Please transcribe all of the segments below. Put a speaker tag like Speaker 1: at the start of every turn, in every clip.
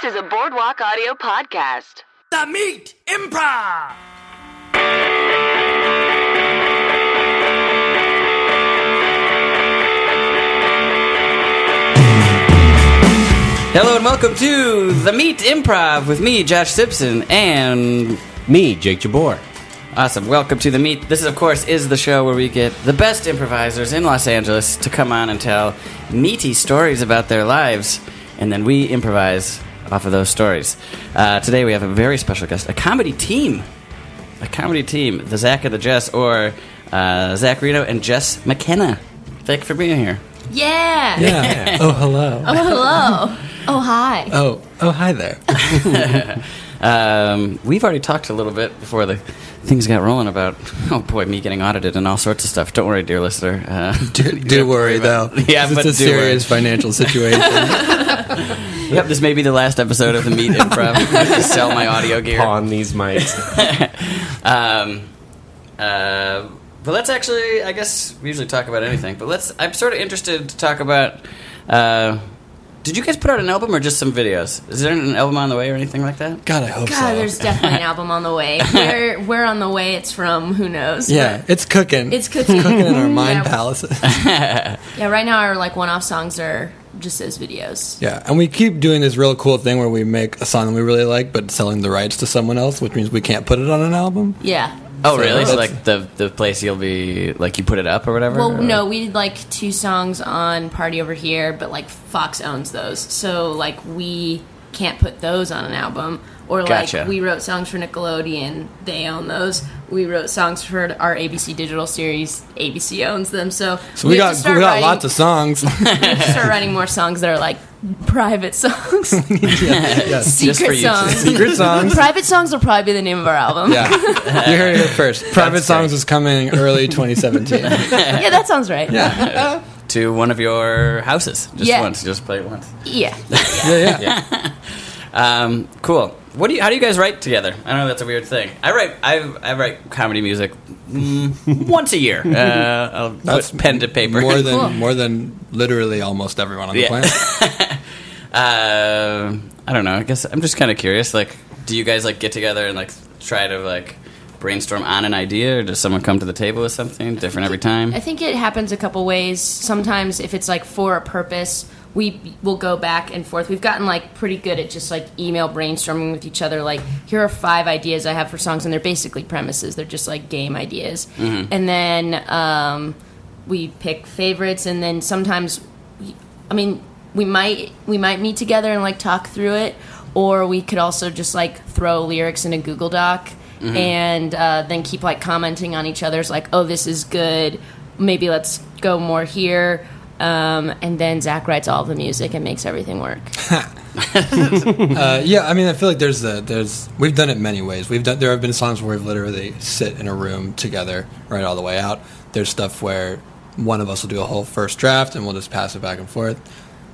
Speaker 1: to the Boardwalk Audio Podcast.
Speaker 2: The Meat Improv.
Speaker 3: Hello and welcome to The Meat Improv with me, Josh Simpson, and
Speaker 4: Me, Jake Jabor.
Speaker 3: awesome. Welcome to The Meat. This, of course, is the show where we get the best improvisers in Los Angeles to come on and tell meaty stories about their lives, and then we improvise off of those stories. Uh, today we have a very special guest, a comedy team. A comedy team, the Zach and the Jess, or uh, Zach Reno and Jess McKenna. Thank you for being here.
Speaker 5: Yeah.
Speaker 4: Yeah. oh, hello.
Speaker 5: Oh, hello. oh, hi.
Speaker 4: Oh, oh, hi there.
Speaker 3: Um, we've already talked a little bit before the things got rolling about oh boy me getting audited and all sorts of stuff. Don't worry, dear listener. Uh,
Speaker 4: Do, do worry though.
Speaker 3: Yeah,
Speaker 4: This is
Speaker 3: but
Speaker 4: a
Speaker 3: do
Speaker 4: serious financial situation.
Speaker 3: yep, this may be the last episode of the meet improv. Just sell my audio gear.
Speaker 6: on these mics.
Speaker 3: Um, uh, but let's actually, I guess we usually talk about anything, but let's. I'm sort of interested to talk about. Uh, did you guys put out an album or just some videos? Is there an album on the way or anything like that?
Speaker 4: God, I hope
Speaker 5: God,
Speaker 4: so.
Speaker 5: there's definitely an album on the way. Where where on the way it's from, who knows?
Speaker 4: yeah, it's cooking.
Speaker 5: But It's cooking.
Speaker 4: cooking in our mind
Speaker 5: Yeah.
Speaker 4: palaces.
Speaker 5: yeah, right now our like one off songs are just those videos.
Speaker 4: yeah, and we keep doing this real cool thing where we make a song that we really like, but selling the rights to someone else, which means we can't put it on an album.
Speaker 5: Yeah.
Speaker 3: Oh,
Speaker 4: So
Speaker 3: really? So,
Speaker 4: that's-
Speaker 3: like the the place you'll be like you put it up or whatever.
Speaker 5: Well,
Speaker 3: Or-
Speaker 5: no, we did like two songs on Party Over Here, but like Fox owns those. So like we can't put those on an album. Or like
Speaker 3: Gotcha.
Speaker 5: we wrote songs for Nickelodeon, they own those. We wrote songs for our ABC digital series, ABC owns them. So,
Speaker 4: So we,
Speaker 5: have
Speaker 4: got
Speaker 5: to
Speaker 4: we
Speaker 5: start
Speaker 4: got
Speaker 5: writing-
Speaker 4: lots of songs.
Speaker 5: start writing more songs that are like private songs,
Speaker 4: yes.
Speaker 3: Just for
Speaker 5: secret
Speaker 3: you to
Speaker 5: songs.
Speaker 4: Secret songs.
Speaker 5: private songs will probably be the name of our album.
Speaker 4: Yeah, you heard it here first. Private songs is coming early 2017.
Speaker 5: Yeah, that sounds right. Yeah,
Speaker 3: to one of your houses just
Speaker 5: Yeah.
Speaker 3: once just play it once
Speaker 4: yeah, yeah.
Speaker 3: um, cool what do you how do you guys write together i know that's a weird thing i write i, I write comedy music mm, once a year uh, i'll
Speaker 4: That's
Speaker 3: put pen to paper
Speaker 4: More than
Speaker 5: Cool.
Speaker 4: more than literally almost everyone on the
Speaker 3: Yeah.
Speaker 4: planet.
Speaker 3: uh, i don't know i guess i'm just kind of curious like do you guys like get together and like try to like brainstorm on an idea or does someone come to the table with something different every time
Speaker 5: I think it happens a couple ways. Sometimes if it's like for a purpose, we will go back and forth. We've gotten like pretty good at just like email brainstorming with each other. Like here are five ideas I have for songs, and they're basically premises. They're just like game ideas,
Speaker 3: Mm-hmm.
Speaker 5: and then um, we pick favorites, and then sometimes I mean, we might we might meet together and like talk through it, or we could also just like throw lyrics in a Google Doc and uh, then keep like commenting on each other's like, oh, this is good. Maybe let's go more here. Um, and then Zach writes all the music and makes everything work.
Speaker 4: Uh, yeah, I mean, I feel like there's the there's we've done it many ways. We've done there have been songs where we've literally sit in a room together, right all the way out. There's stuff where one of us will do a whole first draft and we'll just pass it back and forth.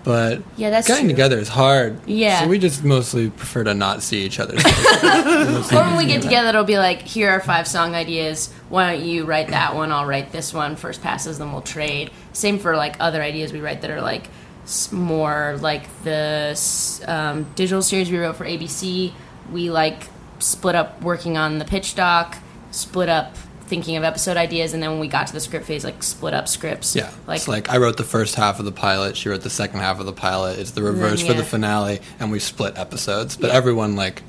Speaker 4: But
Speaker 5: Yeah, that's
Speaker 4: getting
Speaker 5: true.
Speaker 4: together is hard.
Speaker 5: Yeah.
Speaker 4: so we just mostly prefer to not see each other.
Speaker 5: Or when we get together, it'll be like, here are five song ideas. Why don't you write that one? I'll write this one. First passes, then we'll trade. Same for like other ideas we write that are like s- more like the s- um, digital series we wrote for ABC. We like split up working on the pitch doc, split up thinking of episode ideas, and then when we got to the script phase, like split up scripts.
Speaker 4: yeah, it's like I wrote the first half of the pilot. She wrote the second half of the pilot. It's the reverse for
Speaker 5: yeah.
Speaker 4: the finale, and we split episodes. But everyone like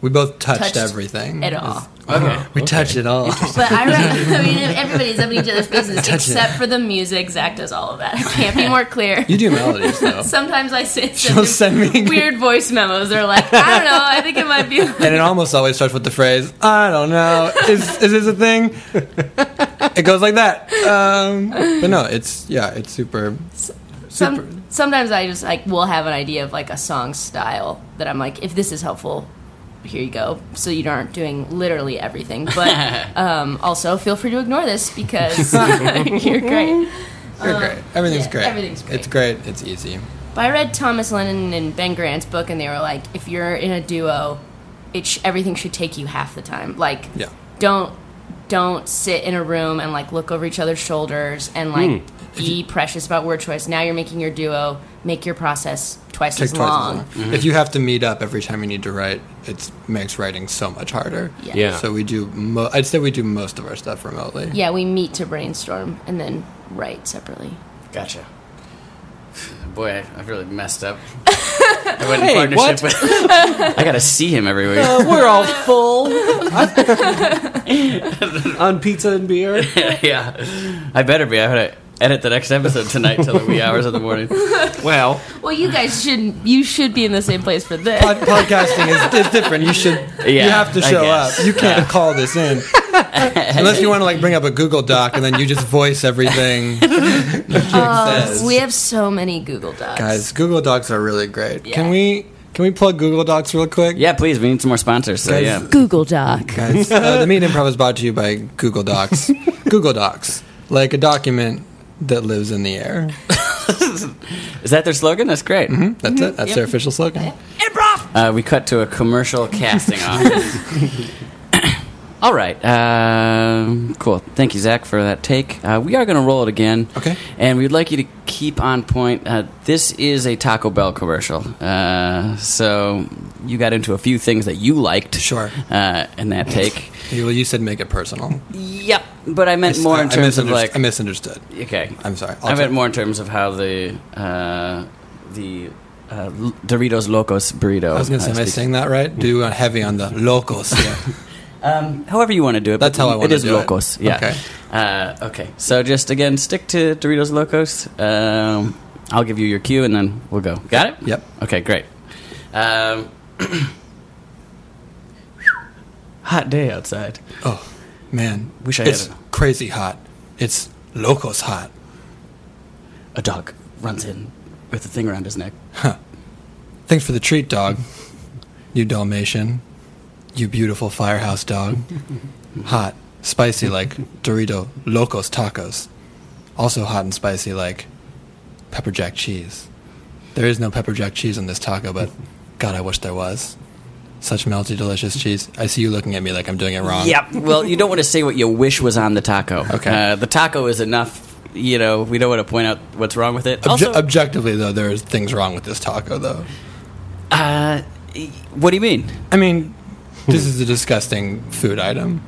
Speaker 4: we both touched,
Speaker 5: Touched
Speaker 4: everything
Speaker 5: it all.
Speaker 3: okay
Speaker 4: We touched it all.
Speaker 5: But I, re- I mean, everybody's up in each other's business
Speaker 4: Touch it.
Speaker 5: except for the music. Zach does all of that. I can't be more clear.
Speaker 4: you do melodies though.
Speaker 5: Sometimes I sit
Speaker 4: She'll send me
Speaker 5: weird voice memos. They're like, I don't know. I think it might be.
Speaker 4: and it almost always starts with the phrase "I don't know." Is is this a thing? It goes like that. Um, but no, it's yeah, it's super.
Speaker 5: Some, um, sometimes I just like will have an idea of like a song style that I'm like, if this is helpful, here you go. So you aren't doing literally everything, but um, also feel free to ignore this because you're great.
Speaker 4: You're great. Everything's
Speaker 5: yeah,
Speaker 4: great.
Speaker 5: everything's great.
Speaker 4: It's great. It's easy.
Speaker 5: But I read Thomas Lennon and Ben Grant's book, and they were like, if you're in a duo, it sh- everything should take you half the time. Like,
Speaker 4: Yeah.
Speaker 5: don't don't sit in a room and like look over each other's
Speaker 4: Hmm.
Speaker 5: shoulders and like be precious about word choice. Now you're making your duo make your process
Speaker 7: twice
Speaker 4: take
Speaker 7: as
Speaker 4: twice
Speaker 7: long.
Speaker 4: as long. If you have to meet up every time you need to write, it makes writing so much harder.
Speaker 7: Yeah.
Speaker 8: Yeah.
Speaker 4: So we do. Mo- I'd say we do most of our stuff remotely.
Speaker 7: Yeah, we meet to brainstorm and then write separately.
Speaker 3: Gotcha. Boy, I, I've really messed up. I went in
Speaker 8: Hey,
Speaker 3: partnership
Speaker 8: what? Uh,
Speaker 3: with. I gotta see him every week.
Speaker 8: we're all full on pizza and beer.
Speaker 3: yeah, I better be. I gotta edit the next episode tonight till the wee hours of the morning.
Speaker 8: Well,
Speaker 7: Well, you guys should you should be in the same place for this.
Speaker 4: Pod- podcasting is, is different. You should. you
Speaker 3: Yeah,
Speaker 4: have to
Speaker 3: I
Speaker 4: show up.
Speaker 3: guess.
Speaker 4: You can't call this in unless you want to like bring up a Google Doc and then you just voice everything. that Jake
Speaker 3: Um,
Speaker 4: says.
Speaker 7: We have so many Google Docs.
Speaker 4: Guys, Google Docs are really great.
Speaker 7: Yeah.
Speaker 4: Can we can we plug Google Docs real quick?
Speaker 3: Yeah, please. We need some more sponsors. So
Speaker 4: Guys,
Speaker 3: yeah,
Speaker 7: Google Doc.
Speaker 4: Guys, uh, the Meat Improv is brought to you by Google Docs. Google Docs, like a document that lives in the air. Hmm?
Speaker 3: is that their slogan? That's great.
Speaker 4: That's it. That's their official slogan.
Speaker 3: Uh, we cut to a commercial casting office. All right. Um, cool. Thank you, Zach, for that take. Uh, we are going to roll it again.
Speaker 4: Okay.
Speaker 3: And we'd like you to keep on point. Uh, this is a Taco Bell commercial. Uh, so you got into a few things that you liked.
Speaker 4: Sure.
Speaker 3: Uh, in that take.
Speaker 4: You- Well, you said make it personal.
Speaker 3: yep. But I meant more in
Speaker 4: I- I
Speaker 3: terms of
Speaker 4: misunderst-
Speaker 3: like.
Speaker 4: I misunderstood.
Speaker 3: Okay.
Speaker 4: I'm sorry. I'll
Speaker 3: i meant
Speaker 4: try.
Speaker 3: more in terms of how the uh, the uh, L- Doritos Locos burrito. uh,
Speaker 4: I was going to say, am I saying that right? Do uh, heavy on the locos. here.
Speaker 3: Um, however you want to do it.
Speaker 4: That's
Speaker 3: but
Speaker 4: how I wanna
Speaker 3: It is
Speaker 4: do it.
Speaker 3: locos. Yeah.
Speaker 4: Okay.
Speaker 3: Uh, okay. So just again, stick to Doritos Locos. Um, I'll give you your cue, and then we'll go. Got it?
Speaker 4: Yep.
Speaker 3: Okay. Great. Um, hot day outside.
Speaker 4: Oh man,
Speaker 3: Wish I
Speaker 4: it's
Speaker 3: had a-
Speaker 4: crazy hot. It's locos hot.
Speaker 3: A dog runs in with a thing around his neck.
Speaker 4: Thanks for the treat, dog. You Dalmatian. You beautiful firehouse dog. Hot, spicy like Dorito Locos tacos. Also hot and spicy like pepper jack cheese. There is no pepper jack cheese on this taco, but God, I wish there was. Such melty, delicious cheese. I see you looking at me like I'm doing it wrong.
Speaker 3: Yep. Well, you don't want to say what you wish was on the taco.
Speaker 4: Okay.
Speaker 3: Uh, the taco is enough. You know, we don't want to point out what's wrong with it.
Speaker 4: Obje-
Speaker 3: also,
Speaker 4: objectively, though, there is things wrong with this taco, though.
Speaker 3: uh, what do you mean?
Speaker 4: I mean, this is a disgusting food item.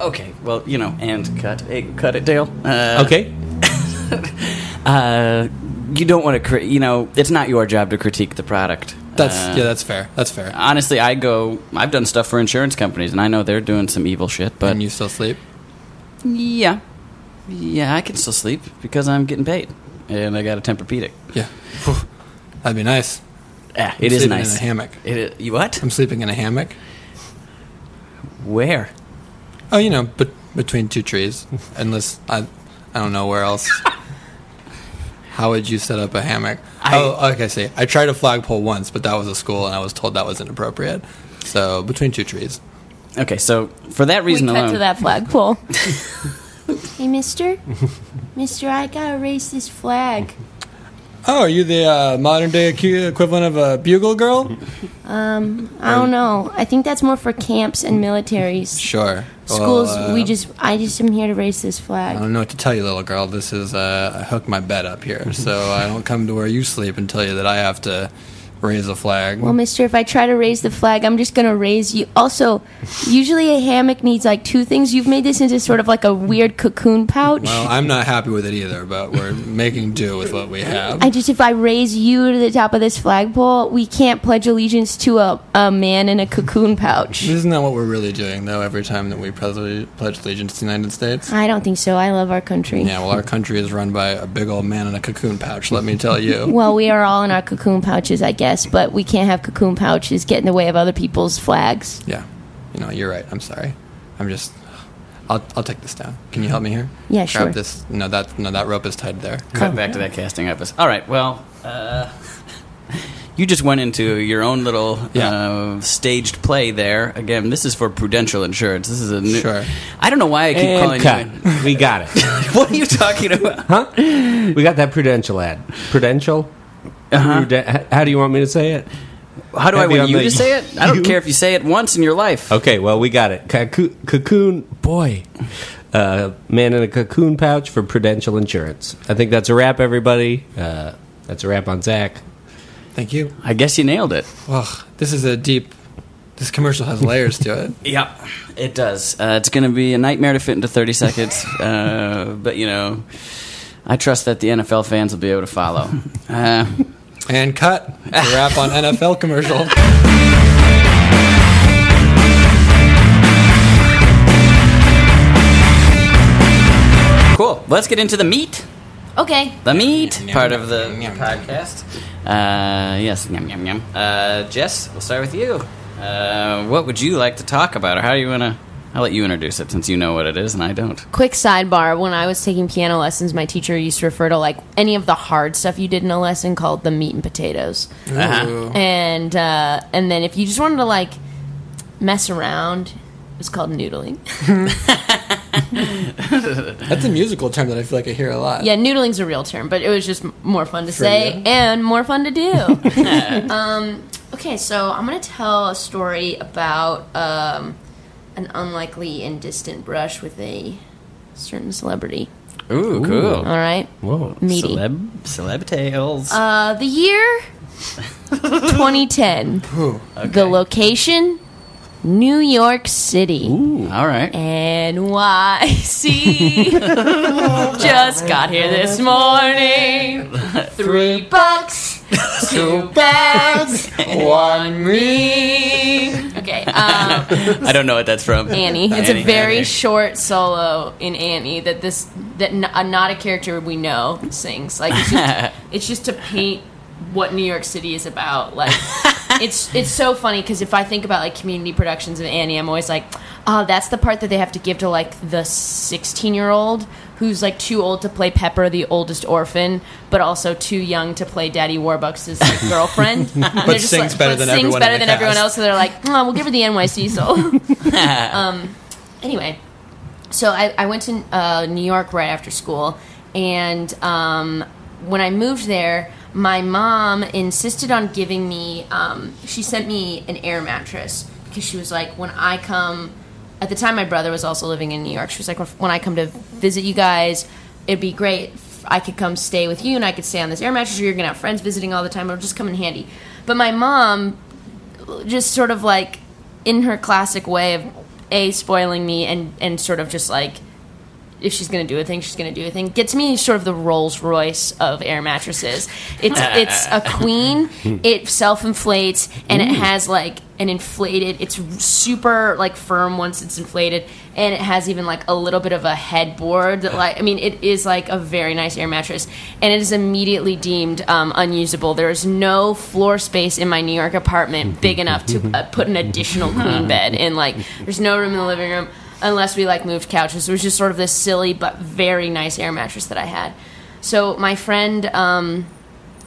Speaker 3: Okay. Well, you know, and cut it, cut it, Dale. Uh,
Speaker 8: okay.
Speaker 3: Uh, you don't want to, cri- you know, it's not your job to critique the product.
Speaker 4: That's
Speaker 3: Uh,
Speaker 4: yeah, that's fair. That's fair.
Speaker 3: honestly, I go. I've done stuff for insurance companies, and I know they're doing some evil shit. But
Speaker 4: and you still sleep?
Speaker 3: yeah, yeah, I can still sleep because I'm getting paid, and I got a Tempur-Pedic.
Speaker 4: Yeah. Whew. That'd be nice.
Speaker 3: Yeah, it
Speaker 4: I'm
Speaker 3: is
Speaker 4: Ah, sleeping
Speaker 3: nice.
Speaker 4: In a hammock.
Speaker 3: It is, you what?
Speaker 4: I'm sleeping in a hammock.
Speaker 3: Where?
Speaker 4: Oh, you know, but between two trees. Unless I, I don't know where else. How would you set up a hammock?
Speaker 3: I-
Speaker 4: oh, okay. See, I tried a flagpole once, but that was a school, and I was told that was inappropriate. So between two trees.
Speaker 3: Okay, so for that reason
Speaker 7: we cut
Speaker 3: alone,
Speaker 7: to that flagpole.
Speaker 5: Hey, mister. mister, I gotta raise this flag.
Speaker 4: Oh, are you the uh, modern day equ- equivalent of a bugle girl?
Speaker 5: I don't know. I think that's more for camps and militaries.
Speaker 4: Sure.
Speaker 5: Schools,
Speaker 4: Well, uh,
Speaker 5: we just, I just am here to raise this
Speaker 4: I
Speaker 5: flag.
Speaker 4: don't know what to tell you, little girl. This is uh, I hooked my bed up here, so I don't come to where you sleep and tell you that I have to raise a flag.
Speaker 5: Well, mister, if I try to raise the flag, I'm just gonna raise you. Also, usually a hammock needs like two things. You've made this into sort of like a weird cocoon pouch.
Speaker 4: Well, I'm not happy with it either, but we're making do with what we have.
Speaker 5: I just, if I raise you to the top of this flagpole, we can't pledge allegiance to a, a man in a cocoon pouch.
Speaker 4: Isn't that what we're really doing, though, every time that we pres- pledge allegiance to the United States?
Speaker 5: I don't think so. I love our country.
Speaker 4: Yeah, well, our country is run by a big old man in a cocoon pouch, let me tell you.
Speaker 5: Well, we are all in our cocoon pouches, I guess, but we can't have cocoon pouches get in the way of other people's flags.
Speaker 4: Yeah, you know, you're right. I'm sorry. I'm just. I'll, I'll take this down. Can you help me here?
Speaker 5: Yeah,
Speaker 4: Grab
Speaker 5: sure.
Speaker 4: this. No, that no, that rope is tied there.
Speaker 3: cut back to that casting office. All right, well, uh, you just went into your own little
Speaker 4: Yeah.
Speaker 3: uh, staged play there. Again, this is for prudential insurance. This is a new.
Speaker 4: Sure.
Speaker 3: I don't know why I keep calling
Speaker 8: And cut.
Speaker 3: you.
Speaker 8: We got it.
Speaker 3: What are you talking about?
Speaker 8: We got that Prudential ad. Prudential. Pruden- how do you want me to say it?
Speaker 3: How do I
Speaker 8: Maybe
Speaker 3: want
Speaker 8: I'm
Speaker 3: you
Speaker 8: the-
Speaker 3: to say it? I don't
Speaker 8: you?
Speaker 3: care if you say it once in your life.
Speaker 8: Okay, well, we got it. Cocoon, cocoon boy. Uh, man in a cocoon pouch for Prudential Insurance. I think that's a wrap, everybody. Uh, that's a wrap on Zach.
Speaker 4: Thank you.
Speaker 3: I guess you nailed it.
Speaker 4: Ugh, this is a deep. This commercial has layers to it.
Speaker 3: Yeah, it does. Uh, it's going to be a nightmare to fit into 30 seconds, uh, but you know, I trust that the NFL fans will be able to follow. Uh,
Speaker 4: And cut. It's a wrap on NFL commercial.
Speaker 3: cool. Let's get into the meat.
Speaker 7: Okay.
Speaker 3: The meat part of the
Speaker 4: Yum, yum,
Speaker 3: podcast. Uh, yes, yum yum yum. Uh, Jess, we'll start with you. Uh, what would you like to talk about, or how do you want to? I'll let you introduce it since you know what it is and I don't.
Speaker 7: Quick sidebar: When I was taking piano lessons, my teacher used to refer to like any of the hard stuff you did in a lesson called the meat and potatoes.
Speaker 4: Ooh.
Speaker 7: and uh, and then if you just wanted to like mess around, it's called noodling.
Speaker 4: That's a musical term that I feel like I hear a lot.
Speaker 7: yeah, noodling's a real term, but it was just m- more fun to
Speaker 4: For
Speaker 7: say
Speaker 4: you.
Speaker 7: and more fun to do. um, okay, so I'm gonna tell a story about um, an unlikely and distant brush with a certain celebrity.
Speaker 3: Ooh, cool.
Speaker 7: All right,
Speaker 8: Whoa.
Speaker 7: meaty.
Speaker 3: Celeb, celeb tales.
Speaker 7: Uh, the year 2010. The location, New York City.
Speaker 3: Ooh, all right.
Speaker 7: NYC. Just got here this morning. Three bucks, two bags, one me. Okay, um,
Speaker 3: I don't know what that's from.
Speaker 7: Annie. It's a
Speaker 3: Annie,
Speaker 7: very
Speaker 3: Annie.
Speaker 7: short solo in Annie that this that n- uh, not a character we know sings. Like it's just, it's just to paint what New York City is about. Like it's it's so funny because if I think about like community productions of Annie, I'm always like, oh, that's the part that they have to give to like the 16 year old who's like too old to play Pepper, the oldest orphan, but also too young to play Daddy Warbucks' like, girlfriend. And they're just
Speaker 4: sings
Speaker 7: like-
Speaker 4: better
Speaker 7: but
Speaker 4: than
Speaker 7: sings
Speaker 4: everyone in
Speaker 7: better
Speaker 4: the
Speaker 7: than everyone
Speaker 4: cast.
Speaker 7: else. So they're like, oh, we'll give her the NYC soul. Um, anyway, so I, I went to uh, New York right after school, and um, when I moved there, my mom insisted on giving me. Um, she sent me an air mattress because she was like, when I come. At the time, my brother was also living in New York. She was like, when I come to visit you guys, it'd be great. if I could come stay with you, and I could stay on this air mattress. Or you're gonna have friends visiting all the time. It'll just come in handy. But my mom just sort of like in her classic way of a spoiling me and and sort of just like if she's gonna do a thing, she's gonna do a thing. Gets me sort of the Rolls Royce of air mattresses. It's it's a queen. It self inflates and it has like an inflated. It's super like firm once it's inflated, and it has even like a little bit of a headboard. That like I mean, it is like a very nice air mattress, and it is immediately deemed um, unusable. There is no floor space in my New York apartment big enough to uh, put an additional queen bed in. Like there's no room in the living room unless we like moved couches. It was just sort of this silly but very nice air mattress that I had. So my friend, um,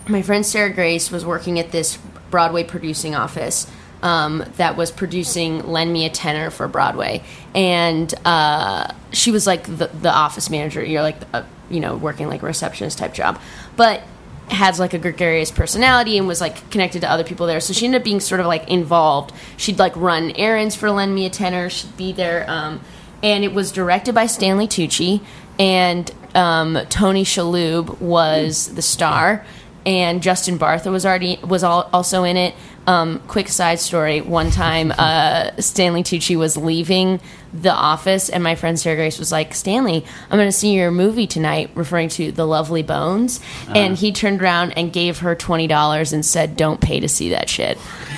Speaker 7: my friend Sarah Grace was working at this Broadway producing office um, that was producing "Lend Me a Tenor" for Broadway, and uh, she was like the, the office manager. You're like, uh, you know, working like a receptionist type job, but has like a gregarious personality and was like connected to other people there. So she ended up being sort of like involved. She'd like run errands for "Lend Me a Tenor." She'd be there, um, and it was directed by Stanley Tucci. And um, Tony Shalhoub was the star, and Justin Bartha was already was all, also in it. Um, quick side story: One time, uh, Stanley Tucci was leaving the office, and my friend Sarah Grace was like, "Stanley, I'm going to see your movie tonight," referring to The Lovely Bones.
Speaker 4: Uh-huh.
Speaker 7: And he turned around and gave her twenty dollars and said, "Don't pay to see that shit."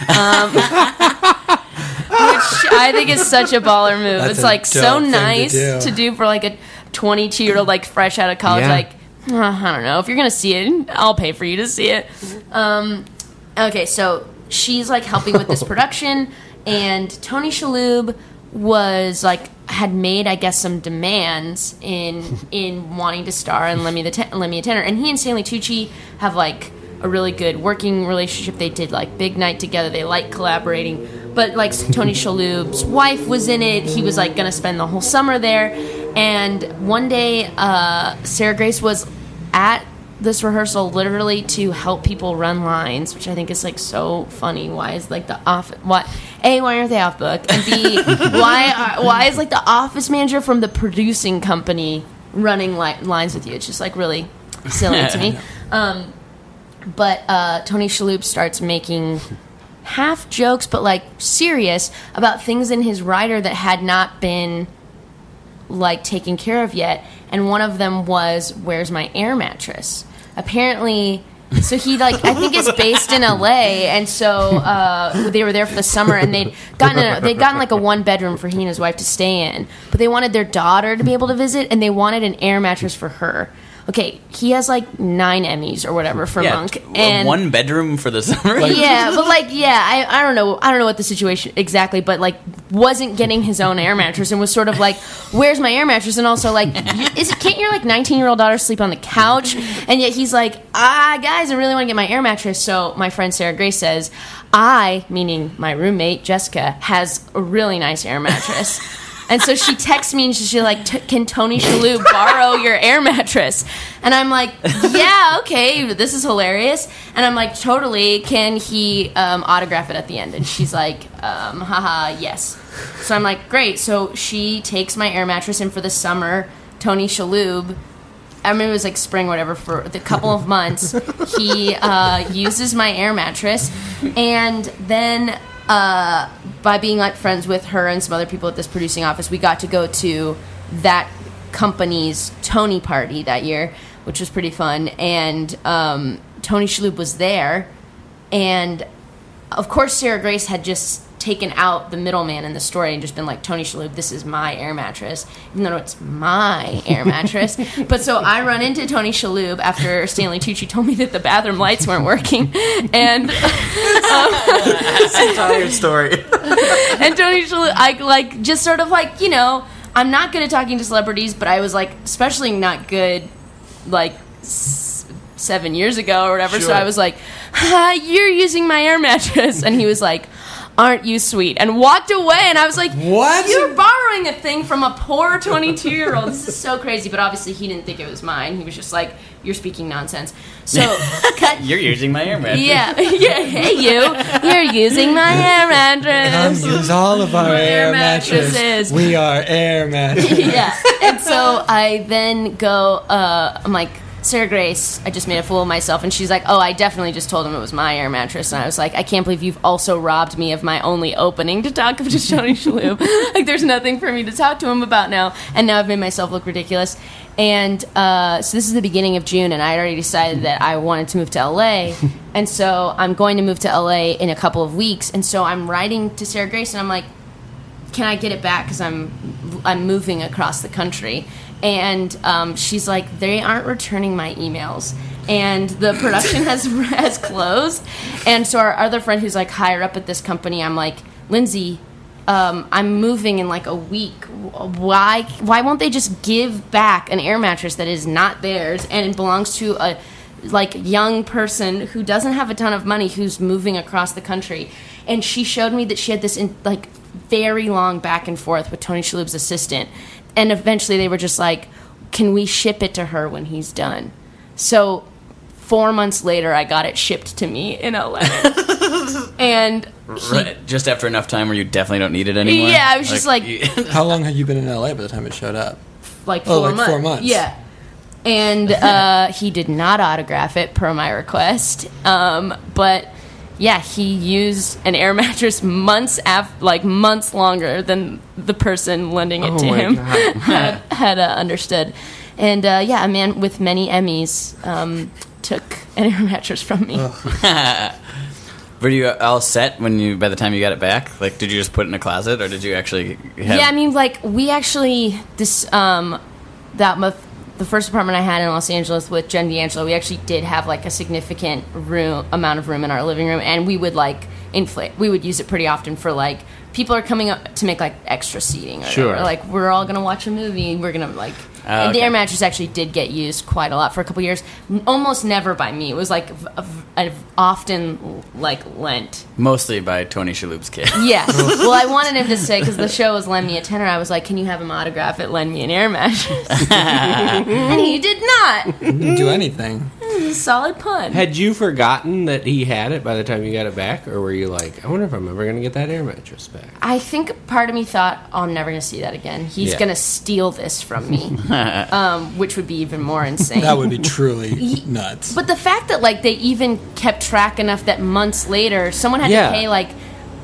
Speaker 7: Um, which I think is such a baller move.
Speaker 4: That's
Speaker 7: it's
Speaker 4: a
Speaker 7: like so
Speaker 4: dope thing to
Speaker 7: nice to
Speaker 4: do.
Speaker 7: do. for like a 22 year old, like fresh out of college,
Speaker 8: Yeah.
Speaker 7: like, "Uh, I don't know. If you're going to see it, I'll pay for you to see it. Um, okay, so she's like helping with this production, and Tony Shalhoub was like, had made, I guess, some demands in in wanting to star in Let Me the Ten- Let Me a Tenor, and he and Stanley Tucci have like a really good working relationship. They did like big night together. They like collaborating. But like Tony Shalhoub's wife was in it. He was like going to spend the whole summer there. And one day, uh, Sarah Grace was at this rehearsal literally to help people run lines, which I think is like so funny. Why is like the off? Why a why aren't they off book? And b why are, why is like the office manager from the producing company running li- lines with you? It's just like really silly to me. Um, but uh, Tony Shalhoub starts making half jokes, but like serious about things in his rider that had not been like taken care of yet. And one of them was, "Where's my air mattress?" Apparently. So he like I think is based in LA, and so uh, they were there for the summer, and they'd gotten a, they'd gotten like a one bedroom for he and his wife to stay in, but they wanted their daughter to be able to visit, and they wanted an air mattress for her. Okay, he has like nine Emmys or whatever for
Speaker 3: yeah,
Speaker 7: Monk,
Speaker 3: t-
Speaker 7: and
Speaker 3: one bedroom for the summer.
Speaker 7: yeah, but like, yeah, I, I don't know, I don't know what the situation exactly, but like, wasn't getting his own air mattress and was sort of like, "Where's my air mattress?" And also like, is it can't your like nineteen year old daughter sleep on the couch? And yet he's like, "Ah, guys, I really want to get my air mattress." So my friend Sarah Grace says, "I, meaning my roommate Jessica, has a really nice air mattress." And so she texts me and she's just like, "T- "Can Tony Shalhoub borrow your air mattress?" And I'm like, "Yeah, okay, this is hilarious." And I'm like, "Totally. Can he um, autograph it at the end?" And she's like, um, "Haha, yes." So I'm like, "Great." So she takes my air mattress, and for the summer, Tony Shalhoub I mean, it was like spring, whatever, for the couple of months. he uh, uses my air mattress, and then uh, by being like friends with her and some other people at this producing office, we got to go to that company's Tony party that year, which was pretty fun. And um, Tony Shalhoub was there, and of course, Sarah Grace had just taken out the middleman in the story and just been like, Tony Shalhoub, this is my air mattress. Even though it's my air mattress. but so I run into Tony Shalhoub after Stanley Tucci told me that the bathroom lights weren't working. And
Speaker 3: entire story.
Speaker 7: and Tony Shalhoub, I like just sort of like you know, I'm not good at talking to celebrities, but I was like especially not good like s- seven years ago or whatever. So
Speaker 3: Sure.
Speaker 7: I was like, "Ha, "You're using my air mattress," and he was like. Aren't you sweet? And walked away, and I was like,
Speaker 4: What?
Speaker 7: You're borrowing a thing from a poor 22 year old. This is so crazy." But obviously, he didn't think it was mine. He was just like, "You're speaking nonsense." So, cut
Speaker 3: You're using my air mattress.
Speaker 7: yeah, yeah. Hey, you. You're using my air
Speaker 4: Come
Speaker 7: mattress.
Speaker 4: use all of our air,
Speaker 7: air
Speaker 4: mattresses.
Speaker 7: mattresses.
Speaker 4: We are air mattresses.
Speaker 7: yeah. And so I then go, uh, I'm like, Sarah Grace, I just made a fool of myself. And she's like, oh, I definitely just told him it was my air mattress. And I was like, I can't believe you've also robbed me of my only opening to talk to Tony Shalhoub. like, there's nothing for me to talk to him about now. And now I've made myself look ridiculous. And uh, so this is the beginning of June, and I had already decided that I wanted to move to LA. and so I'm going to move to LA in a couple of weeks. And so I'm writing to Sarah Grace, and I'm like, can I get it back because I'm I'm moving across the country? And um, she's like, they aren't returning my emails, and the production has has closed. And so our other friend who's like higher up at this company, I'm like, Lindsay, um, I'm moving in like a week. Why why won't they just give back an air mattress that is not theirs and it belongs to a like young person who doesn't have a ton of money who's moving across the country and she showed me that she had this in, like very long back and forth with Tony Shalhoub's assistant and eventually they were just like can we ship it to her when he's done so 4 months later I got it shipped to me in a letter and
Speaker 3: Right. Just after enough time where you definitely don't need it anymore.
Speaker 7: Yeah, I was just like-
Speaker 3: you-
Speaker 4: How long had you been in LA by the time it showed up?
Speaker 7: like four
Speaker 4: Oh, like
Speaker 7: months.
Speaker 4: four months.
Speaker 7: Yeah. And uh, he did not autograph it per my request. Um, but yeah, he used an air mattress months af- like months longer than the person lending it
Speaker 8: Oh
Speaker 7: to
Speaker 8: my
Speaker 7: him
Speaker 8: God.
Speaker 7: had, had uh, understood. And uh, yeah, a man with many Emmys um, took an air mattress from
Speaker 4: Oh,
Speaker 7: me.
Speaker 3: were you all set when you by the time you got it back? Like, did you just put it in a closet, or did you actually? Have,
Speaker 7: Yeah, I mean, like we actually this um that month the first apartment I had in Los Angeles with Jen D'Angelo, we actually did have like a significant room amount of room in our living room, and we would like inflate. We would use it pretty often for like people are coming up to make like extra seating or
Speaker 8: Sure.
Speaker 7: whatever. like we're all gonna watch a movie. We're gonna like. and the
Speaker 3: okay.
Speaker 7: air mattress actually did get used quite a lot for a couple years. N- Almost never by me. It was like v- v- I've often like lent
Speaker 3: mostly by Tony Shalhoub's kid.
Speaker 7: Yes. well, I wanted him to say because the show was "Lend Me a Tenor." I was like, "Can you have him autograph it? Lend me an air mattress." and he did not.
Speaker 4: Didn't do anything.
Speaker 7: This is a solid pun.
Speaker 8: Had you forgotten that he had it by the time you got it back, or were you like, I wonder if I'm ever going to get that air mattress back?
Speaker 7: I think part of me thought, oh, I'm never going to see that again. He's
Speaker 8: Yeah.
Speaker 7: going to steal this from me, um, which would be even more insane.
Speaker 4: That would be truly nuts.
Speaker 7: But the fact that like they even kept track enough that months later someone had
Speaker 8: Yeah.
Speaker 7: to pay like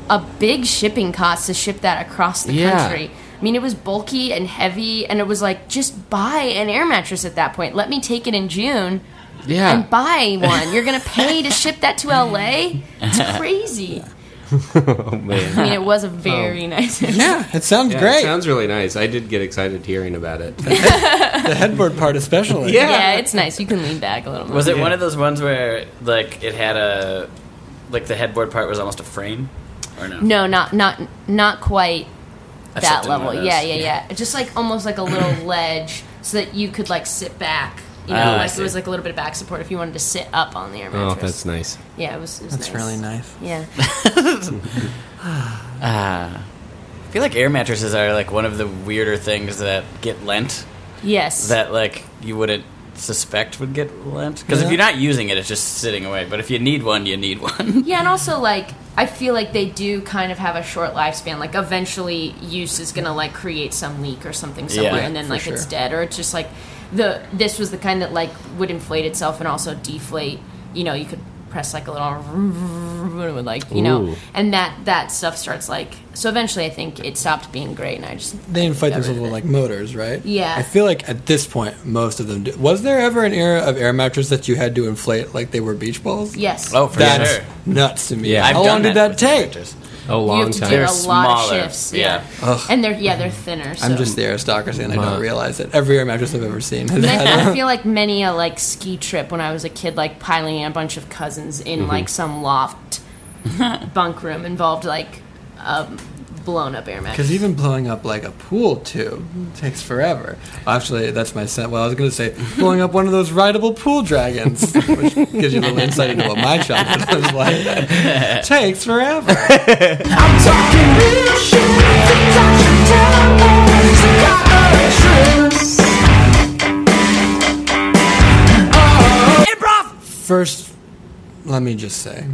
Speaker 7: a big shipping cost to ship that across the
Speaker 8: Yeah.
Speaker 7: country. I mean, it was bulky and heavy, and it was like just buy an air mattress at that point. Let me take it in June
Speaker 8: Yeah.
Speaker 7: and buy one. You're gonna pay to ship that to LA. It's crazy.
Speaker 8: oh, man.
Speaker 7: I mean, it was a very nice.
Speaker 4: yeah, it sounds
Speaker 8: Oh. Yeah,
Speaker 4: great.
Speaker 8: It sounds really nice. I did get excited hearing about it.
Speaker 4: the headboard part, especially.
Speaker 8: Yeah.
Speaker 7: yeah, it's nice. You can lean back a little. More.
Speaker 3: Was it one of those ones where like it had a like the headboard part was almost a frame or no?
Speaker 7: No, not not not quite
Speaker 3: I've
Speaker 7: that
Speaker 3: slept in one of
Speaker 7: level.
Speaker 3: those.
Speaker 7: Yeah, yeah, yeah, Just like almost like a little ledge so that you could like sit back. You know,
Speaker 3: Oh, I
Speaker 7: like it was
Speaker 3: see.
Speaker 7: like a little bit of back support if you wanted to sit up on the air
Speaker 8: oh,
Speaker 7: mattress.
Speaker 8: that's nice.
Speaker 7: Yeah, it was. It was
Speaker 4: That's
Speaker 7: nice.
Speaker 4: really nice.
Speaker 7: Yeah,
Speaker 3: Ah. I feel like air mattresses are like one of the weirder things that get lent
Speaker 7: yes.
Speaker 3: that like you wouldn't suspect would get lent because if
Speaker 4: Yeah.
Speaker 3: you're not using it, it's just sitting away. But if you need one, you need one.
Speaker 7: yeah, and also like I feel like they do kind of have a short lifespan. Like eventually, use is gonna like create some leak or something somewhere,
Speaker 3: Yeah,
Speaker 7: and then
Speaker 4: for
Speaker 7: like it's
Speaker 4: sure.
Speaker 7: dead, or it's just like the this was the kind that like would inflate itself and also deflate. You know, you could press like a little and it would like you know
Speaker 8: Ooh.
Speaker 7: and that that stuff starts like so eventually i think it stopped being great and i just
Speaker 4: They didn't fight those
Speaker 7: rid of
Speaker 4: little
Speaker 7: it.
Speaker 4: like motors, right?
Speaker 7: Yeah.
Speaker 4: I feel like at this point, most of them. Do. Was there ever an era of air mattress that you had to inflate like they were beach balls?
Speaker 7: yes
Speaker 3: Oh, for
Speaker 4: That's
Speaker 3: sure.
Speaker 4: nuts to me.
Speaker 8: Yeah.
Speaker 4: How
Speaker 3: done
Speaker 4: long did that
Speaker 3: with air
Speaker 4: take?
Speaker 3: mattresses.
Speaker 8: A
Speaker 7: you
Speaker 8: long
Speaker 7: have to
Speaker 8: time.
Speaker 7: do a
Speaker 3: They're
Speaker 7: lot
Speaker 3: smaller,
Speaker 7: of shifts yeah, and they're yeah they're thinner so.
Speaker 4: I'm just the aristocracy, and I don't realize it. Every air mattress I've ever seen has
Speaker 7: And
Speaker 4: had.
Speaker 7: I, I feel like many a like ski trip when I was a kid, like piling in a bunch of cousins in like some loft bunk room involved like a blown up air mattress.
Speaker 4: Because even blowing up like a pool tube takes forever. Actually, that's my set. Well, I was going to say blowing up one of those rideable pool dragons, which gives you a little insight into what my childhood was like. takes forever.
Speaker 9: Improv!
Speaker 4: First, let me just say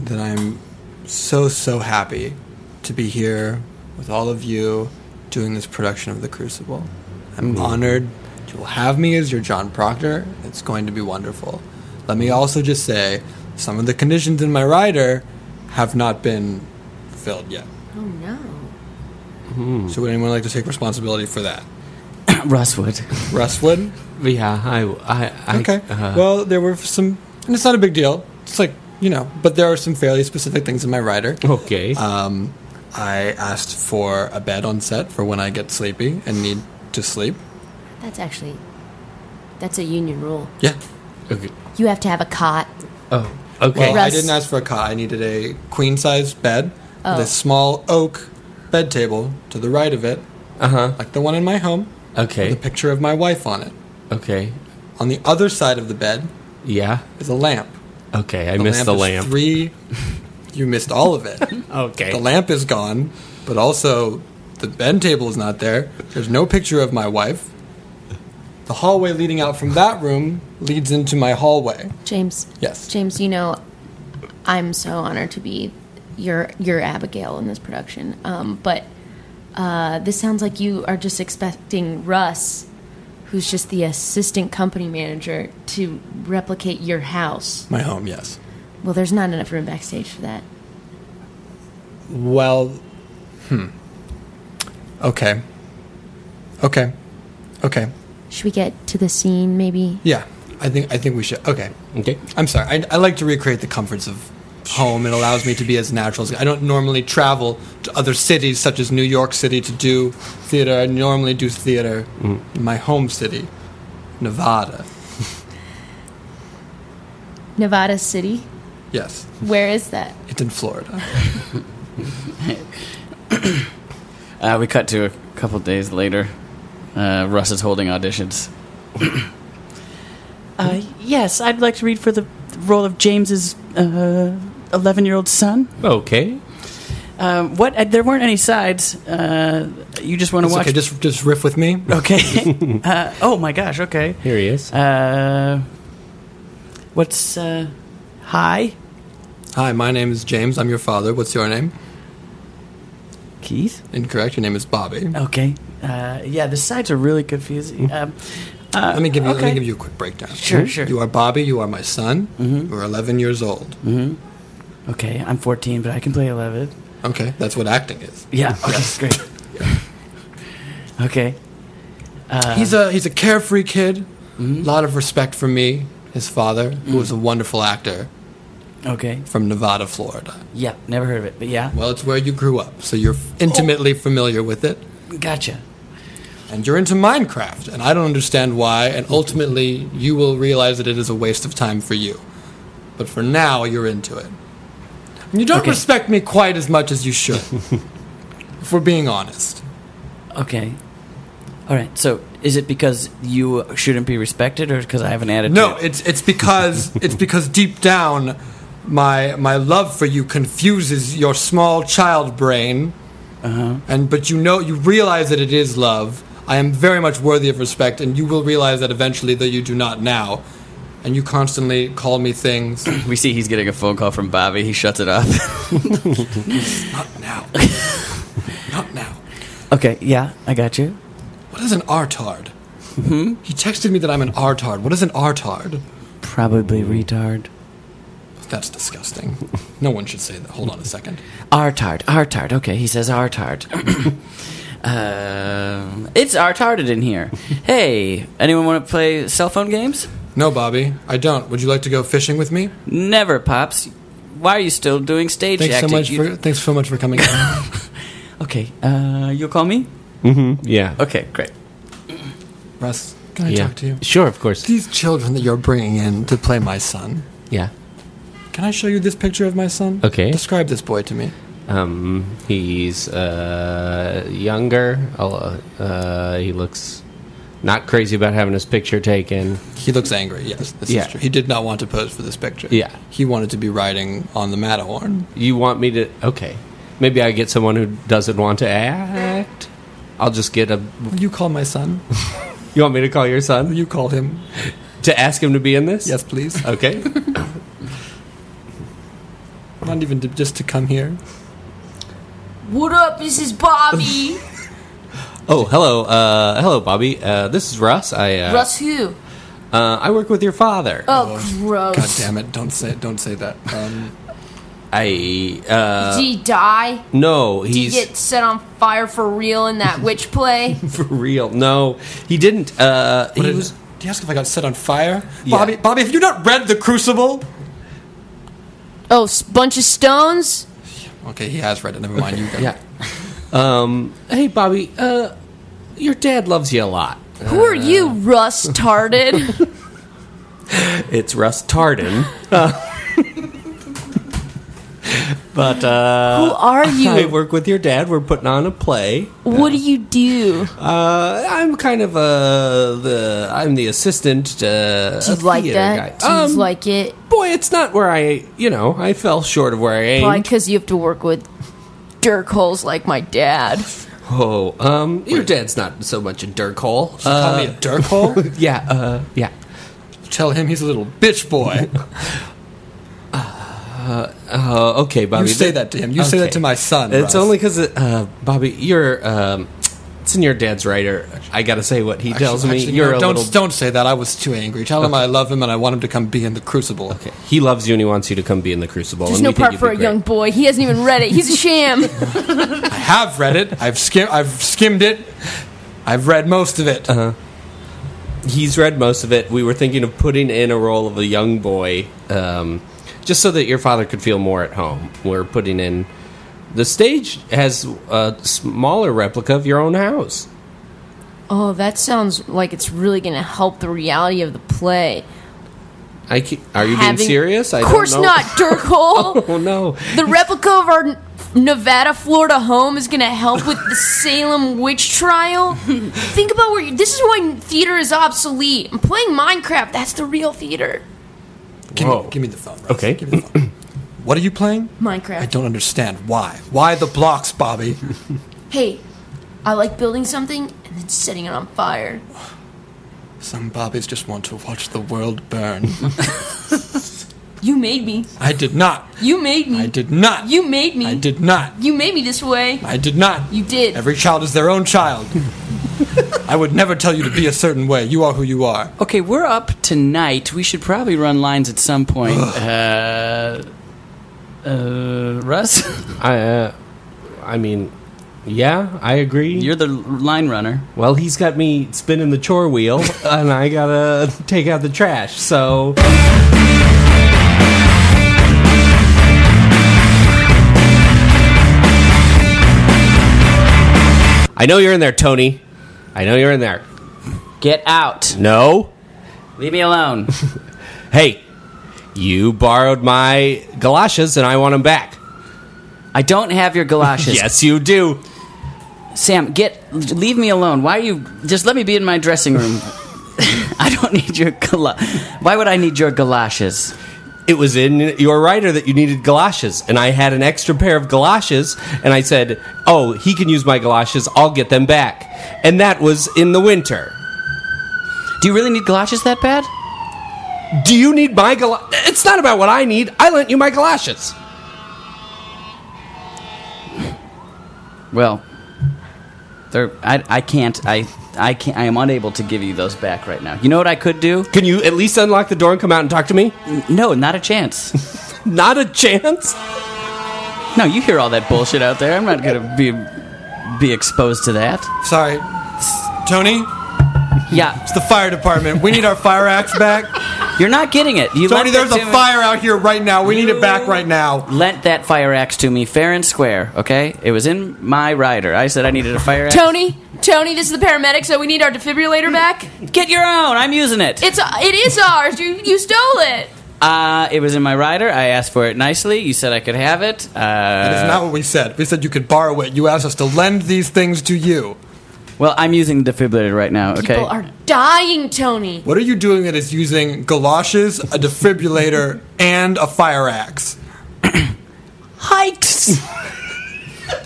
Speaker 4: that I'm so, so happy to be here with all of you doing this production of The Crucible. I'm honored you'll have me as your John Proctor. It's going to be wonderful. Let me also just say some of the conditions in my rider have not been filled yet.
Speaker 7: Oh no!
Speaker 4: So, would anyone like to take responsibility for that?
Speaker 3: Russ would.
Speaker 4: Russ would?
Speaker 8: Yeah, I, I, I
Speaker 4: Okay.
Speaker 8: uh,
Speaker 4: well, there were some, and it's not a big deal. It's like you know, but there are some fairly specific things in my rider.
Speaker 8: okay.
Speaker 4: Um, I asked for a bed on set for when I get sleepy and need to sleep.
Speaker 7: That's actually that's a union rule.
Speaker 4: Yeah.
Speaker 8: okay.
Speaker 7: You have to have a cot.
Speaker 8: Oh, okay.
Speaker 4: Well, I
Speaker 7: Russ.
Speaker 4: didn't ask for a cot. I needed a queen size bed
Speaker 7: Oh.
Speaker 4: with a small oak bed table to the right of it,
Speaker 8: Uh huh.
Speaker 4: like the one in my home,
Speaker 8: Okay.
Speaker 4: with a picture of my wife on it.
Speaker 8: Okay.
Speaker 4: On the other side of the bed
Speaker 8: Yeah.
Speaker 4: is a lamp.
Speaker 8: Okay. I missed the
Speaker 4: is
Speaker 8: lamp.
Speaker 4: Three. You missed all of it.
Speaker 8: okay.
Speaker 4: The lamp is gone, but also the bed table is not there. There's no picture of my wife. The hallway leading out from that room leads into my hallway.
Speaker 5: James.
Speaker 4: Yes.
Speaker 5: James, you know, I'm so honored to be your your Abigail in this production. Um, but uh, this sounds like you are just expecting Russ, who's just the assistant company manager, to replicate your house.
Speaker 4: My home, yes.
Speaker 5: Well, there's not enough room backstage for that.
Speaker 4: Well, hmm. Okay. Okay. Okay.
Speaker 5: Should we get to the scene, maybe?
Speaker 4: Yeah. I think I think we should. Okay.
Speaker 8: Okay.
Speaker 4: I'm sorry. I, I like to recreate the comforts of home. It allows me to be as natural as I don't normally travel to other cities such as New York City to do theater. I normally do theater in my home city, Nevada.
Speaker 5: Nevada City.
Speaker 4: Yes,
Speaker 5: Where is that?
Speaker 4: it's in Florida.
Speaker 3: Uh, we cut to a couple days later. Uh, Russ is holding auditions.
Speaker 2: Uh, yes, I'd like to read for the role of James's uh, eleven-year-old son.
Speaker 8: Okay.
Speaker 2: Uh, what? Uh, there weren't any sides. Uh, you just want to
Speaker 4: It's
Speaker 2: watch?
Speaker 4: okay, just just riff with me.
Speaker 2: okay. uh, oh my gosh. Okay.
Speaker 8: Here he is.
Speaker 2: Uh,
Speaker 3: What's uh, hi,
Speaker 4: Hi, my name is James. I'm your father. What's your name?
Speaker 3: Keith?
Speaker 4: Incorrect. Your name is Bobby.
Speaker 3: Okay. Uh, yeah, the sides are really
Speaker 4: Hmm.
Speaker 3: confusing. Um, uh,
Speaker 4: Let me give you. Let
Speaker 3: okay.
Speaker 4: me give you a quick breakdown.
Speaker 3: Sure, sure. Mm-hmm.
Speaker 4: You are Bobby. You are my son. You're 11 years old.
Speaker 3: Okay, I'm 14, but I can play 11.
Speaker 4: Okay, that's what acting is.
Speaker 3: Yeah. Okay, that's great. Okay.
Speaker 4: he's a he's a carefree kid. A lot of respect for me, his father, who was a wonderful actor
Speaker 3: Okay.
Speaker 4: from Nevada, Florida.
Speaker 3: Yeah. Never heard of it, but yeah.
Speaker 4: Well, it's where you grew up, so you're intimately familiar with it.
Speaker 3: Gotcha.
Speaker 4: and you're into Minecraft, and I don't understand why, and ultimately you will realize that it is a waste of time for you. But for now, you're into it. And you don't
Speaker 3: Okay.
Speaker 4: respect me quite as much as you should, if we're being honest.
Speaker 3: Okay. All right. So, is it because you shouldn't be respected, or because I have an attitude?
Speaker 4: No, it's it's because it's because deep down, my my love for you confuses your small child brain, and but you know you realize that it is love. I am very much worthy of respect, and you will realize that eventually, though you do not now. And you constantly call me things.
Speaker 3: we see he's getting a phone call from Bobby. He shuts it off.
Speaker 4: not now. not now.
Speaker 3: okay. Yeah, I got you.
Speaker 4: What is an artard? He texted me that I'm an artard. What is an artard?
Speaker 3: Probably retard.
Speaker 4: That's disgusting. No one should say that. Hold on a second.
Speaker 3: Artard. Artard. Okay, he says Artard. Um it's Artarded in here. hey, anyone want to play cell phone games?
Speaker 4: No, Bobby, I don't. Would you like to go fishing with me?
Speaker 3: Never, pops. Why are you still doing stage
Speaker 4: Thanks so
Speaker 3: acting?
Speaker 4: much
Speaker 3: You-
Speaker 4: for thanks so much for coming. out.
Speaker 3: okay, uh, you'll call me.
Speaker 8: Yeah.
Speaker 3: Okay, great.
Speaker 4: Russ, can I
Speaker 8: yeah.
Speaker 4: talk to you?
Speaker 8: Sure, of course.
Speaker 4: These children that you're bringing in to play my son.
Speaker 8: Yeah.
Speaker 4: Can I show you this picture of my son?
Speaker 8: Okay.
Speaker 4: Describe this boy to me.
Speaker 8: Um, he's uh, younger. I'll, uh, uh, he looks not crazy about having his picture taken.
Speaker 4: He looks angry. Yes, this
Speaker 8: Yeah.
Speaker 4: is true. He did not want to pose for this picture.
Speaker 8: Yeah.
Speaker 4: He wanted to be riding on the Matterhorn.
Speaker 8: You want me to? Okay. Maybe I get someone who doesn't want to act. I'll just get a.
Speaker 4: Will you call my son?
Speaker 8: You want me to call your
Speaker 4: Will
Speaker 8: son
Speaker 4: you call him?
Speaker 8: to ask him to be in this?
Speaker 4: Yes, please.
Speaker 8: Okay.
Speaker 4: Not even to, just to come here.
Speaker 7: What up? This is Bobby.
Speaker 8: Oh, hello, uh, hello, Bobby. Uh, this is Russ. I uh,
Speaker 7: Russ who?
Speaker 8: Uh, I work with your father.
Speaker 7: Oh, gross.
Speaker 4: God damn it! Don't say don't say that. Um,
Speaker 8: I uh,
Speaker 7: Did he die?
Speaker 8: no,
Speaker 7: Did he
Speaker 8: he's
Speaker 7: get set on fire for real in that witch play?
Speaker 8: for real. No, he didn't. Uh,
Speaker 4: what
Speaker 8: he
Speaker 4: did-
Speaker 8: was.
Speaker 4: did you ask if I got set on fire,
Speaker 8: Yeah.
Speaker 4: Bobby? Bobby, have you not read The Crucible?
Speaker 7: oh, s- bunch of stones?
Speaker 4: Okay, he has read it. Never mind. You go.
Speaker 8: Yeah. Um. Hey, Bobby. Uh, your dad loves you a lot.
Speaker 7: Who are
Speaker 8: Uh.
Speaker 7: you, Russ Tarded?
Speaker 8: It's Russ Tarden. but uh,
Speaker 7: Who are
Speaker 8: I
Speaker 7: you?
Speaker 8: work with your dad. We're putting on a play.
Speaker 7: What do you do?
Speaker 8: Uh, I'm kind of uh the I'm the assistant. Uh,
Speaker 7: Do you
Speaker 8: a
Speaker 7: like
Speaker 8: theater
Speaker 7: that?
Speaker 8: guy.
Speaker 7: Do you
Speaker 8: Um,
Speaker 7: like it?
Speaker 8: boy, it's not where I, you know, I fell short of where I aimed.
Speaker 7: Probably because you have to work with dirk holes like my dad.
Speaker 8: oh, um, your dad's not so much a dirk hole. Uh,
Speaker 4: Call me a dirt hole.
Speaker 8: yeah, uh, yeah.
Speaker 4: Tell him he's a little bitch boy.
Speaker 8: Uh, okay, Bobby.
Speaker 4: You say that to him. You say that to my son, Russ.
Speaker 8: It's only because, uh, Bobby, you're. Um, it's in your dad's writer. I gotta say what he tells me.
Speaker 4: Actually,
Speaker 8: you're
Speaker 4: no,
Speaker 8: a
Speaker 4: don't
Speaker 8: little.
Speaker 4: don't say that. I was too angry. Tell him I love him and I want him to come be in the Crucible. Okay.
Speaker 8: He loves you and he wants you to come be in the Crucible.
Speaker 7: There's
Speaker 8: and
Speaker 7: no
Speaker 8: we think
Speaker 7: part
Speaker 8: you'd
Speaker 7: for
Speaker 8: be
Speaker 7: a
Speaker 8: great.
Speaker 7: young boy. He hasn't even read it. He's a sham.
Speaker 4: I have read it. I've skim I've skimmed it. I've read most of it.
Speaker 8: He's read most of it. We were thinking of putting in a role of a young boy, um, just so that your father could feel more at home. We're putting in. The stage has a smaller replica of your own house.
Speaker 7: Oh, that sounds like it's really going to help the reality of the play.
Speaker 8: I ca- are you
Speaker 7: Having-
Speaker 8: being serious? I
Speaker 7: Of
Speaker 8: don't
Speaker 7: course
Speaker 8: know.
Speaker 7: not, Dirk Hole.
Speaker 8: Oh no.
Speaker 7: The replica of our N- Nevada, Florida home is going to help with the Salem witch trial. Think about where you, this is why theater is obsolete. I'm playing Minecraft. That's the real theater.
Speaker 4: give,
Speaker 8: Whoa.
Speaker 4: me, give me the phone. Russ.
Speaker 8: Okay.
Speaker 4: Give me the phone. what are you playing?
Speaker 7: Minecraft.
Speaker 4: I don't understand why. Why the blocks, Bobby?
Speaker 7: Hey, I like building something and then setting it on fire.
Speaker 4: Some bobbies just want to watch the world burn.
Speaker 7: You made me.
Speaker 4: I did not.
Speaker 7: You made me.
Speaker 4: I did not.
Speaker 7: You made me.
Speaker 4: I did not.
Speaker 7: You made me this way.
Speaker 4: I did not.
Speaker 7: You did.
Speaker 4: Every child is their own child. I would never tell you to be a certain way. You are who you are.
Speaker 3: Okay, we're up tonight. We should probably run lines at some point. Uh, uh, Russ,
Speaker 8: I, uh, I mean, yeah, I agree.
Speaker 3: you're the line runner.
Speaker 8: well, he's got me spinning the chore wheel, and I gotta take out the trash. So I know you're in there, Tony. I know you're in there.
Speaker 3: Get out.
Speaker 8: No,
Speaker 3: Leave me alone.
Speaker 8: hey, you borrowed my galoshes, and I want them back.
Speaker 3: I don't have your galoshes.
Speaker 8: Yes, you do.
Speaker 3: Sam, get leave me alone. Why are you just let me be in my dressing room? I don't need your gala- Why would I need your galoshes?
Speaker 8: it was in your writer that you needed galoshes and i had an extra pair of galoshes and i said oh he can use my galoshes i'll get them back and that was in the winter
Speaker 3: Do you really need galoshes that bad?
Speaker 8: do you need my galoshes it's not about what i need i lent you my galoshes
Speaker 3: Well, they're I, I can't I I can't I am unable to give you those back right now. You know what I could do?
Speaker 8: can you at least unlock the door and come out and talk to me
Speaker 3: No, not a chance.
Speaker 8: not a chance
Speaker 3: No, you hear all that bullshit out there. I'm not gonna be be exposed to that.
Speaker 4: Sorry. Tony,
Speaker 3: Yeah,
Speaker 4: it's the fire department. We need our fire axe back.
Speaker 3: you're not getting it. You
Speaker 4: Tony,
Speaker 3: lent that
Speaker 4: there's a
Speaker 3: to me-
Speaker 4: fire out here right now. We need it back right now.
Speaker 3: Lent that fire axe to me fair and square. Okay, it was in my rider. I said I needed a fire axe.
Speaker 7: Tony, Tony, this is the paramedic, so we need our defibrillator back.
Speaker 3: Get your own. I'm using it.
Speaker 7: It's
Speaker 5: uh,
Speaker 7: it is ours. You you stole it.
Speaker 3: Uh, it was in my rider. I asked for it nicely. You said I could have it. Uh,
Speaker 4: That is not what we said. We said you could borrow it. You asked us to lend these things to you.
Speaker 3: well, I'm using the defibrillator right now. Okay.
Speaker 7: People are dying, Tony.
Speaker 4: What are you doing that is using galoshes, a defibrillator, and a fire axe?
Speaker 3: hikes.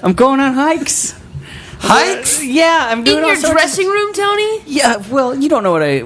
Speaker 3: I'm going on hikes.
Speaker 4: Hikes?
Speaker 3: Yeah, I'm doing
Speaker 7: In
Speaker 3: all
Speaker 7: your
Speaker 3: sorts of-
Speaker 7: dressing room, Tony?
Speaker 3: yeah. Well, you don't know what I,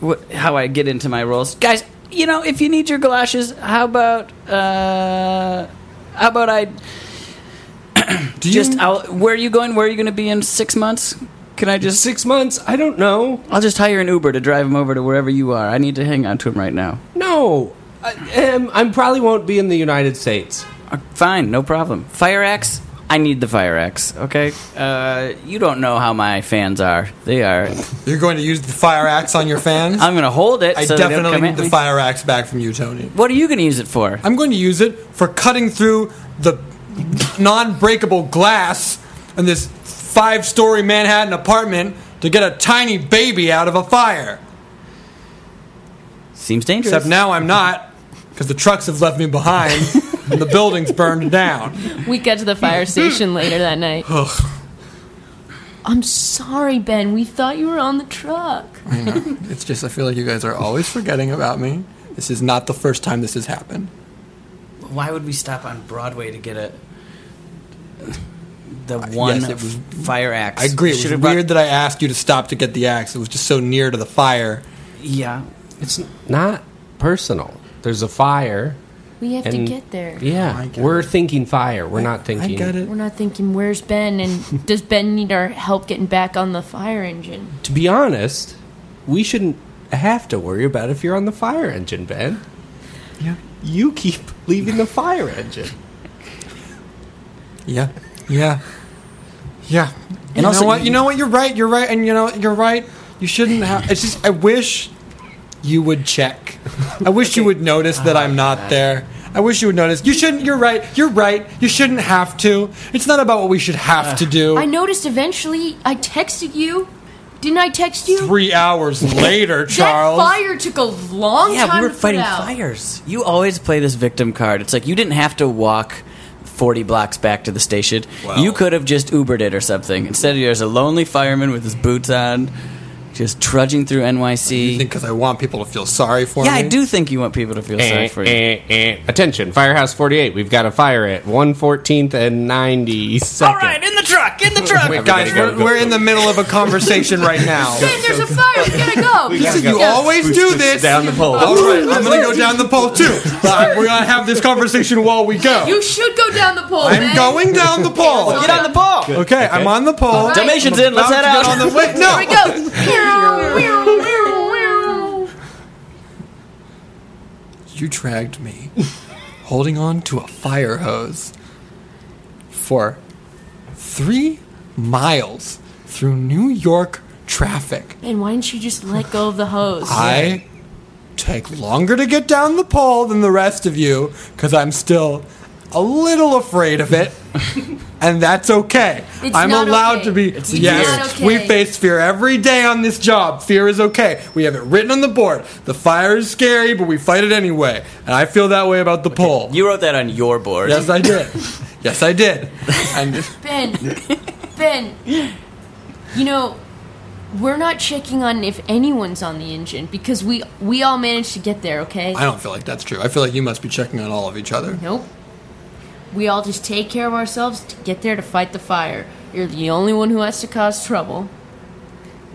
Speaker 3: what, how I get into my roles, guys. You know, if you need your galoshes, how about, uh, how about I
Speaker 4: Do you
Speaker 3: just? I'll, where are you going? Where are you going to be in six months? Can I just?
Speaker 8: six months i don't know
Speaker 3: I'll just hire an Uber to drive him over to wherever you are. I need to hang on to him right now.
Speaker 8: no i, am, I probably won't be in the united states
Speaker 3: Uh, Fine, no problem. Fire axe. I need the fire axe. Okay. Uh, you don't know how my fans are. They are.
Speaker 4: You're going to use the fire axe on your fans?
Speaker 3: I'm gonna hold it.
Speaker 4: I
Speaker 3: so they don't
Speaker 4: definitely
Speaker 3: come
Speaker 4: need
Speaker 3: at
Speaker 4: the
Speaker 3: me.
Speaker 4: fire axe back from you, Tony.
Speaker 3: What are you gonna use it for?
Speaker 4: I'm going to use it for cutting through the non breakable glass in this five story Manhattan apartment to get a tiny baby out of a fire.
Speaker 3: Seems dangerous.
Speaker 4: Except now I'm not, because the trucks have left me behind and the building's burned down.
Speaker 7: We get to the fire
Speaker 5: Hmm.
Speaker 7: station later that night.
Speaker 5: I'm sorry, Ben. We thought you were on the truck.
Speaker 4: I know. It's just, I feel like you guys are always forgetting about me. This is not the first time this has happened.
Speaker 3: Why would we stop on Broadway to get a the one
Speaker 4: Uh, it was-
Speaker 3: fire axe?
Speaker 4: I agree. It was
Speaker 3: Should've
Speaker 4: weird
Speaker 3: brought-
Speaker 4: that I asked you to stop to get the axe. It was just so near to the fire.
Speaker 3: yeah.
Speaker 8: it's not personal there's a fire
Speaker 5: We have
Speaker 8: And-
Speaker 5: to get there.
Speaker 8: yeah
Speaker 4: get
Speaker 8: we're thinking fire we're not
Speaker 4: I
Speaker 8: thinking
Speaker 4: get it.
Speaker 5: We're not thinking, where's Ben? And does Ben need our help getting back on the fire engine?
Speaker 8: to be honest, we shouldn't have to worry about if you're on the fire engine, Ben. Yeah. You keep leaving the fire engine.
Speaker 4: Yeah. Yeah. Yeah. And you
Speaker 3: also-
Speaker 4: know what? You know what? You're right. You're right. And you know you're right. You shouldn't have. It's just I wish you would check. I wish you would notice that I'm not there. I wish you would notice. You shouldn't. You're right. You're right. You shouldn't have to. It's not about what we should have to do.
Speaker 5: I noticed eventually I texted you. Didn't I text you?
Speaker 4: Three hours later, Charles.
Speaker 7: That fire took a long
Speaker 3: Yeah,
Speaker 7: time
Speaker 3: we were
Speaker 7: to put
Speaker 3: fighting
Speaker 7: out.
Speaker 3: fires. You always play this victim card. It's like you didn't have to walk 40 blocks back to the station. You could have just Ubered it or something. Instead, there's a lonely fireman with his boots on.
Speaker 2: just trudging through NYC.
Speaker 4: because I want people to feel sorry for
Speaker 2: yeah,
Speaker 4: me.
Speaker 2: I do think you want people to feel sorry
Speaker 8: Eh,
Speaker 2: for you.
Speaker 8: eh, eh. Attention, Firehouse 48. We've got a fire at 114th and 92nd.
Speaker 10: All right, in the truck, in the truck.
Speaker 8: Wait,
Speaker 4: Guys, we're, we're in the middle of a conversation right now.
Speaker 11: Hey, there's a fire. We gotta go.
Speaker 4: Listen, you
Speaker 11: Yeah.
Speaker 4: always do this.
Speaker 8: down the pole.
Speaker 4: All right, I'm gonna go down the pole too. But we're gonna have this conversation while we go.
Speaker 11: You should go down the pole.
Speaker 4: I'm
Speaker 11: man.
Speaker 4: going down the pole.
Speaker 11: Get
Speaker 2: Get on the ball.
Speaker 4: Okay, I'm on the pole.
Speaker 11: right.
Speaker 2: Dalmatians in. Let's head
Speaker 4: About to
Speaker 2: out.
Speaker 4: get On the way. No.
Speaker 11: Here we go.
Speaker 4: You dragged me, holding on to a fire hose, for three miles through New York traffic.
Speaker 11: And why didn't you just let go of the hose?
Speaker 4: I take longer to get down the pole than the rest of you because I'm still a little afraid of it. And that's okay.
Speaker 11: It's
Speaker 4: I'm
Speaker 11: not
Speaker 4: allowed
Speaker 11: okay.
Speaker 4: to be.
Speaker 11: It's
Speaker 4: yes,
Speaker 11: not okay.
Speaker 4: we face fear every day on this job. Fear is okay. We have it written on the board. The fire is scary, but we fight it anyway. And I feel that way about the pole.
Speaker 2: You wrote that on your board.
Speaker 4: yes, I did. yes, I did. And
Speaker 11: Ben, Ben, you know, we're not checking on if anyone's on the engine because we we all managed to get there. Okay.
Speaker 4: I don't feel like that's true. I feel like you must be checking on all of each other.
Speaker 11: Nope. We all just take care of ourselves to get there to fight the fire. You're the only one who has to cause trouble.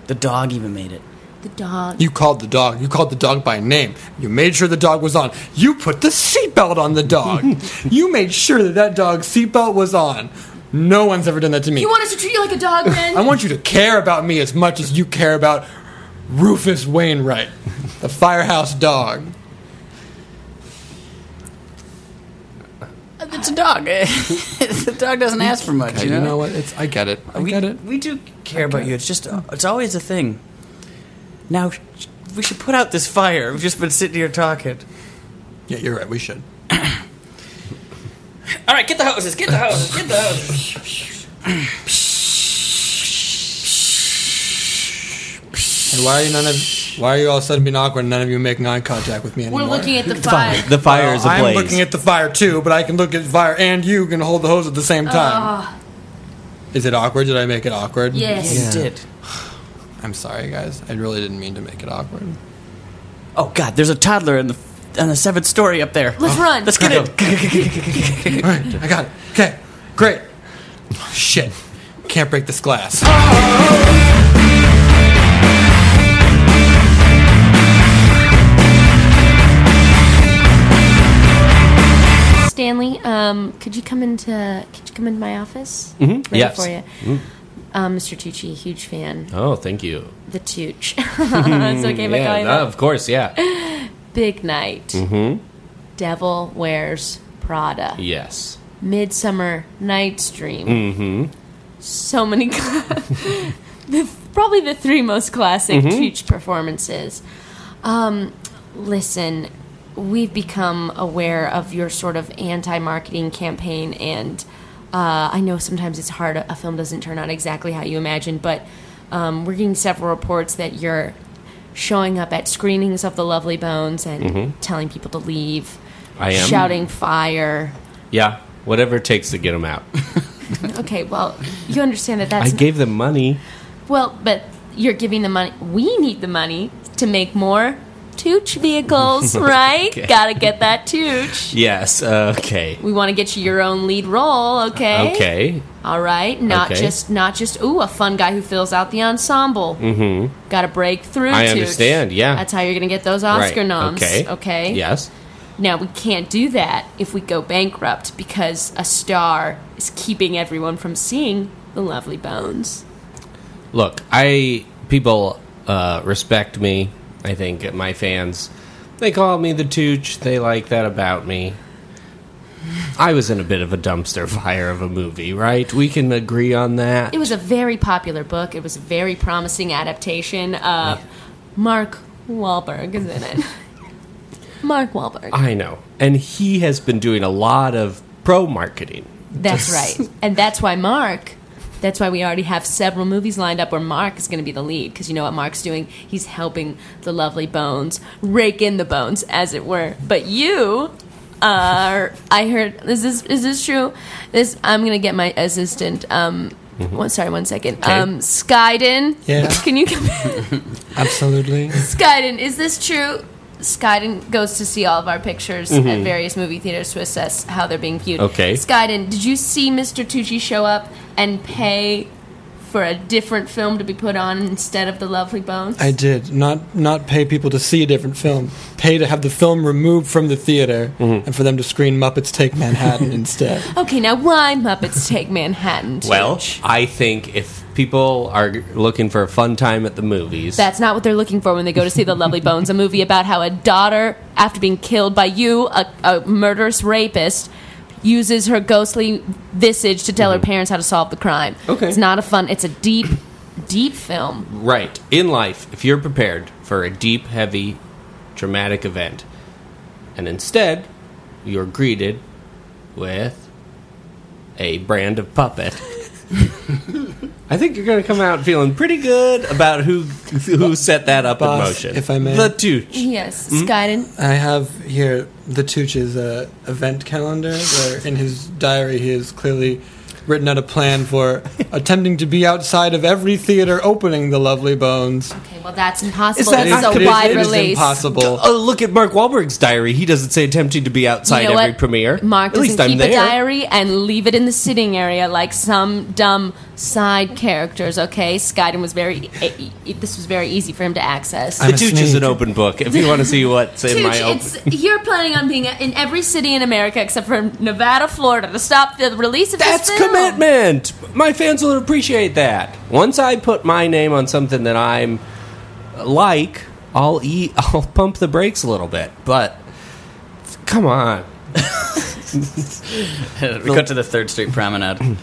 Speaker 2: The dog even made it.
Speaker 11: The dog.
Speaker 4: You called the dog. You called the dog by name. You made sure the dog was on. You put the seatbelt on the dog. you made sure that that dog's seatbelt was on. No one's ever done that to me.
Speaker 11: You want us to treat you like a dog, Ben?
Speaker 4: I want you to care about me as much as you care about Rufus Wainwright, the firehouse dog.
Speaker 3: Uh,
Speaker 2: It's a dog. the dog doesn't ask for much.
Speaker 4: you know what? It's I get it. I
Speaker 2: we,
Speaker 4: get it.
Speaker 2: we do care about you. It's just, it's always a thing. Now, sh- we should put out this fire. We've just been sitting here talking.
Speaker 4: Yeah, you're right. We should.
Speaker 2: All right, get the hoses, get the hoses, get the hoses.
Speaker 4: And why are you none of? Why are you all suddenly being awkward? and None of you making eye contact with me anymore.
Speaker 11: We're looking at the fire.
Speaker 8: The fire is
Speaker 4: I'm
Speaker 8: ablaze.
Speaker 4: looking at the fire too, but I can look at the fire and you can hold the hose at the same time. Is it awkward? Did I make it awkward?
Speaker 11: Yes.
Speaker 2: You did.
Speaker 4: I'm sorry, guys. I really didn't mean to make it awkward.
Speaker 2: Oh, God, there's a toddler in the on the seventh story up there.
Speaker 4: Oh.
Speaker 11: Let's run.
Speaker 2: Let's get it.
Speaker 4: All right, I got it. Okay, great. Shit. Can't break this glass.
Speaker 7: Stanley, um, could you come into could you come into my office?
Speaker 4: Mm-hmm.
Speaker 7: Ready
Speaker 8: Yes.
Speaker 7: for you.
Speaker 11: Uh,
Speaker 7: Um, Mr. Tucci, huge fan.
Speaker 8: oh, thank you.
Speaker 7: The Tooch. it's okay if I call
Speaker 8: Yeah, no,
Speaker 7: you Mm-hmm. that.
Speaker 8: of course, yeah.
Speaker 7: Big night. Mm-hmm. Devil wears Prada.
Speaker 8: yes.
Speaker 7: Midsummer Night's Dream. Mm-hmm. So many, cla- the, probably the three most classic
Speaker 8: Mm-hmm.
Speaker 7: Cheech performances. Um, listen, we've become aware of your sort of anti-marketing campaign, and uh, I know sometimes it's hard. A film doesn't turn out exactly how you imagine, but um, we're getting several reports that you're showing up at screenings of The Lovely Bones and telling people to leave.
Speaker 8: Mm-hmm. I am.
Speaker 7: shouting fire.
Speaker 8: Yeah, whatever it takes to get them out.
Speaker 7: Okay, well, you understand that
Speaker 8: I
Speaker 7: that's
Speaker 8: gave them money.
Speaker 7: well, but you're giving the money. We need the money to make more tooch vehicles, right?
Speaker 8: Okay.
Speaker 7: Gotta get that tooch.
Speaker 8: Yes, uh, okay.
Speaker 7: We want to get you your own lead role, okay?
Speaker 8: Okay.
Speaker 7: All right, not
Speaker 8: Okay.
Speaker 7: just not just ooh, a fun guy who fills out the ensemble. Mm-hmm. Got to break through.
Speaker 8: I
Speaker 7: tooch.
Speaker 8: understand, yeah.
Speaker 7: that's how you're gonna get those Oscar
Speaker 8: right.
Speaker 7: noms.
Speaker 8: Okay.
Speaker 7: okay.
Speaker 8: Yes.
Speaker 7: Now we can't do that if we go bankrupt because a star is keeping everyone from seeing the lovely bones.
Speaker 8: Look, I people uh, respect me. I think my fans they call me the Tooch. They like that about me. I was in a bit of a dumpster fire of a movie, right? We can agree on that.
Speaker 7: It was a very popular book. It was a very promising adaptation. Uh, Mark Wahlberg is in it. Mark Wahlberg.
Speaker 8: I know, and he has been doing a lot of pro marketing.
Speaker 7: That's right. And that's why Mark. That's why we already have several movies lined up where Mark is going to be the lead. Because you know what Mark's doing? He's helping the lovely bones rake in the bones, as it were. But you are. I heard. Is this is this true? This I'm going to get my assistant um, One, sorry, one second.
Speaker 8: Mm-hmm. Okay.
Speaker 7: Um, Skyden.
Speaker 4: Yeah.
Speaker 7: Can you come
Speaker 4: Absolutely.
Speaker 7: Skyden, is this true? Skyden goes to see all of our pictures at various movie theaters to assess how they're being viewed.
Speaker 8: Mm-hmm. Okay.
Speaker 7: Skyden, did you see Mr. Tucci show up and pay for a different film to be put on instead of The Lovely Bones?
Speaker 4: I did not not pay people to see a different film. Pay to have the film removed from the theater
Speaker 8: Mm-hmm.
Speaker 4: and for them to screen Muppets Take Manhattan instead.
Speaker 7: okay, now why Muppets Take Manhattan?
Speaker 8: Well,
Speaker 7: Church?
Speaker 8: I think if people are looking for a fun time at the movies,
Speaker 7: That's not what they're looking for when they go to see The Lovely Bones, a movie about how a daughter, after being killed by you, a, a murderous rapist, uses her ghostly visage to tell her parents how to solve the crime.
Speaker 8: Mm-hmm. Okay.
Speaker 7: It's not a fun, it's a deep, deep film.
Speaker 8: right in life, if you're prepared for a deep, heavy, dramatic event, and instead you're greeted with a brand of puppet. I think you're going to come out feeling pretty good about who who set that up
Speaker 4: Boss,
Speaker 8: in motion.
Speaker 4: if I may.
Speaker 8: the Tooch.
Speaker 7: Yes,
Speaker 8: Mm-hmm.
Speaker 7: Skyden.
Speaker 4: I have here the Tooch's uh, event calendar, where in his diary he has clearly written out a plan for attempting to be outside of every theater opening The Lovely Bones.
Speaker 7: Okay, well, that's impossible.
Speaker 8: Is that
Speaker 7: That's
Speaker 8: not-
Speaker 7: a
Speaker 8: it is-
Speaker 7: wide
Speaker 4: it is
Speaker 7: release.
Speaker 4: impossible.
Speaker 8: Oh, look at Mark Wahlberg's diary. He doesn't say attempting to be outside
Speaker 7: You know
Speaker 8: every
Speaker 7: what?
Speaker 8: premiere.
Speaker 7: Mark
Speaker 8: at
Speaker 7: doesn't
Speaker 8: least I'm
Speaker 7: keep
Speaker 8: there.
Speaker 7: a diary and leave it in the sitting area like some dumb side characters. Okay, Skyden was very. e- e- this was very easy for him to access.
Speaker 4: I'm
Speaker 8: the
Speaker 4: a
Speaker 8: Tooch is
Speaker 4: sneak.
Speaker 8: an open book. If you want to see what's in
Speaker 7: Dude,
Speaker 8: my open,
Speaker 7: it's you're planning on being in every city in America except for Nevada, Florida, to stop the release of
Speaker 8: that's
Speaker 7: this film.
Speaker 8: commitment. My fans will appreciate that. Once I put my name on something that I'm like, I'll eat. I'll pump the brakes a little bit. But come on,
Speaker 3: we go to the Third Street Promenade.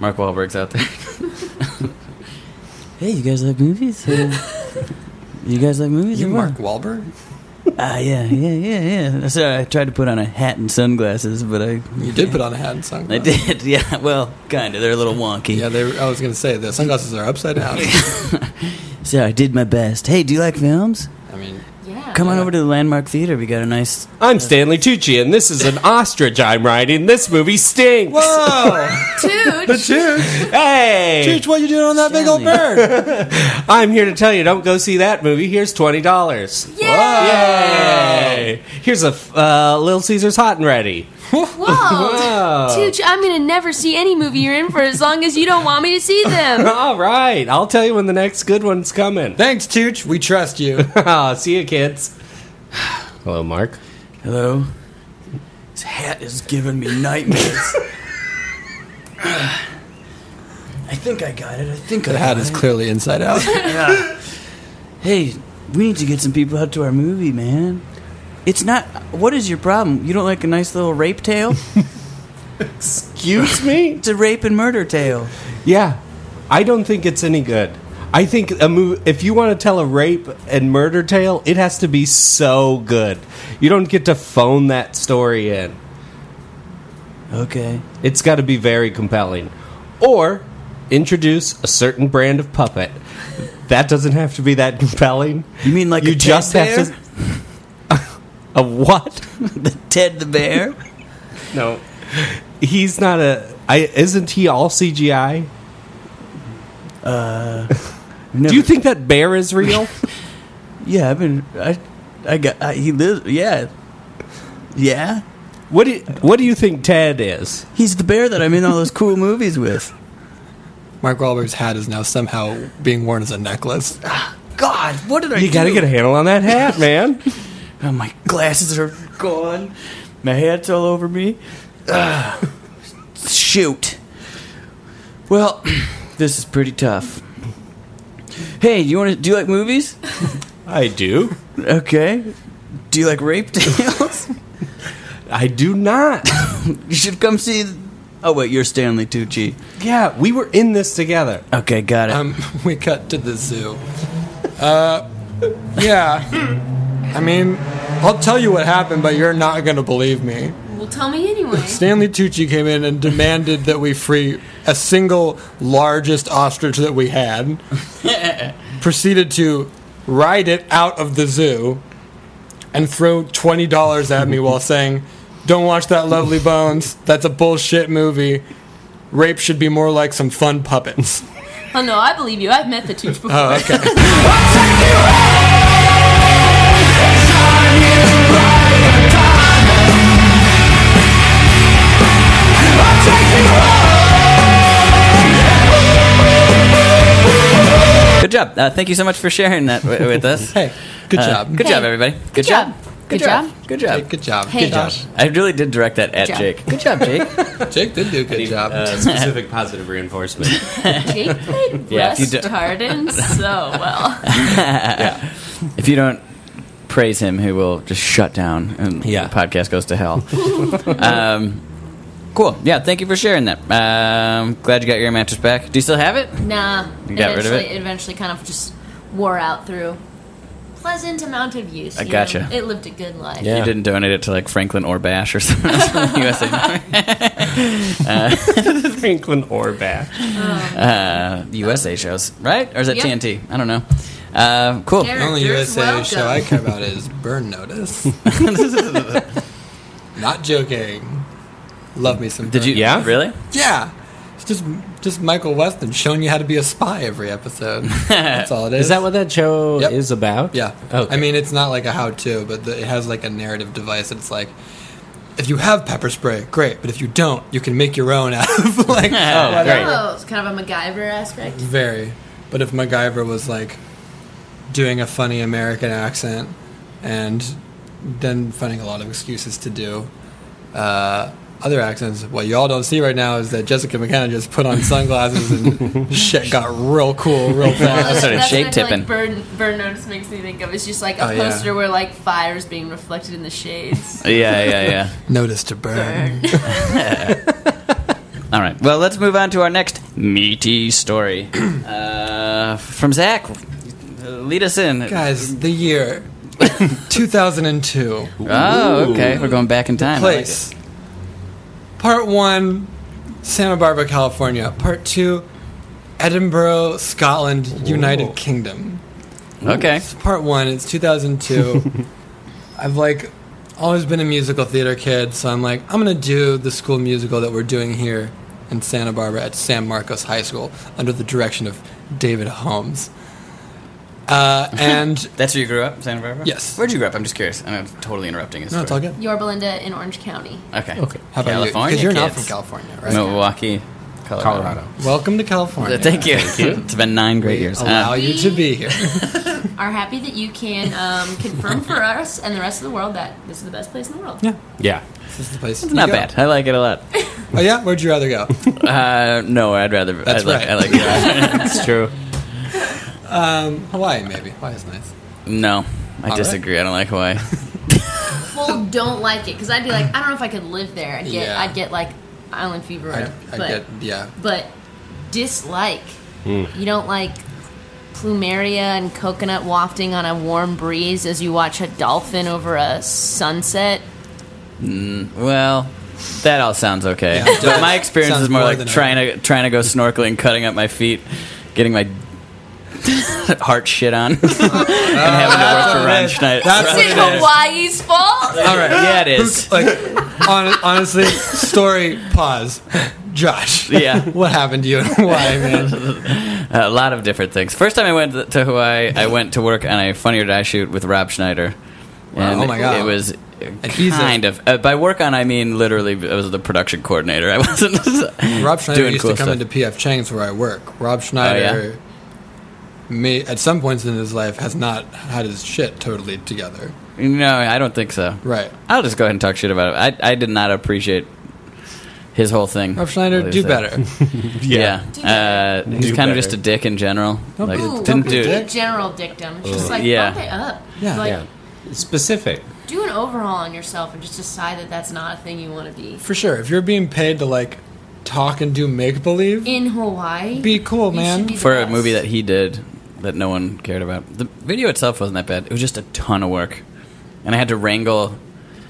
Speaker 3: Mark Wahlberg's out there.
Speaker 2: Hey, you guys like movies? Uh, you guys like movies?
Speaker 4: You
Speaker 2: or
Speaker 4: Mark
Speaker 2: what?
Speaker 4: Wahlberg?
Speaker 2: Ah, yeah, yeah, yeah, yeah. That's right. I tried to put on a hat and sunglasses, but I,
Speaker 4: You did put on a hat and
Speaker 2: I
Speaker 4: sunglasses.
Speaker 2: did. Yeah, well, kind of. They're a little wonky.
Speaker 4: Yeah, they were, I was going to say the sunglasses are upside down.
Speaker 2: So I did my best. Hey, do you like films?
Speaker 4: I mean,
Speaker 7: Yeah.
Speaker 2: Come on over to the Landmark Theater. We got a nice.
Speaker 8: I'm Stanley Tucci, and this is an ostrich I'm riding. This movie stinks.
Speaker 4: whoa,
Speaker 7: Dude,
Speaker 4: Tooch,
Speaker 8: Hey,
Speaker 4: Tooch, what you doing on that big old
Speaker 2: Stanley.
Speaker 4: bird?
Speaker 8: I'm here to tell you, don't go see that movie. Here's twenty dollars. Yay! Here's a f- uh, Little Caesar's Hot and Ready.
Speaker 7: whoa, dude! I'm gonna never see any movie you're in for as long as you don't want me to see them.
Speaker 8: All right, I'll tell you when the next good one's coming.
Speaker 4: Thanks, Tooch. We trust you.
Speaker 8: Ah, see you, kids. Hello, Mark.
Speaker 2: Hello. This hat is giving me nightmares. I think I got it. I think I
Speaker 4: The hat is clearly inside out.
Speaker 2: Hey, we need to get some people out to our movie, man. It's not. What is your problem? You don't like a nice little rape tale?
Speaker 8: Excuse me?
Speaker 2: It's a rape and murder tale.
Speaker 8: Yeah, I don't think it's any good. I think a movie, if you want to tell a rape and murder tale, it has to be so good. You don't get to phone that story in.
Speaker 2: Okay.
Speaker 8: It's got to be very compelling. Or introduce a certain brand of puppet. That doesn't have to be that compelling.
Speaker 2: You mean like
Speaker 8: you
Speaker 2: a Ted
Speaker 8: just
Speaker 2: bear?
Speaker 8: have to. A what?
Speaker 2: the Ted the Bear?
Speaker 8: No, he's not a. I isn't he all CGI?
Speaker 2: No.
Speaker 8: Do you think that bear is real?
Speaker 2: Yeah, I've been. I, I got. I, he lives. Yeah. Yeah.
Speaker 8: what do you, What do you think Ted is?
Speaker 2: He's the bear that I'm in all those cool movies with.
Speaker 4: Mark Wahlberg's hat is now somehow being worn as a necklace.
Speaker 2: God, what did I?
Speaker 8: You got to
Speaker 2: do?
Speaker 8: get a handle on that hat, man.
Speaker 2: Oh, my glasses are gone. My hat's all over me. Ah, shoot. Well, this is pretty tough. Hey, you want to? Do you like movies?
Speaker 8: I do.
Speaker 2: Okay. Do you like rape tales?
Speaker 8: I do not.
Speaker 2: you should come see. Oh wait, you're Stanley Tucci.
Speaker 8: Yeah, we were in this together.
Speaker 2: Okay, got it.
Speaker 4: Um, we cut to the zoo. Uh, yeah. I mean, I'll tell you what happened, but you're not going to believe me.
Speaker 7: well, tell me anyway.
Speaker 4: Stanley Tucci came in and demanded that we free a single largest ostrich that we had. proceeded to ride it out of the zoo and throw $20 at me while saying, Don't watch that lovely bones. That's a bullshit movie. rape should be more like some fun puppets.
Speaker 7: Oh no, I believe you. I've met the Tooch before.
Speaker 4: oh, okay.
Speaker 3: Good job. Uh, thank you so much for sharing that wi- with us.
Speaker 4: Hey, good
Speaker 3: Uh,
Speaker 4: job.
Speaker 3: Good job, everybody. Good,
Speaker 5: job.
Speaker 3: Good
Speaker 5: Good
Speaker 4: Hey,
Speaker 3: job.
Speaker 4: good job.
Speaker 5: Hey,
Speaker 4: good job.
Speaker 3: I really did direct that at
Speaker 5: job.
Speaker 3: Jake. Good job, Jake.
Speaker 4: Jake did do a good job.
Speaker 8: Uh, specific positive reinforcement.
Speaker 7: Jake played
Speaker 3: Yeah, if you
Speaker 7: Russ
Speaker 3: do-
Speaker 7: Hardin so well.
Speaker 3: if you don't praise him, he will just shut down and
Speaker 8: Yeah.
Speaker 3: the podcast goes to hell. um, cool. Yeah, thank you for sharing that. Um, glad you got your mattress back. Do you still have it?
Speaker 5: Nah.
Speaker 3: You got rid of
Speaker 5: eventually,
Speaker 3: it?
Speaker 5: eventually kind of just wore out through pleasant amount of use.
Speaker 3: I
Speaker 5: you
Speaker 3: gotcha.
Speaker 5: know? It lived a good life.
Speaker 8: Yeah.
Speaker 3: You didn't donate it to like Franklin or Bash or something else from the USA.
Speaker 8: Franklin or back.
Speaker 3: uh, USA shows, right? Or is it
Speaker 7: Yep.
Speaker 3: TNT? I don't know. Uh, cool.
Speaker 7: Derek-
Speaker 4: the only
Speaker 7: Characters
Speaker 4: USA
Speaker 7: welcome.
Speaker 4: show I care about is Burn Notice. Not joking. Love me some.
Speaker 3: Did
Speaker 4: Burn
Speaker 3: you?
Speaker 8: Yeah?
Speaker 3: Really?
Speaker 4: Yeah. It's just just Michael Weston showing you how to be a spy every episode. That's all it is.
Speaker 8: Is that what that show
Speaker 4: Yep.
Speaker 8: is about?
Speaker 4: Yeah.
Speaker 8: Okay.
Speaker 4: I mean, it's not like a how-to, but the, it has like a narrative device. It's like, if you have pepper spray, great. But if you don't, you can make your own out of like.
Speaker 8: Oh, great.
Speaker 7: Oh.
Speaker 5: Oh, it's kind of a MacGyver aspect.
Speaker 4: Very. But if MacGyver was like doing a funny American accent and then finding a lot of excuses to do uh, other accents, what y'all don't see right now is that Jessica McKenna just put on sunglasses and shit got real cool real fast.
Speaker 3: started
Speaker 7: That's what I feel
Speaker 3: shape-tipping.
Speaker 7: Like burn, burn notice makes me think of it's just like a
Speaker 4: Oh, yeah.
Speaker 7: poster where like fire is being reflected in the shades.
Speaker 3: Yeah, yeah, yeah.
Speaker 4: Notice to burn.
Speaker 3: All right. Well, let's move on to our next meaty story uh, from Zach. Uh, Lead us in.
Speaker 4: Guys, the year 2002.
Speaker 3: Oh, okay. We're going back in time. I like
Speaker 4: place. Part one, Santa Barbara, California. Part two, Edinburgh, Scotland, United Kingdom.
Speaker 3: it. Okay.
Speaker 4: It's part one. It's 2002. I've like always been a musical theater kid, so I'm like, I'm gonna do the school musical that we're doing here in Santa Barbara at San Marcos High School under the direction of David Holmes. Uh, and
Speaker 3: That's where you grew up, Santa Barbara.
Speaker 4: Yes.
Speaker 3: Where'd you grow up? I'm just curious. I know I'm totally interrupting. His
Speaker 4: no, it's all good.
Speaker 5: Your Belinda in Orange County.
Speaker 3: Okay.
Speaker 8: Okay.
Speaker 4: How about
Speaker 3: California
Speaker 4: you? Because you're not
Speaker 3: kids.
Speaker 4: from California, right?
Speaker 3: Milwaukee, Colorado.
Speaker 8: Colorado.
Speaker 4: Welcome to California.
Speaker 3: Uh, Thank you. it's been nine great years.
Speaker 4: Allow
Speaker 3: Uh,
Speaker 4: you to be here.
Speaker 7: Are happy that you can um, confirm for us and the rest of the world that this is the best place in the world.
Speaker 4: Yeah.
Speaker 8: Yeah.
Speaker 4: This is the place.
Speaker 3: it's not bad. I like it a lot.
Speaker 4: Oh yeah, where'd you rather go?
Speaker 3: Uh, no, I'd rather.
Speaker 4: That's
Speaker 3: I like,
Speaker 4: right.
Speaker 3: I like it.
Speaker 8: It's true.
Speaker 4: um, Hawaii maybe. Hawaii's nice.
Speaker 3: no, I
Speaker 4: right.
Speaker 3: disagree. I don't like Hawaii.
Speaker 7: Full don't like it because I'd be like, I don't know if I could live there. I'd get,
Speaker 4: Yeah.
Speaker 7: I'd get like island fever.
Speaker 4: I, I
Speaker 7: but
Speaker 4: get yeah.
Speaker 7: but dislike.
Speaker 3: Hmm.
Speaker 7: You don't like plumeria and coconut wafting on a warm breeze as you watch a dolphin over a sunset.
Speaker 3: Well, that all sounds okay.
Speaker 4: Yeah, it
Speaker 3: but
Speaker 4: does.
Speaker 3: my experience
Speaker 4: Sounds
Speaker 3: is more
Speaker 4: more
Speaker 3: like
Speaker 4: than
Speaker 3: trying to trying to go snorkeling, cutting up my feet, getting my heart shit on, and having to work for ranch night.
Speaker 4: That's what
Speaker 7: Is it
Speaker 4: it is.
Speaker 7: Hawaii's fault?
Speaker 4: All right.
Speaker 3: yeah, it is.
Speaker 4: Like hon- honestly, story pause. Josh.
Speaker 3: Yeah.
Speaker 4: What happened to you in Hawaii, man? Oh,
Speaker 3: A lot of different things. First time I went to Hawaii, I went to work on a Funny or Die shoot with Rob Schneider. And
Speaker 4: Oh my God.
Speaker 3: It was
Speaker 4: he's a-
Speaker 3: kind of. Uh, by work on, I mean literally, I was the production coordinator. I wasn't.
Speaker 4: Rob Schneider
Speaker 3: doing
Speaker 4: used
Speaker 3: cool
Speaker 4: to come
Speaker 3: stuff. Oh,
Speaker 4: into PF Chang's where I work. Rob Schneider may at some points in his life has not had his shit totally together.
Speaker 3: No, I don't think so.
Speaker 4: Right.
Speaker 3: I'll just go ahead and talk shit about it. I, I did not appreciate his whole thing.
Speaker 4: Rob Schneider,
Speaker 3: What
Speaker 4: do
Speaker 3: is that?
Speaker 4: better.
Speaker 3: Yeah. Uh, he's
Speaker 8: Do
Speaker 3: kind of
Speaker 8: better.
Speaker 3: just a dick in general. Like,
Speaker 4: be-
Speaker 7: Ooh,
Speaker 4: don't
Speaker 3: didn't
Speaker 4: be
Speaker 3: do
Speaker 4: a
Speaker 7: Big
Speaker 4: dick.
Speaker 7: general dictum. It's Just like
Speaker 3: Oh. Yeah.
Speaker 7: bump it up.
Speaker 4: Yeah.
Speaker 7: Like
Speaker 8: Yeah. Specific.
Speaker 7: do an overhaul on yourself and just decide that that's not a thing you want to be.
Speaker 4: For sure. If you're being paid to like talk and do make believe,
Speaker 7: In Hawaii,
Speaker 4: be cool,
Speaker 7: you
Speaker 4: man.
Speaker 7: should be the
Speaker 3: for a
Speaker 7: best.
Speaker 3: movie that he did that no one cared about. The video itself wasn't that bad. It was just a ton of work, and I had to wrangle.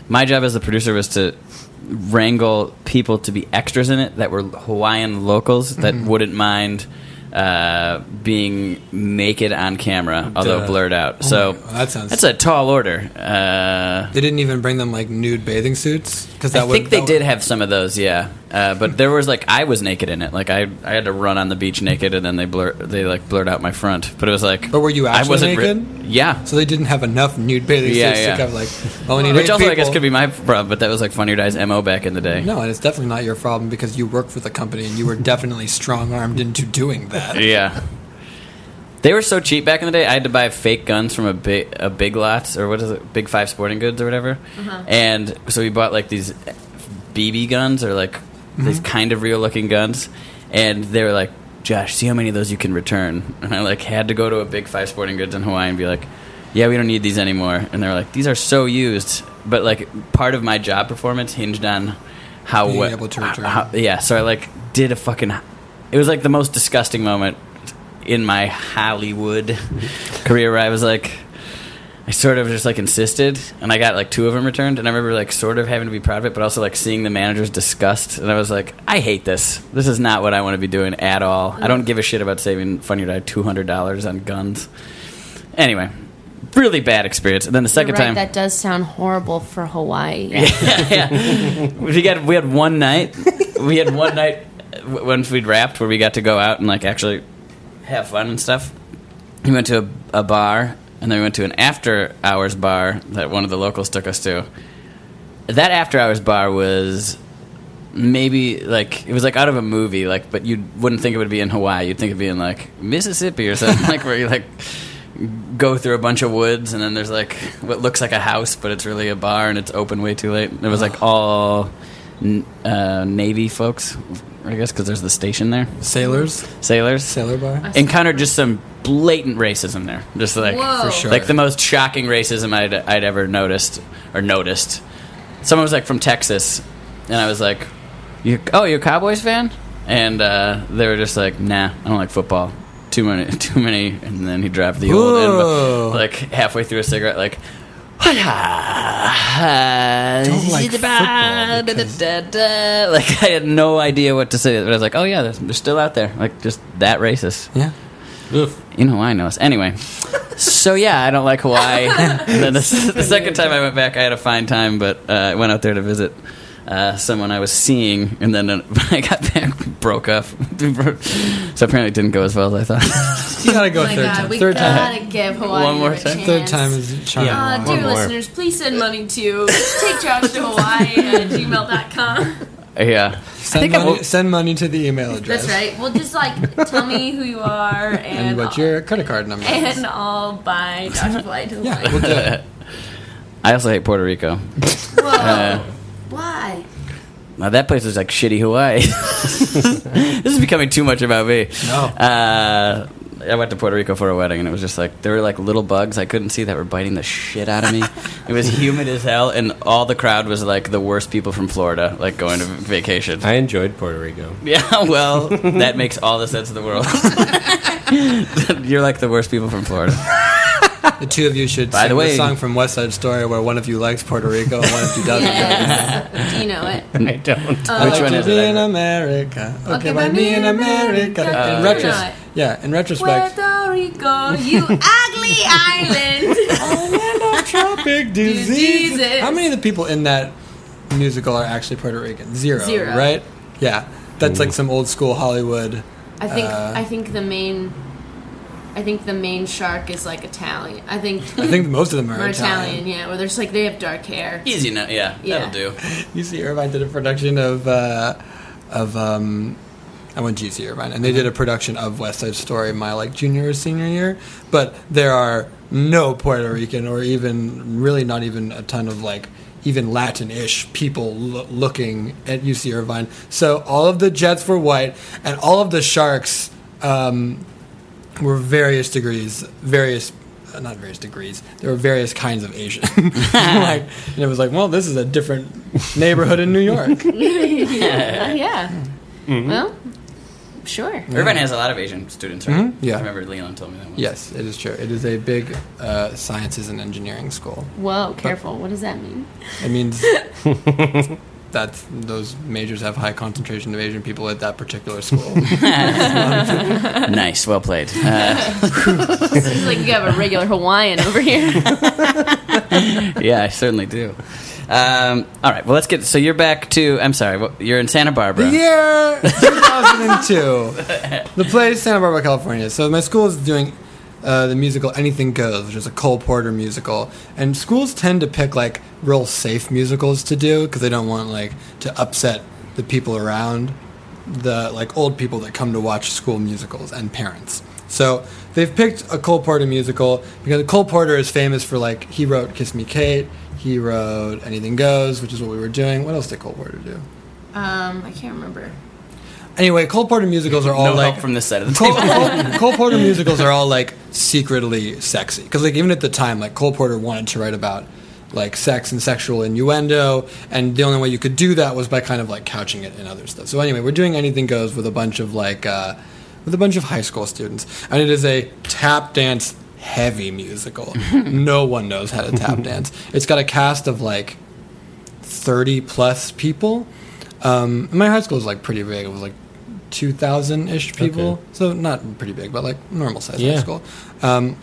Speaker 3: My job as the producer was to
Speaker 4: Mm-hmm.
Speaker 3: wrangle people to be extras in it that were Hawaiian locals that wouldn't mind uh, being naked on camera, although
Speaker 8: Duh.
Speaker 3: blurred out. so
Speaker 4: Oh God, that sounds-
Speaker 3: that's a tall order. Uh,
Speaker 4: They didn't even bring them like nude bathing suits because that
Speaker 3: I
Speaker 4: would.
Speaker 3: think they
Speaker 4: that
Speaker 3: did have some of those, yeah. Uh, but there was like I was naked in it. Like I, I had to run on the beach naked, and then they blur, they like blurred out my front. But it was like,
Speaker 4: But were you
Speaker 3: I
Speaker 4: actually
Speaker 3: wasn't re-
Speaker 4: naked?
Speaker 3: yeah.
Speaker 4: So they didn't have enough nude bathing
Speaker 3: Yeah,
Speaker 4: suits
Speaker 3: yeah.
Speaker 4: to cover like. Well, we need
Speaker 3: Which
Speaker 4: eight
Speaker 3: also I guess
Speaker 4: people.
Speaker 3: could be my problem. But that was like Funny or Die's mo back in the day.
Speaker 4: No, and it's definitely not your problem because you work for the company and you were definitely strong armed into doing that.
Speaker 3: Yeah. They were so cheap back in the day. I had to buy fake guns from a big a Big Lots or what is it, Big Five Sporting Goods or whatever. And so we bought like these BB guns or like
Speaker 4: Mm-hmm.
Speaker 3: these kind of real looking guns, and they were like, "Josh, see how many of those you can return." And I like had to go to a Big Five Sporting Goods in Hawaii and be like, "Yeah, we don't need these anymore." And they're like, "These are so used," but like part of my job performance hinged on how
Speaker 4: Being
Speaker 3: well
Speaker 4: able to return.
Speaker 3: how- yeah, so I like did a fucking. It was like the most disgusting moment in my Hollywood career where I was like, I sort of just like insisted, and I got like two of them returned, and I remember like sort of having to be proud of it, but also like seeing the manager's disgust, and I was like, I hate this. This is not what I want to be doing at all. I don't give a shit about saving Funny or Die two hundred dollars on guns. Anyway, really bad experience. And then the 2nd
Speaker 5: You're right,
Speaker 3: time,
Speaker 5: that does sound horrible for Hawaii.
Speaker 7: Oh
Speaker 3: we got we had one night we had one night w- once we'd wrapped where we got to go out and like actually have fun and stuff we went to a, a bar and then we went to an after hours bar that one of the locals took us to that after hours bar was maybe like it was like out of a movie like but you wouldn't think it would be in hawaii you'd think it'd be in like mississippi or something like where you like go through a bunch of woods and then there's like what looks like a house but it's really a bar and it's open way too late it was like all n- uh, navy folks i guess because there's the station there
Speaker 4: Sailors,
Speaker 3: sailors
Speaker 4: sailor bar.
Speaker 3: encountered just some blatant racism there just like
Speaker 7: Whoa. For
Speaker 4: sure.
Speaker 3: like the most shocking racism I'd, I'd ever noticed or noticed someone was like from texas and i was like you oh you're a cowboys fan and uh, they were just like nah i don't like football too many too many and then he dropped the old
Speaker 4: Whoa.
Speaker 3: end, like halfway through a cigarette like
Speaker 4: Don't like football because-
Speaker 3: Da-da-da-da. Like I had no idea what to say, but I was like, "Oh yeah, they're, they're still out there, like just that racist."
Speaker 4: Yeah.
Speaker 3: You know, I know us anyway. so yeah, I don't like Hawaii. and then the, the second time I went back, I had a fine time, but uh, I went out there to visit uh, someone I was seeing, and then uh, when I got back, broke up. so apparently, it didn't go as well as I thought.
Speaker 4: You gotta go
Speaker 7: Oh my
Speaker 4: third
Speaker 7: God,
Speaker 4: time.
Speaker 7: we
Speaker 4: Third time.
Speaker 7: gotta give Hawaii
Speaker 3: One more
Speaker 7: a
Speaker 3: time?
Speaker 4: Third
Speaker 7: chance.
Speaker 4: time is charm.
Speaker 7: Uh, dear listeners, please send money to take Josh to Hawaii at gmail.com.
Speaker 3: yeah,
Speaker 4: Send,
Speaker 3: I
Speaker 4: money,
Speaker 3: will-
Speaker 4: send money to the email address.
Speaker 7: That's right. Well, just like tell me who you are and,
Speaker 4: And what your credit card number is.
Speaker 7: and I'll buy Josh a flight to
Speaker 4: Yeah,
Speaker 7: Hawaii.
Speaker 4: we'll do it.
Speaker 3: I also hate Puerto Rico.
Speaker 7: Whoa.
Speaker 4: Uh,
Speaker 7: Why?
Speaker 3: Now that place was like shitty Hawaii. this is becoming too much about me.
Speaker 4: No.
Speaker 3: Uh, I went to Puerto Rico for a wedding, and it was just like there were like little bugs I couldn't see that were biting the shit out of me. it was humid as hell, and all the crowd was like the worst people from Florida, like going to vacation.
Speaker 8: I enjoyed Puerto Rico.
Speaker 3: yeah, well, that makes all the sense in the world. You're like the worst people from Florida.
Speaker 4: The two of you should
Speaker 3: By
Speaker 4: sing
Speaker 3: the way-
Speaker 4: the song from West Side Story where one of you likes Puerto Rico and one of you doesn't.
Speaker 7: Yes. Do you know it?
Speaker 8: I don't.
Speaker 7: Uh,
Speaker 3: Which one
Speaker 4: to
Speaker 3: is
Speaker 4: be
Speaker 3: it?
Speaker 4: in America. Okay, by me in America.
Speaker 7: Oh,
Speaker 4: in
Speaker 7: yeah.
Speaker 4: retros-
Speaker 7: Right.
Speaker 4: yeah, in retrospect,
Speaker 7: Puerto Rico, you ugly island.
Speaker 4: tropic disease.
Speaker 7: Diseases.
Speaker 4: How many of the people in that musical are actually Puerto Rican? Zero,
Speaker 7: Zero.
Speaker 4: right? Yeah, that's like some old school Hollywood.
Speaker 7: I think
Speaker 4: Uh,
Speaker 7: I think the main I think the main shark is like Italian. I think
Speaker 4: I think most of them are
Speaker 7: or
Speaker 4: Italian.
Speaker 7: Italian, yeah, where there's like they have dark hair.
Speaker 3: Easy enough. Yeah,
Speaker 7: Yeah.
Speaker 3: that'll do.
Speaker 4: UC Irvine did a production of uh, of um, I went to UC Irvine, and they did a production of West Side Story my like junior or senior year. But there are no Puerto Rican or even really not even a ton of like even Latin-ish people lo- looking at UC Irvine. So all of the Jets were white, and all of the Sharks um, were various degrees, various. uh, Not various degrees. There were various kinds of Asian. like, and it was like, well, this is a different neighborhood in New York.
Speaker 5: Uh, yeah.
Speaker 4: Mm-hmm.
Speaker 5: Well, sure.
Speaker 3: Irvine has a lot of Asian students, right?
Speaker 4: Yeah.
Speaker 3: I remember Leon told me that once.
Speaker 4: Yes, it is true. It is a big uh, sciences and engineering school.
Speaker 5: Whoa, careful. What does that mean?
Speaker 4: It means that those majors have high concentration of Asian people at that particular school.
Speaker 3: nice, well played. Uh,
Speaker 5: It's like you have a regular Hawaiian over here.
Speaker 3: yeah, I certainly do. Um, all right, well, let's get. So you're back to. I'm sorry, what- you're in Santa Barbara.
Speaker 4: The year 2002. the place Santa Barbara, California. So my school is doing uh, the musical Anything Goes, which is a Cole Porter musical. And schools tend to pick like real safe musicals to do because they don't want like to upset the people around the like old people that come to watch school musicals and parents. So they've picked a Cole Porter musical because Cole Porter is famous for like he wrote Kiss Me Kate, he wrote Anything Goes, which is what we were doing. What else did Cole Porter do?
Speaker 5: Um, I can't remember.
Speaker 4: Anyway, Cole Porter musicals are all
Speaker 3: No
Speaker 4: like
Speaker 3: help from this side of the
Speaker 4: Cole,
Speaker 3: table.
Speaker 4: Cole, Cole Porter musicals are all like secretly sexy because like even at the time, like Cole Porter wanted to write about like sex and sexual innuendo, and the only way you could do that was by kind of like couching it in other stuff. So anyway, we're doing anything goes with a bunch of like uh, with a bunch of high school students, and it is a tap dance heavy musical. no one knows how to tap dance. It's got a cast of like 30 plus people. Um, my high school was like pretty big. It was like 2,000 ish people.
Speaker 8: Okay.
Speaker 4: So not pretty big, but like normal size high
Speaker 8: Yeah.
Speaker 4: school. Um,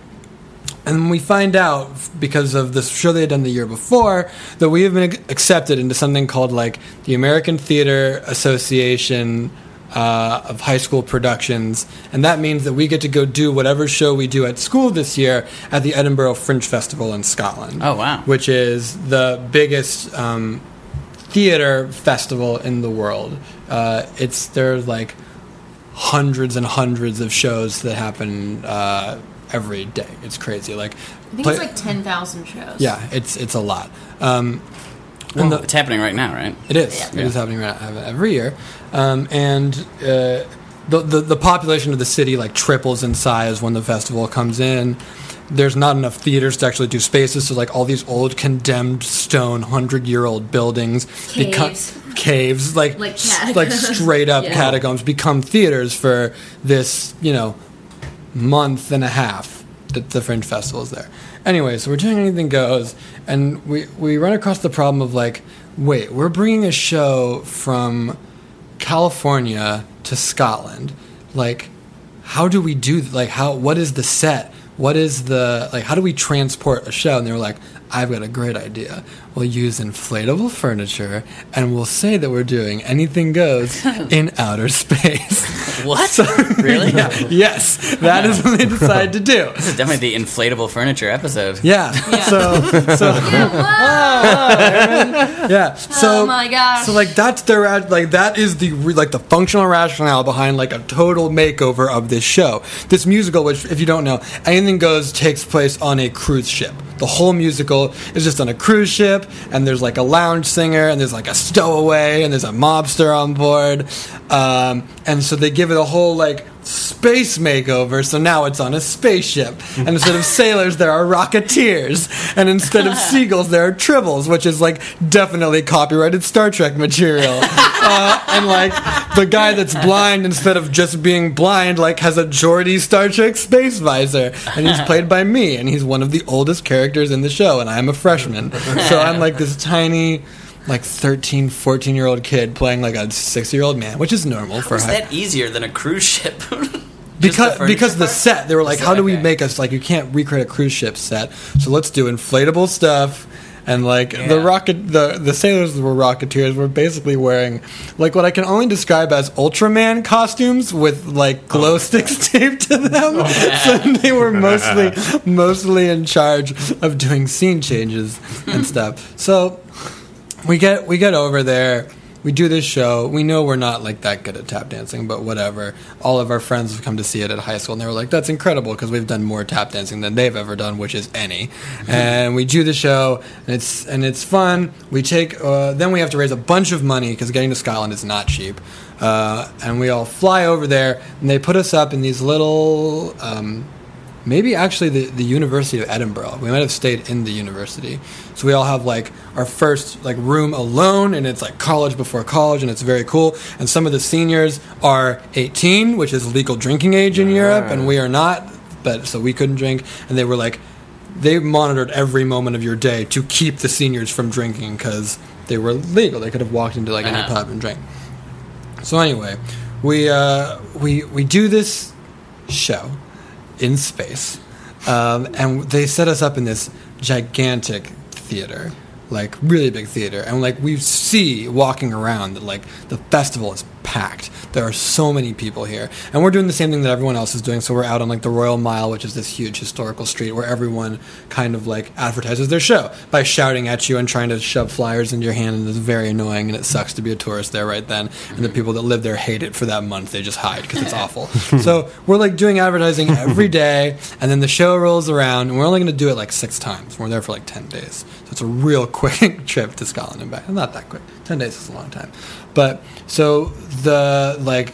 Speaker 4: and we find out f- because of this show they had done the year before that we have been ac- accepted into something called like the American Theater Association uh, of High School Productions, and that means that we get to go do whatever show we do at school this year at the Edinburgh Fringe Festival in Scotland.
Speaker 3: Oh, wow.
Speaker 4: Which is the biggest um, theater festival in the world. Uh, it's there's like hundreds and hundreds of shows that happen uh, every day. It's crazy. Like,
Speaker 5: I think
Speaker 4: play-
Speaker 5: it's like ten thousand shows.
Speaker 4: yeah, it's it's a lot. Um,
Speaker 3: Well, it's happening right now, right?
Speaker 4: it is. It is happening right now, every year, um, and uh, the, the the population of the city like triples in size when the festival comes in. There's not enough theaters to actually do spaces, so like all these old condemned stone hundred year old buildings
Speaker 5: Caves.
Speaker 4: caves like
Speaker 5: Like
Speaker 4: s-
Speaker 5: catacombs.
Speaker 4: like straight up
Speaker 5: Yeah.
Speaker 4: catacombs become theaters for this you know month and a half that the Fringe Festival is there. Anyway, so we're doing anything goes, and we we run across the problem of like, wait, we're bringing a show from California to Scotland, like, how do we do like how what is the set? What is the like? How do we transport a show? And they were like, "I've got a great idea. We'll use inflatable furniture, and we'll say that we're doing anything goes in outer space."
Speaker 3: What? really?
Speaker 4: yes, that is what they decide to do.
Speaker 3: This is definitely the inflatable furniture episode.
Speaker 4: Yeah. So so yeah. So
Speaker 5: Oh my gosh.
Speaker 4: So like that's their ra- like that is the re- like the functional rationale behind like a total makeover of this show. This musical which if you don't know, anything goes takes place on a cruise ship. The whole musical is just on a cruise ship and there's like a lounge singer and there's like a stowaway and there's a mobster on board. Um, and so they give it a whole like space makeover. So now it's on a spaceship, and instead of sailors, there are rocketeers, and instead of seagulls, there are tribbles, which is like definitely copyrighted Star Trek material. uh, and like the guy that's blind, instead of just being blind, like has a Geordie Star Trek space visor, and he's played by me, and he's one of the oldest characters in the show, and I'm a freshman, so I'm like this tiny. Like 13, 14 year old kid playing like a six year old man, which is normal for
Speaker 3: Is
Speaker 4: high-
Speaker 3: that easier than a cruise ship?
Speaker 4: because
Speaker 3: the
Speaker 4: because
Speaker 3: furniture
Speaker 4: the
Speaker 3: part?
Speaker 4: set they were like
Speaker 3: The
Speaker 4: how
Speaker 3: set,
Speaker 4: do we
Speaker 3: okay.
Speaker 4: make us like you can't recreate a cruise ship set so let's do inflatable stuff and like the
Speaker 3: Yeah.
Speaker 4: rocket the the sailors that were rocketeers were basically wearing like what i can only describe as ultraman costumes with like
Speaker 3: Oh.
Speaker 4: glow sticks taped to them so they were mostly mostly in charge of doing scene changes and stuff so we get we get over there. We do this show. We know we're not like that good at tap dancing, but whatever. All of our friends have come to see it at high school, and they were like, "That's incredible," because we've done more tap dancing than they've ever done, which is any. and we do the show, and it's and it's fun. We take uh, then we have to raise a bunch of money because getting to Scotland is not cheap. Uh, and we all fly over there, and they put us up in these little um, maybe actually the, the University of Edinburgh. We might have stayed in the university. So we all have like our first like room alone and it's like college before college and it's very cool. And some of the seniors are 18, which is legal drinking age in Europe and we are not, but so we couldn't drink and they were like they monitored every moment of your day to keep the seniors from drinking because they were legal. They could have walked into like any
Speaker 3: Uh-huh.
Speaker 4: pub and drank. So anyway, we uh, we we do this show in space, um, and they set us up in this gigantic theater, like really big theater, and like we see walking around that like the festival is packed. There are so many people here, and we're doing the same thing that everyone else is doing. So we're out on like the Royal Mile, which is this huge historical street where everyone kind of like advertises their show by shouting at you and trying to shove flyers into your hand, and it's very annoying, and it sucks to be a tourist there right then. And the people that live there hate it for that month; they just hide because it's awful. so we're like doing advertising every day, and then the show rolls around, and we're only going to do it like six times. We're there for like ten days, so it's a real quick trip to Scotland and back. Not that quick; ten days is a long time. But so the like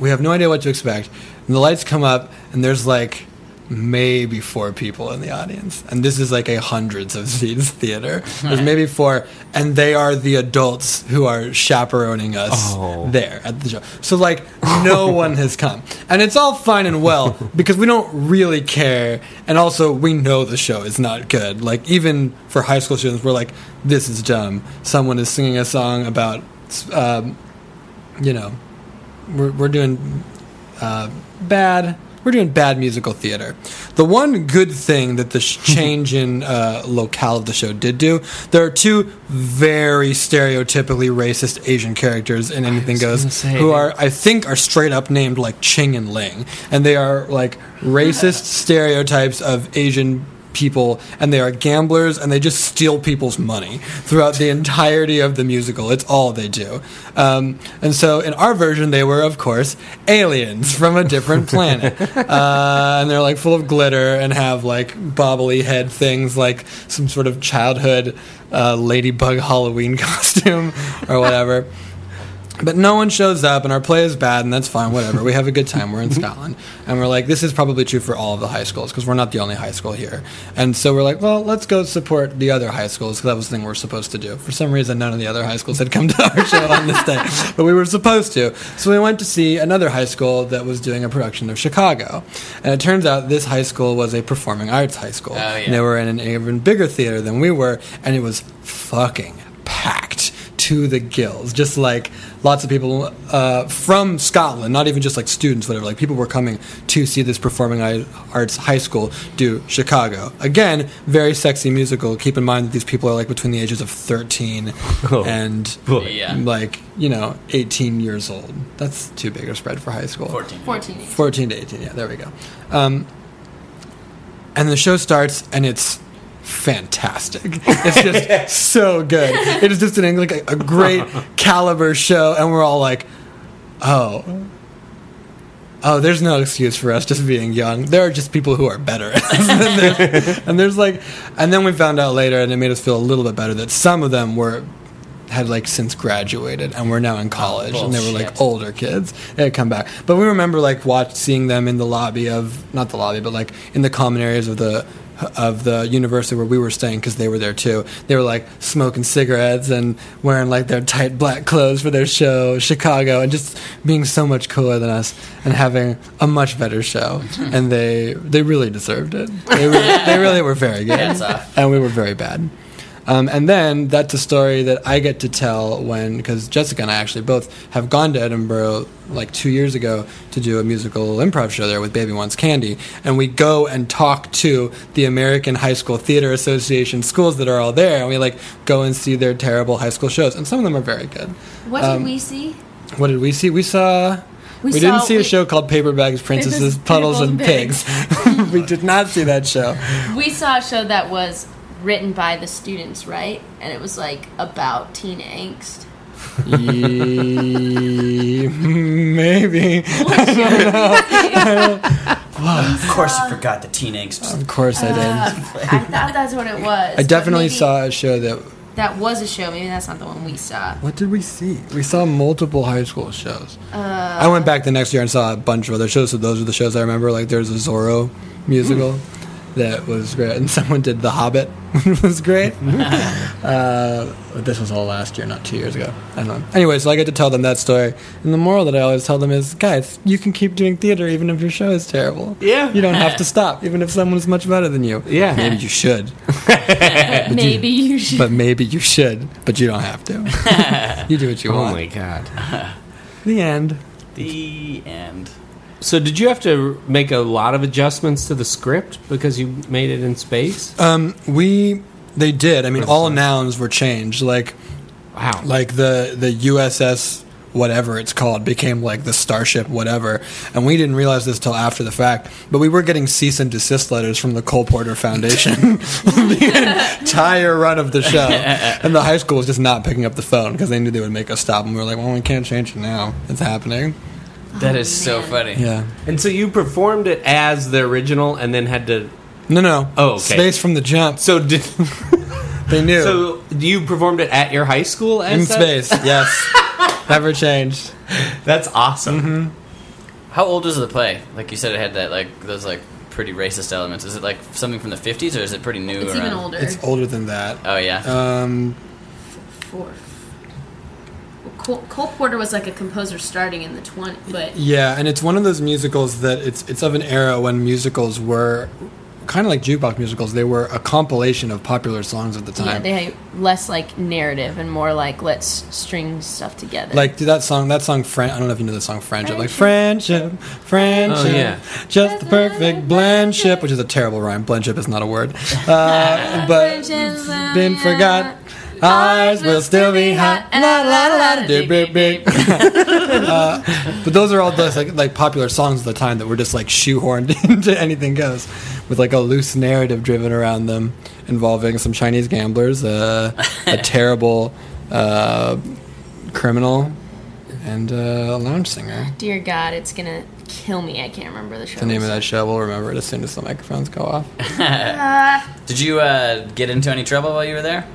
Speaker 4: we have no idea what to expect. And the lights come up, and there's like maybe four people in the audience. And this is like a hundreds of seats theater. There's maybe four, and they are the adults who are chaperoning us there at the show. So, like, no one has come. And it's all fine and well because we don't really care. And also, we know the show is not good. Like, even for high school students, we're like, this is dumb. Someone is singing a song about, um, you know, we're, we're doing uh, bad. We're doing bad musical theater. The one good thing that the sh- change in uh, locale of the show did do, there are two very stereotypically racist Asian characters in Anything Goes, who are I think are straight up named like Ching and Ling, and they are like racist stereotypes of Asian people and they are gamblers and they just steal people's money throughout the entirety of the musical it's all they do um, and so in our version they were of course aliens from a different planet uh, and they're like full of glitter and have like bobbly head things like some sort of childhood uh, ladybug halloween costume or whatever but no one shows up, and our play is bad, and that's fine, whatever. We have a good time. We're in Scotland. And we're like, this is probably true for all of the high schools because we're not the only high school here. And so we're like, well, let's go support the other high schools because that was the thing we are supposed to do. For some reason, none of the other high schools had come to our show on this day, but we were supposed to. So we went to see another high school that was doing a production of Chicago. And it turns out this high school was a performing arts high school.
Speaker 3: yeah.
Speaker 4: And they were in an even bigger theater than we were, and it was fucking packed to the gills. Just like lots of people uh, from Scotland, not even just like students, whatever. Like people were coming to see this performing i- arts high school do Chicago. Again, very sexy musical. Keep in mind that these people are like between the ages of 13 and
Speaker 3: Yeah.
Speaker 4: like, you know, 18 years old. That's too big a spread for high school.
Speaker 3: 14.
Speaker 7: 14.
Speaker 4: 14 to 18 yeah there we go um, and the show starts and it's fantastic it's just so good it is just an Eng- like a, a great caliber show and we're all like oh oh there's no excuse for us just being young there are just people who are better at us than this. and there's like and then we found out later and it made us feel a little bit better that some of them were had like since graduated and were now in college and they were like older kids they had come back but we remember like watch seeing them in the lobby of not the lobby but like in the common areas of the of the university where we were staying because they were there too they were like smoking cigarettes and wearing like their tight black clothes for their show chicago and just being so much cooler than us and having a much better show and they they really deserved it they really, they really were very good and we were very bad um, and then that's a story that I get to tell when, because Jessica and I actually both have gone to Edinburgh like two years ago to do a musical improv show there with Baby Wants Candy. And we go and talk to the American High School Theater Association schools that are all there. And we like go and see their terrible high school shows. And some of them are very good.
Speaker 7: What
Speaker 4: Um,
Speaker 7: did we see?
Speaker 4: What did we see? We saw. We,
Speaker 7: We
Speaker 4: didn't
Speaker 7: saw-
Speaker 4: see a
Speaker 7: we-
Speaker 4: show called Paper Bags, Princesses, Puddles, and Pigs. we did not see that show.
Speaker 7: We saw a show that was written by the students, right? And it was like about teen angst.
Speaker 4: Ye- Maybe.
Speaker 3: Of course, you forgot the teen angst.
Speaker 4: Of course I did.
Speaker 8: Ah,
Speaker 7: I thought that's what it was.
Speaker 4: I definitely
Speaker 7: Maybe
Speaker 4: saw a show that.
Speaker 7: that was a show. Maybe that's not the one we saw.
Speaker 4: What did we see? We saw multiple high school shows.
Speaker 8: Uh,
Speaker 4: I went back the next year and saw a bunch of other shows. So those are the shows I remember. Like there's a Zorro musical.
Speaker 8: Hmm.
Speaker 4: that was great, and someone did The Hobbit, which was great.
Speaker 8: Uh-huh.
Speaker 4: uh, but this was all last year, not two years ago. I don't know. Anyway, so I get to tell them that story, and the moral that I always tell them is, guys, you can keep doing theater even if your show is terrible.
Speaker 8: Yeah.
Speaker 4: you don't have to stop, even if someone's much better than you.
Speaker 8: Yeah.
Speaker 4: maybe you should,
Speaker 5: Maybe you should.
Speaker 4: but maybe you should, but you don't have to. you do what you
Speaker 8: Oh
Speaker 4: want.
Speaker 8: my god.
Speaker 4: The end.
Speaker 3: The end.
Speaker 8: So did you have to make a lot of adjustments to the script because you made it in space?
Speaker 4: Um, we they did. I mean, all nouns were changed. Like
Speaker 8: Wow.
Speaker 4: like the the USS whatever it's called became like the starship whatever and we didn't realize this till after the fact but we were getting cease and desist letters from the cole porter foundation the entire run of the show and the high school was just not picking up the phone because they knew they would make us stop and we were like well we can't change it now it's happening
Speaker 3: That is so funny.
Speaker 4: yeah
Speaker 8: and so you performed it as the original and then had to
Speaker 4: no no
Speaker 8: Oh, okay.
Speaker 4: space from the jump
Speaker 8: So did
Speaker 4: they knew
Speaker 8: so you performed it at your high school as
Speaker 4: in
Speaker 8: that?
Speaker 4: space yes never changed
Speaker 8: That's awesome.
Speaker 4: Mm-hmm.
Speaker 3: How old was the play? Like you said, it had that like those like pretty racist elements. Is it like something from the fifties or is it pretty new?
Speaker 7: It's
Speaker 3: around-
Speaker 7: even older.
Speaker 4: it's older than that
Speaker 3: Oh yeah.
Speaker 4: um
Speaker 7: Four. Well, Cole, Cole Porter was like a composer starting in the 20s, but
Speaker 4: Yeah, and it's one of those musicals that it's it's of an era when musicals were kind of like jukebox musicals. They were a compilation of popular songs at the
Speaker 5: Yeah,
Speaker 4: time.
Speaker 5: they had less like narrative and more like let's string stuff together.
Speaker 4: like did that song that song friend I don't know if you know the song friendship like friendship friendship
Speaker 8: Oh, yeah.
Speaker 4: just the perfect blendship which is a terrible rhyme blendship is not a word uh, but it's been forgot ours will still be hot la la la la, dee, bee, bee. Uh, But those are all those like, like popular songs of the time that were just like shoehorned into anything goes, with like a loose narrative driven around them, involving some Chinese gamblers, uh, a terrible uh, criminal, and uh, a lounge singer.
Speaker 5: dear God, it's gonna kill me. I can't remember the show.
Speaker 4: The name of that show, we'll remember it as soon as the microphones go off.
Speaker 3: Did you uh, get into any trouble while you were there?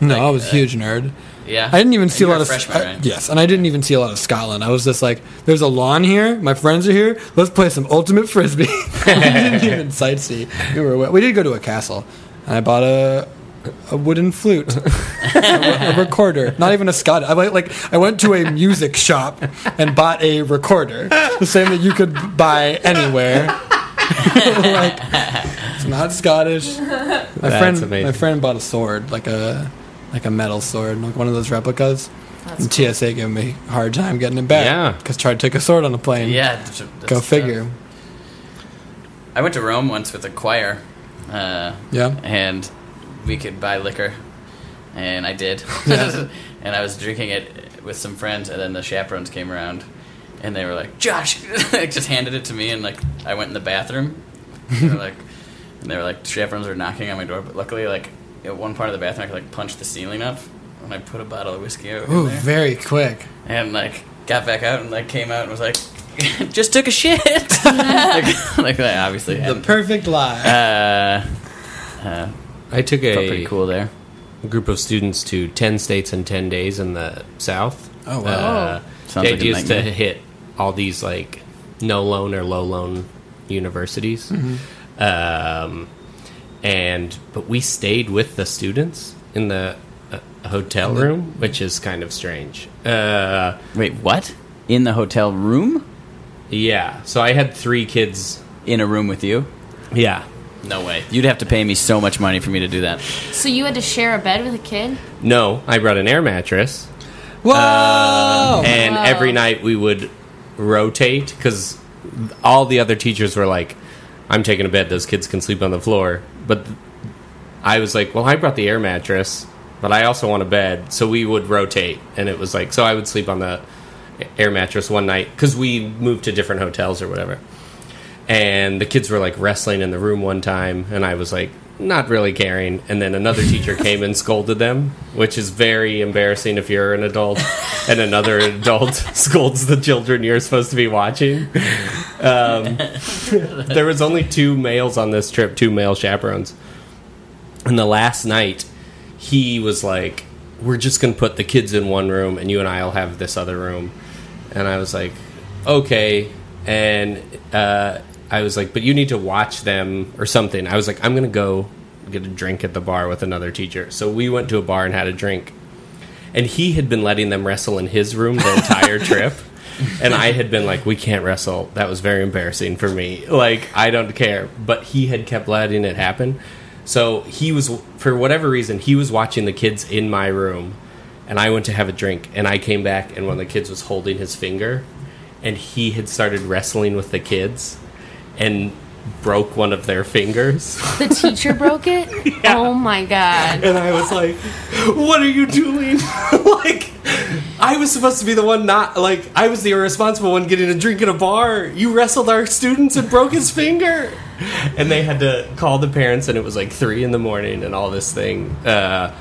Speaker 4: No, I was a huge nerd.
Speaker 3: Yeah.
Speaker 4: I didn't even see a
Speaker 3: you were
Speaker 4: lot of
Speaker 3: freshman,
Speaker 4: I-
Speaker 3: right?
Speaker 4: yes, and I didn't even see a lot of Scotland. I was just like, "There's a lawn here. My friends are here. Let's play some ultimate frisbee." we didn't even sightsee. We were we did go to a castle, and I bought a a wooden flute, a, a recorder. Not even a Scot. I went, like I went to a music shop and bought a recorder, the same that you could buy anywhere. like it's not Scottish. My friend, my
Speaker 8: amazing.
Speaker 4: friend bought a sword, like a like a metal sword, like one of those replicas. and TSA gave me a hard time getting it back.
Speaker 8: Yeah.
Speaker 4: because tried to take a sword on a plane.
Speaker 3: Yeah. that's- that's
Speaker 4: go
Speaker 3: tough.
Speaker 4: figure.
Speaker 3: I went to Rome once with a choir. Uh,
Speaker 4: Yeah.
Speaker 3: and we could buy liquor, and I did, and I was drinking it with some friends, and then the chaperones came around, and they were like, "Josh," like, just handed it to me, and like I went in the bathroom, and they were like, and they were like, chaperones were knocking on my door, but luckily, like at one part of the bathroom, I could like punch the ceiling up, and I put a bottle of whiskey out in
Speaker 4: Ooh,
Speaker 3: there,
Speaker 4: very quick.
Speaker 3: and like got back out and like came out and was like. just took a shit. like, like that, obviously.
Speaker 4: The
Speaker 3: And,
Speaker 4: perfect lie.
Speaker 3: uh,
Speaker 8: I took
Speaker 3: felt
Speaker 8: a
Speaker 3: pretty cool there.
Speaker 8: group of students to 10 states in 10 days in the South.
Speaker 4: Oh, wow.
Speaker 8: Uh,
Speaker 3: Sounds
Speaker 8: the
Speaker 3: like a
Speaker 8: idea is to
Speaker 3: nightmare.
Speaker 8: hit all these like no loan or low loan universities.
Speaker 4: Mm-hmm.
Speaker 8: Um, and but we stayed with the students in the uh, hotel
Speaker 4: Mm-hmm.
Speaker 8: room, which is kind of strange. Uh,
Speaker 3: Wait, what? In the hotel room?
Speaker 8: yeah, so I had three kids.
Speaker 3: In a room with you?
Speaker 8: Yeah,
Speaker 3: No way. You'd have to pay me so much money for me to do that.
Speaker 5: So you had to share a bed with a kid?
Speaker 8: no, I brought an air mattress. Um,
Speaker 4: Whoa!
Speaker 8: and every night we would rotate because all the other teachers were like, "I'm taking a bed; those kids can sleep on the floor." But th- I was like, "Well, I brought the air mattress, but I also want a bed." So we would rotate, and it was like, so I would sleep on the air mattress one night because we moved to different hotels or whatever. And the kids were like wrestling in the room one time, and I was like, not really caring. And then another teacher came and scolded them, which is very embarrassing if you're an adult and another adult scolds the children you're supposed to be watching. Um, there was only two males on this trip, two male chaperones. And the last night, he was like, "We're just gonna put the kids in one room, and you and I'll have this other room." And I was like, "Okay." And uh, I was like, but you need to watch them or something. I was like, I'm gonna go get a drink at the bar with another teacher. So we went to a bar and had a drink, and he had been letting them wrestle in his room the entire trip. And I had been like, we can't wrestle. That was very embarrassing for me. Like, I don't care. But he had kept letting it happen. So he was, for whatever reason, he was watching the kids in my room. And I went to have a drink. And I came back, and one of the kids was holding his finger. And he had started wrestling with the kids and broke one of their fingers.
Speaker 7: The teacher broke it? Oh my god.
Speaker 8: And I was like, "What are you doing?" like, I was supposed to be the one not like I was the irresponsible one getting a drink at a bar. You wrestled our students and broke his finger, and they had to call the parents. And it was like three in the morning, and all this thing. Uh,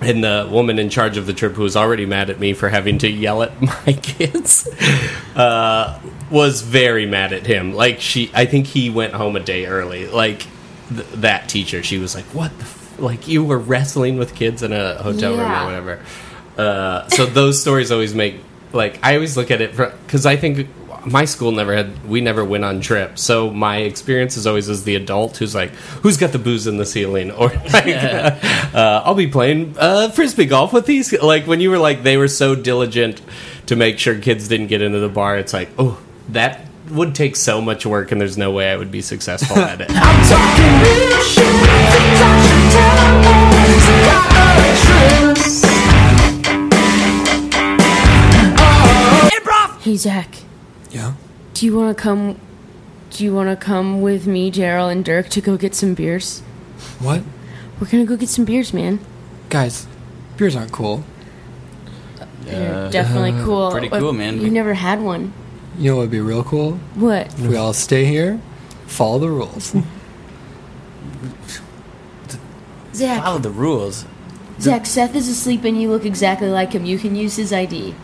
Speaker 8: and the woman in charge of the trip, who was already mad at me for having to yell at my kids, uh, was very mad at him. Like she, I think he went home a day early. Like th- that teacher, she was like, "What the f-? like you were wrestling with kids in a hotel
Speaker 12: Yeah.
Speaker 8: room or whatever." Uh, so those stories always make like I always look at it because I think my school never had we never went on trips, so my experience is always as the adult who's like, "Who's got the booze in the ceiling?" or like, uh, "I'll be playing uh, frisbee golf with these." Like when you were like they were so diligent to make sure kids didn't get into the bar. It's like, oh, that would take so much work, and there's no way I would be successful at it.
Speaker 13: Improv!
Speaker 7: Hey Zach,
Speaker 4: Yeah.
Speaker 7: do you wanna come do you wanna come with me, Gerald, and Dirk to go get some beers?
Speaker 4: What?
Speaker 7: We're gonna go get some beers, man.
Speaker 4: Guys, beers aren't cool.
Speaker 7: They're definitely cool.
Speaker 2: pretty
Speaker 7: But
Speaker 5: Uh,
Speaker 2: cool, man.
Speaker 7: You never had one.
Speaker 4: You know what would be real cool?
Speaker 7: What?
Speaker 4: If we all stay here, follow the rules.
Speaker 7: Zach,
Speaker 2: Follow Oh, the rules.
Speaker 7: Zach, Seth is asleep and you look exactly like him. You can use his ID.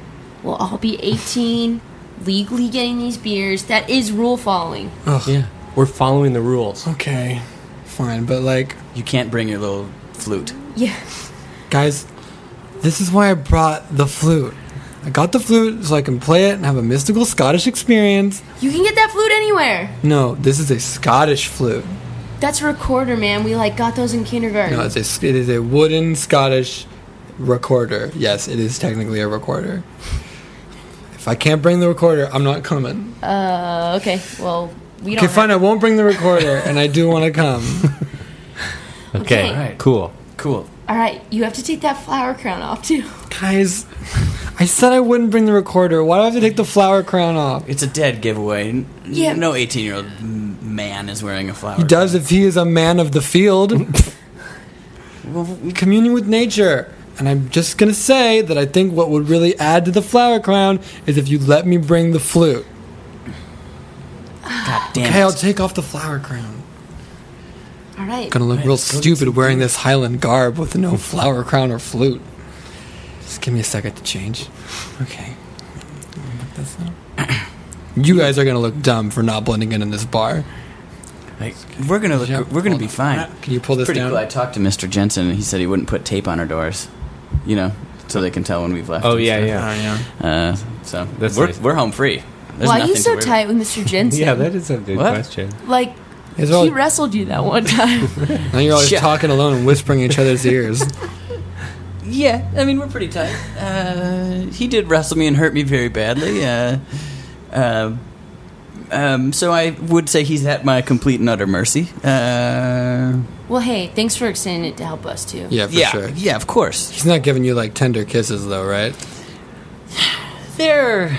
Speaker 7: We'll all be 18, legally getting these beers. That is rule following.
Speaker 8: yeah, we're following the rules.
Speaker 4: okay. Fine, but like,
Speaker 2: You can't bring your little flute.
Speaker 7: Yeah.
Speaker 4: guys, this is why I brought the flute. I got the flute so I can play it and have a mystical Scottish experience.
Speaker 7: You can get that flute anywhere.
Speaker 4: No, this is a Scottish flute.
Speaker 7: That's a recorder, man. We like got those in kindergarten.
Speaker 4: No, it's a, it is a wooden Scottish recorder. Yes, it is technically a recorder. If I can't bring the recorder, I'm not coming.
Speaker 7: Uh, okay. Well, we don't.
Speaker 4: Okay, fine, I
Speaker 7: have-
Speaker 4: won't bring the recorder, and I do want to come.
Speaker 8: Okay,
Speaker 7: Okay.
Speaker 8: cool.
Speaker 2: Cool.
Speaker 7: all right, you have to take that flower crown off too.
Speaker 4: Mm-hmm.
Speaker 7: Uh,
Speaker 4: Guys, I said I wouldn't bring the recorder. Why do I have to take the flower crown off?
Speaker 2: It's a dead giveaway. N-
Speaker 7: Yeah.
Speaker 2: No 18 year old man is wearing a flower.
Speaker 4: He does if he is a man of the field. well, communion with nature. And I'm just going to say that I think what would really add to the flower crown is if you let me bring the flute.
Speaker 2: God damn
Speaker 4: Hey, I'll
Speaker 2: it.
Speaker 4: take off the flower crown.
Speaker 7: All right.
Speaker 4: Gonna look real stupid wearing this Highland garb with no flower crown or flute. Just give me a second to change. Okay. Put this on. You guys are gonna look dumb for not blending in in this bar.
Speaker 2: Like, we're gonna look.
Speaker 4: Yeah,
Speaker 2: we're gonna
Speaker 4: hold
Speaker 2: be
Speaker 4: on.
Speaker 2: fine.
Speaker 4: Can you pull this
Speaker 2: Pretty
Speaker 4: down?
Speaker 2: cool. I talked to Mr. Jensen, and he said he wouldn't put tape on our doors. You know, so they can tell when we've left.
Speaker 8: Oh
Speaker 2: and
Speaker 8: yeah,
Speaker 2: stuff.
Speaker 8: yeah,
Speaker 2: Uh, so
Speaker 8: That's
Speaker 2: we're,
Speaker 8: nice.
Speaker 2: we're home free. There's
Speaker 7: Why are you
Speaker 2: nothing to
Speaker 7: so
Speaker 2: worry
Speaker 7: tight with Mr. Jensen?
Speaker 8: yeah. That is a good
Speaker 2: What?
Speaker 8: question.
Speaker 7: Like,
Speaker 4: It's all-
Speaker 7: he wrestled you that one time.
Speaker 4: now you're always
Speaker 2: Yeah.
Speaker 4: talking alone and whispering in each other's ears.
Speaker 2: about. Yeah, I mean we're pretty tight. Uh, he did wrestle me and hurt me very badly. Uh, uh, um, so I would say he's at my complete and utter mercy. Uh,
Speaker 7: well, hey, thanks for extending it to help us too.
Speaker 4: Yeah, for
Speaker 2: yeah,
Speaker 4: sure.
Speaker 2: yeah, of course.
Speaker 4: He's not giving you like tender kisses though, right?
Speaker 2: They're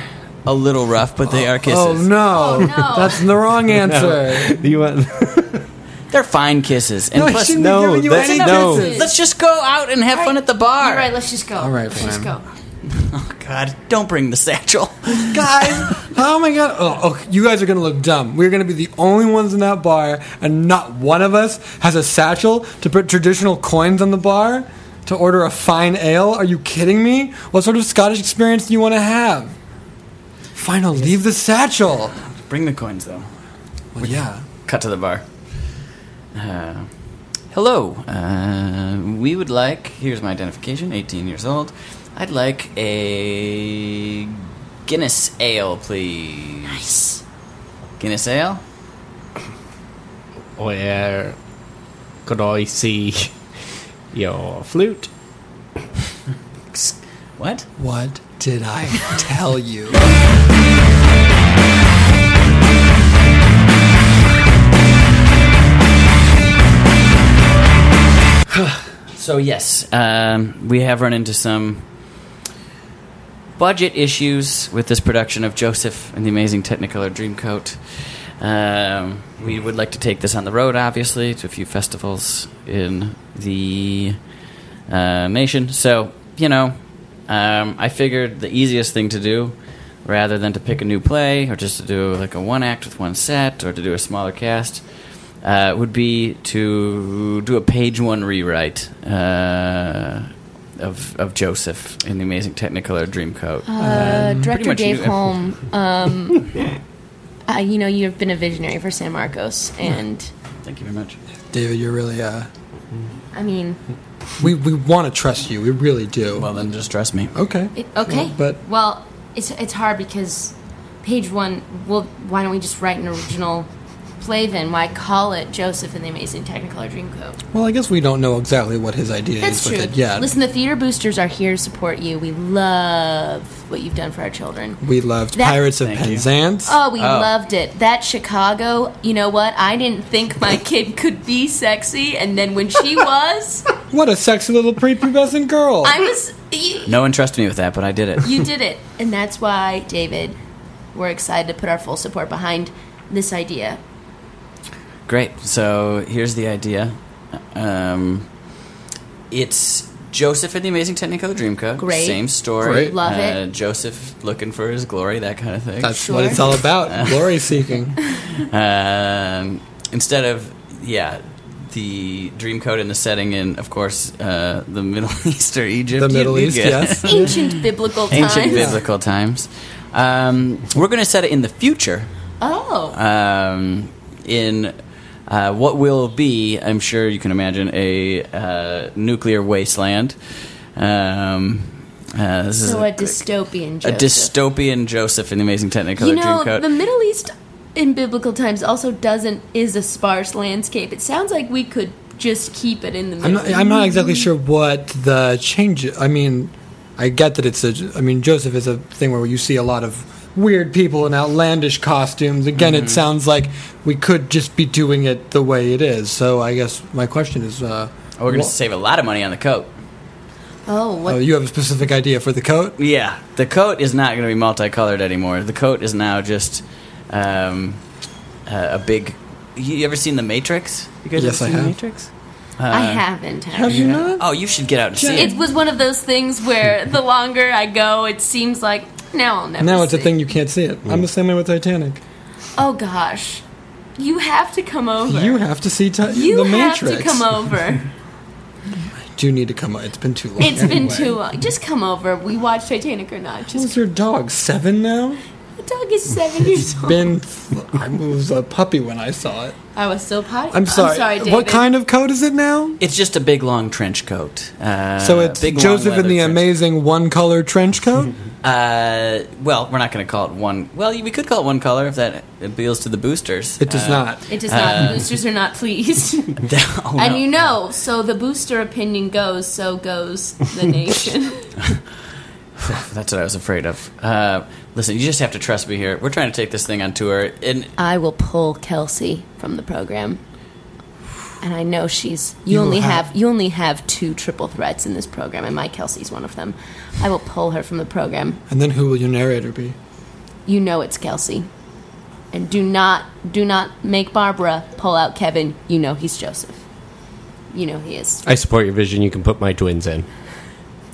Speaker 2: a little rough, but they are kisses.
Speaker 4: Oh no.
Speaker 7: Oh, no.
Speaker 4: That's the wrong answer.
Speaker 8: You want?
Speaker 2: They're fine kisses. And
Speaker 4: No, he
Speaker 2: plus,
Speaker 4: shouldn't
Speaker 8: no,
Speaker 4: be giving you
Speaker 8: that's-
Speaker 4: any
Speaker 8: no.
Speaker 4: kisses.
Speaker 2: let's just go out and have fun at the bar.
Speaker 7: All right, let's just go. All
Speaker 4: right,
Speaker 7: let's just
Speaker 4: fine.
Speaker 7: go.
Speaker 2: God, don't bring the satchel.
Speaker 4: guys. Oh my god. Oh, oh, you guys are gonna look dumb. We're gonna be the only ones in that bar, and not one of us has a satchel to put traditional coins on the bar to order a fine ale. Are you kidding me? What sort of Scottish experience do you want to have? Fine, I'll leave the satchel.
Speaker 2: bring the coins, though.
Speaker 4: Well, yeah.
Speaker 2: Cut to the bar. Uh, hello. Uh, we would like. Here's my identification. 18 years old. I'd like a Guinness ale, please. Nice. Guinness ale.
Speaker 8: where could I see your flute?
Speaker 3: What?
Speaker 4: What did I tell you?
Speaker 3: So yes, um, we have run into some budget issues with this production of Joseph and the Amazing Technicolor Dreamcoat. Um, we would like to take this on the road, obviously, to a few festivals in the uh, nation. So you know, um, I figured the easiest thing to do, rather than to pick a new play or just to do like a one act with one set or to do a smaller cast, uh, would be to do a page one rewrite uh, of of Joseph in the Amazing Technicolor Dreamcoat.
Speaker 7: Uh, Director
Speaker 3: much
Speaker 7: Dave
Speaker 3: knew-
Speaker 7: Holm, um, uh, you know, you've been a visionary for San Marcos, and
Speaker 3: Thank you very much.
Speaker 4: David, you're really, uh,
Speaker 7: I mean,
Speaker 4: we, we want to trust you. We really do.
Speaker 3: Well, then just trust me.
Speaker 4: okay.
Speaker 5: It, okay.
Speaker 4: Well, but-
Speaker 5: well, it's it's hard because page one. Well, why don't we just write an original play then? Why call it Joseph and the Amazing Technicolor Dreamcoat?
Speaker 4: Well, I guess we don't know exactly what his idea
Speaker 5: That's
Speaker 4: is
Speaker 5: true.
Speaker 4: with it yet.
Speaker 7: listen, the theater boosters are here to support you. We love what you've done for our children.
Speaker 4: we loved
Speaker 7: That-
Speaker 4: Pirates of Penzance.
Speaker 7: Oh, we loved it. That Chicago, you know what? I didn't think my kid could be sexy, and then when she was,
Speaker 4: What a sexy little prepubescent girl.
Speaker 7: I was. You,
Speaker 3: No one trusted me with that, but I did it.
Speaker 7: you did it. And that's why, David, we're excited to put our full support behind this idea.
Speaker 3: Great. So here's the idea. Um, it's Joseph and the Amazing Technicolor Dreamcoat.
Speaker 7: Great.
Speaker 3: Same story.
Speaker 4: Great.
Speaker 7: Love
Speaker 3: uh,
Speaker 7: it.
Speaker 3: Joseph looking for his glory, that kind of thing.
Speaker 4: That's
Speaker 7: Sure.
Speaker 4: what it's all about. Glory seeking.
Speaker 3: Um, instead of yeah, the Dreamcoat and the setting in, of course, uh, the Middle East or Egypt.
Speaker 4: The
Speaker 3: You-
Speaker 4: Middle
Speaker 3: you
Speaker 4: East,
Speaker 3: get-
Speaker 4: yes.
Speaker 7: Ancient biblical times.
Speaker 3: Ancient biblical times. Um, we're going to set it in the future.
Speaker 7: Oh.
Speaker 3: um, in uh, what will be, I'm sure you can imagine, a uh, nuclear wasteland. Um, uh, this is
Speaker 7: so
Speaker 3: a,
Speaker 7: a dystopian
Speaker 3: a
Speaker 7: Joseph.
Speaker 3: dystopian Joseph in the Amazing Technicolor
Speaker 7: You know,
Speaker 3: Dreamcoat.
Speaker 7: the Middle East in biblical times also doesn't is a sparse landscape. It sounds like we could just keep it in the
Speaker 4: I'm
Speaker 7: middle.
Speaker 4: not, I'm not exactly sure what the change. I mean, I get that it's a. I mean, Joseph is a thing where you see a lot of weird people in outlandish costumes. Again, it sounds like we could just be doing it the way it is. So I guess my question is, uh,
Speaker 3: Oh, We're going to
Speaker 4: wha-
Speaker 3: save a lot of money on the coat.
Speaker 7: oh, what
Speaker 4: oh, you have a specific idea for the coat?
Speaker 3: Yeah, the coat is not going to be multicolored anymore. The coat is now just um, uh, a big. You you ever seen The Matrix? You guys
Speaker 4: Yes,
Speaker 3: ever
Speaker 4: I
Speaker 3: seen The
Speaker 4: have.
Speaker 3: Matrix?
Speaker 7: I
Speaker 4: Uh,
Speaker 7: haven't.
Speaker 4: Have you
Speaker 3: Yeah.
Speaker 4: not?
Speaker 3: Oh, you should get out and see it.
Speaker 7: It was one of those things where the longer I go, it seems like now I'll never.
Speaker 4: Now it's a
Speaker 7: see.
Speaker 4: thing you can't see it.
Speaker 3: Mm.
Speaker 4: I'm the same way with Titanic.
Speaker 7: Oh gosh, you have to come over.
Speaker 4: You have to see Ti-
Speaker 7: You
Speaker 4: the
Speaker 7: have
Speaker 4: Matrix.
Speaker 7: to come over.
Speaker 4: Do you need to come? o- It's been too long.
Speaker 7: It's been
Speaker 4: anyway.
Speaker 7: too long. Just come over. We watch Titanic or not. Just
Speaker 4: What's your dog? Seven now?
Speaker 7: the dog is seven years old.
Speaker 4: Been. I was a puppy when I saw it.
Speaker 7: I was still potty.
Speaker 4: I'm sorry.
Speaker 7: David.
Speaker 4: What kind of coat is it now?
Speaker 3: It's just a big long trench coat. Uh,
Speaker 4: so it's
Speaker 3: big, long
Speaker 4: Joseph in
Speaker 3: leather
Speaker 4: the
Speaker 3: trench coat.
Speaker 4: Amazing one color trench coat.
Speaker 3: Uh, well, we're not going to call it one. Well, we could call it one color if that appeals to the boosters.
Speaker 4: It does not.
Speaker 7: It does
Speaker 4: Uh,
Speaker 7: not. the boosters are not pleased.
Speaker 3: Oh, no.
Speaker 7: And you know, so the booster opinion goes, so goes the nation.
Speaker 3: That's what I was afraid of. Uh, listen, you just have to trust me here. We're trying to take this thing on tour, and
Speaker 7: I will pull Kelsey from the program. And I know she's you,
Speaker 4: You
Speaker 7: only
Speaker 4: will have-
Speaker 7: have, you only have two triple threats in this program and my Kelsey's one of them. I will pull her from the program.
Speaker 4: And then who will your narrator be?
Speaker 7: You know it's Kelsey. And do not do not make Barbara pull out Kevin. You know he's Joseph. You know he is.
Speaker 8: I support your vision. You can put my twins in.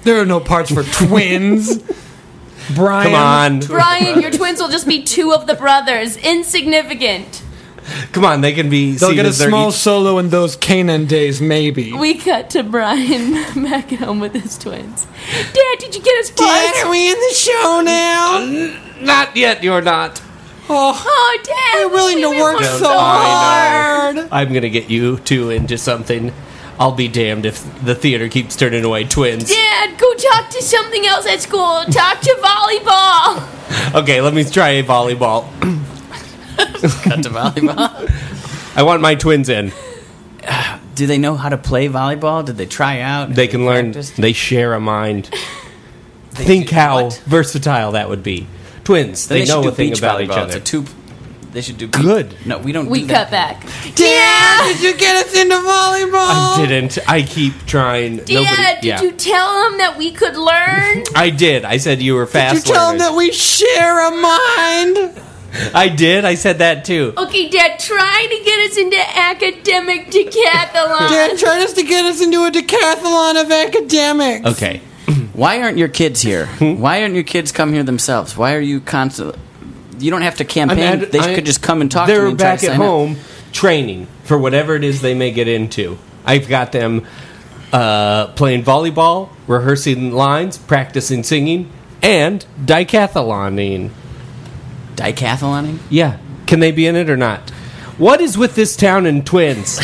Speaker 4: There are no parts for twins. Brian,
Speaker 8: Come on,
Speaker 7: Brian, your twins will just be two of the brothers. Insignificant.
Speaker 8: come on. They can be.
Speaker 4: They'll
Speaker 8: seen
Speaker 4: get a
Speaker 8: as they're
Speaker 4: small
Speaker 8: each-
Speaker 4: solo in those Canaan days, maybe.
Speaker 7: We cut to Brian back at home with his twins. Dad, did you get his
Speaker 8: Dad,
Speaker 7: parts?
Speaker 8: are we in the show now? N- Not yet. You're not.
Speaker 4: oh,
Speaker 7: Oh, Dad,
Speaker 4: I'm willing
Speaker 7: we
Speaker 4: to work
Speaker 7: were
Speaker 4: so
Speaker 8: I
Speaker 4: hard.
Speaker 8: I'm gonna get you two into something. I'll be damned if the theater keeps turning away twins.
Speaker 7: Dad, go talk to something else at school. Talk to volleyball.
Speaker 8: Okay, let me try a volleyball.
Speaker 3: cut to volleyball.
Speaker 8: I want my twins in.
Speaker 2: Do they know how to play volleyball? Did they try out?
Speaker 8: They can learn.
Speaker 2: practiced?
Speaker 8: They share a mind. Think how versatile that would be. Twins.
Speaker 2: Then
Speaker 8: They, know
Speaker 2: should
Speaker 8: a
Speaker 2: do
Speaker 8: thing
Speaker 2: beach
Speaker 8: about each
Speaker 2: volleyball. It's
Speaker 8: other.
Speaker 2: a two. They should do. Beach.
Speaker 8: Good.
Speaker 2: No, we don't.
Speaker 7: We
Speaker 2: do
Speaker 7: cut
Speaker 2: that.
Speaker 7: back.
Speaker 4: Did you get us into volleyball?
Speaker 8: I didn't. I keep trying.
Speaker 7: Dia,
Speaker 8: Nobody.
Speaker 7: did
Speaker 8: yeah.
Speaker 7: you tell him that we could learn?
Speaker 8: I did. I said you were fast.
Speaker 4: Did you tell them
Speaker 8: learners.
Speaker 4: that we share a mind?
Speaker 8: I did. I said that too.
Speaker 7: okay, Dad, trying to get us into academic decathlon.
Speaker 4: Dad tried us to get us into a decathlon of academics.
Speaker 2: Okay. Why aren't your kids here? Why aren't your kids come here themselves? Why are you constantly? You don't have to campaign.
Speaker 8: ad-
Speaker 2: they
Speaker 8: I-
Speaker 2: could just come and talk to
Speaker 8: They're
Speaker 2: me and
Speaker 8: back
Speaker 2: try to
Speaker 8: at
Speaker 2: sign up.
Speaker 8: home training for whatever it is they may get into. I've got them uh, playing volleyball, rehearsing lines, practicing singing, and dicathloning.
Speaker 2: Dicathloning.
Speaker 8: Yeah, can they be in it or not? What is with this town and twins?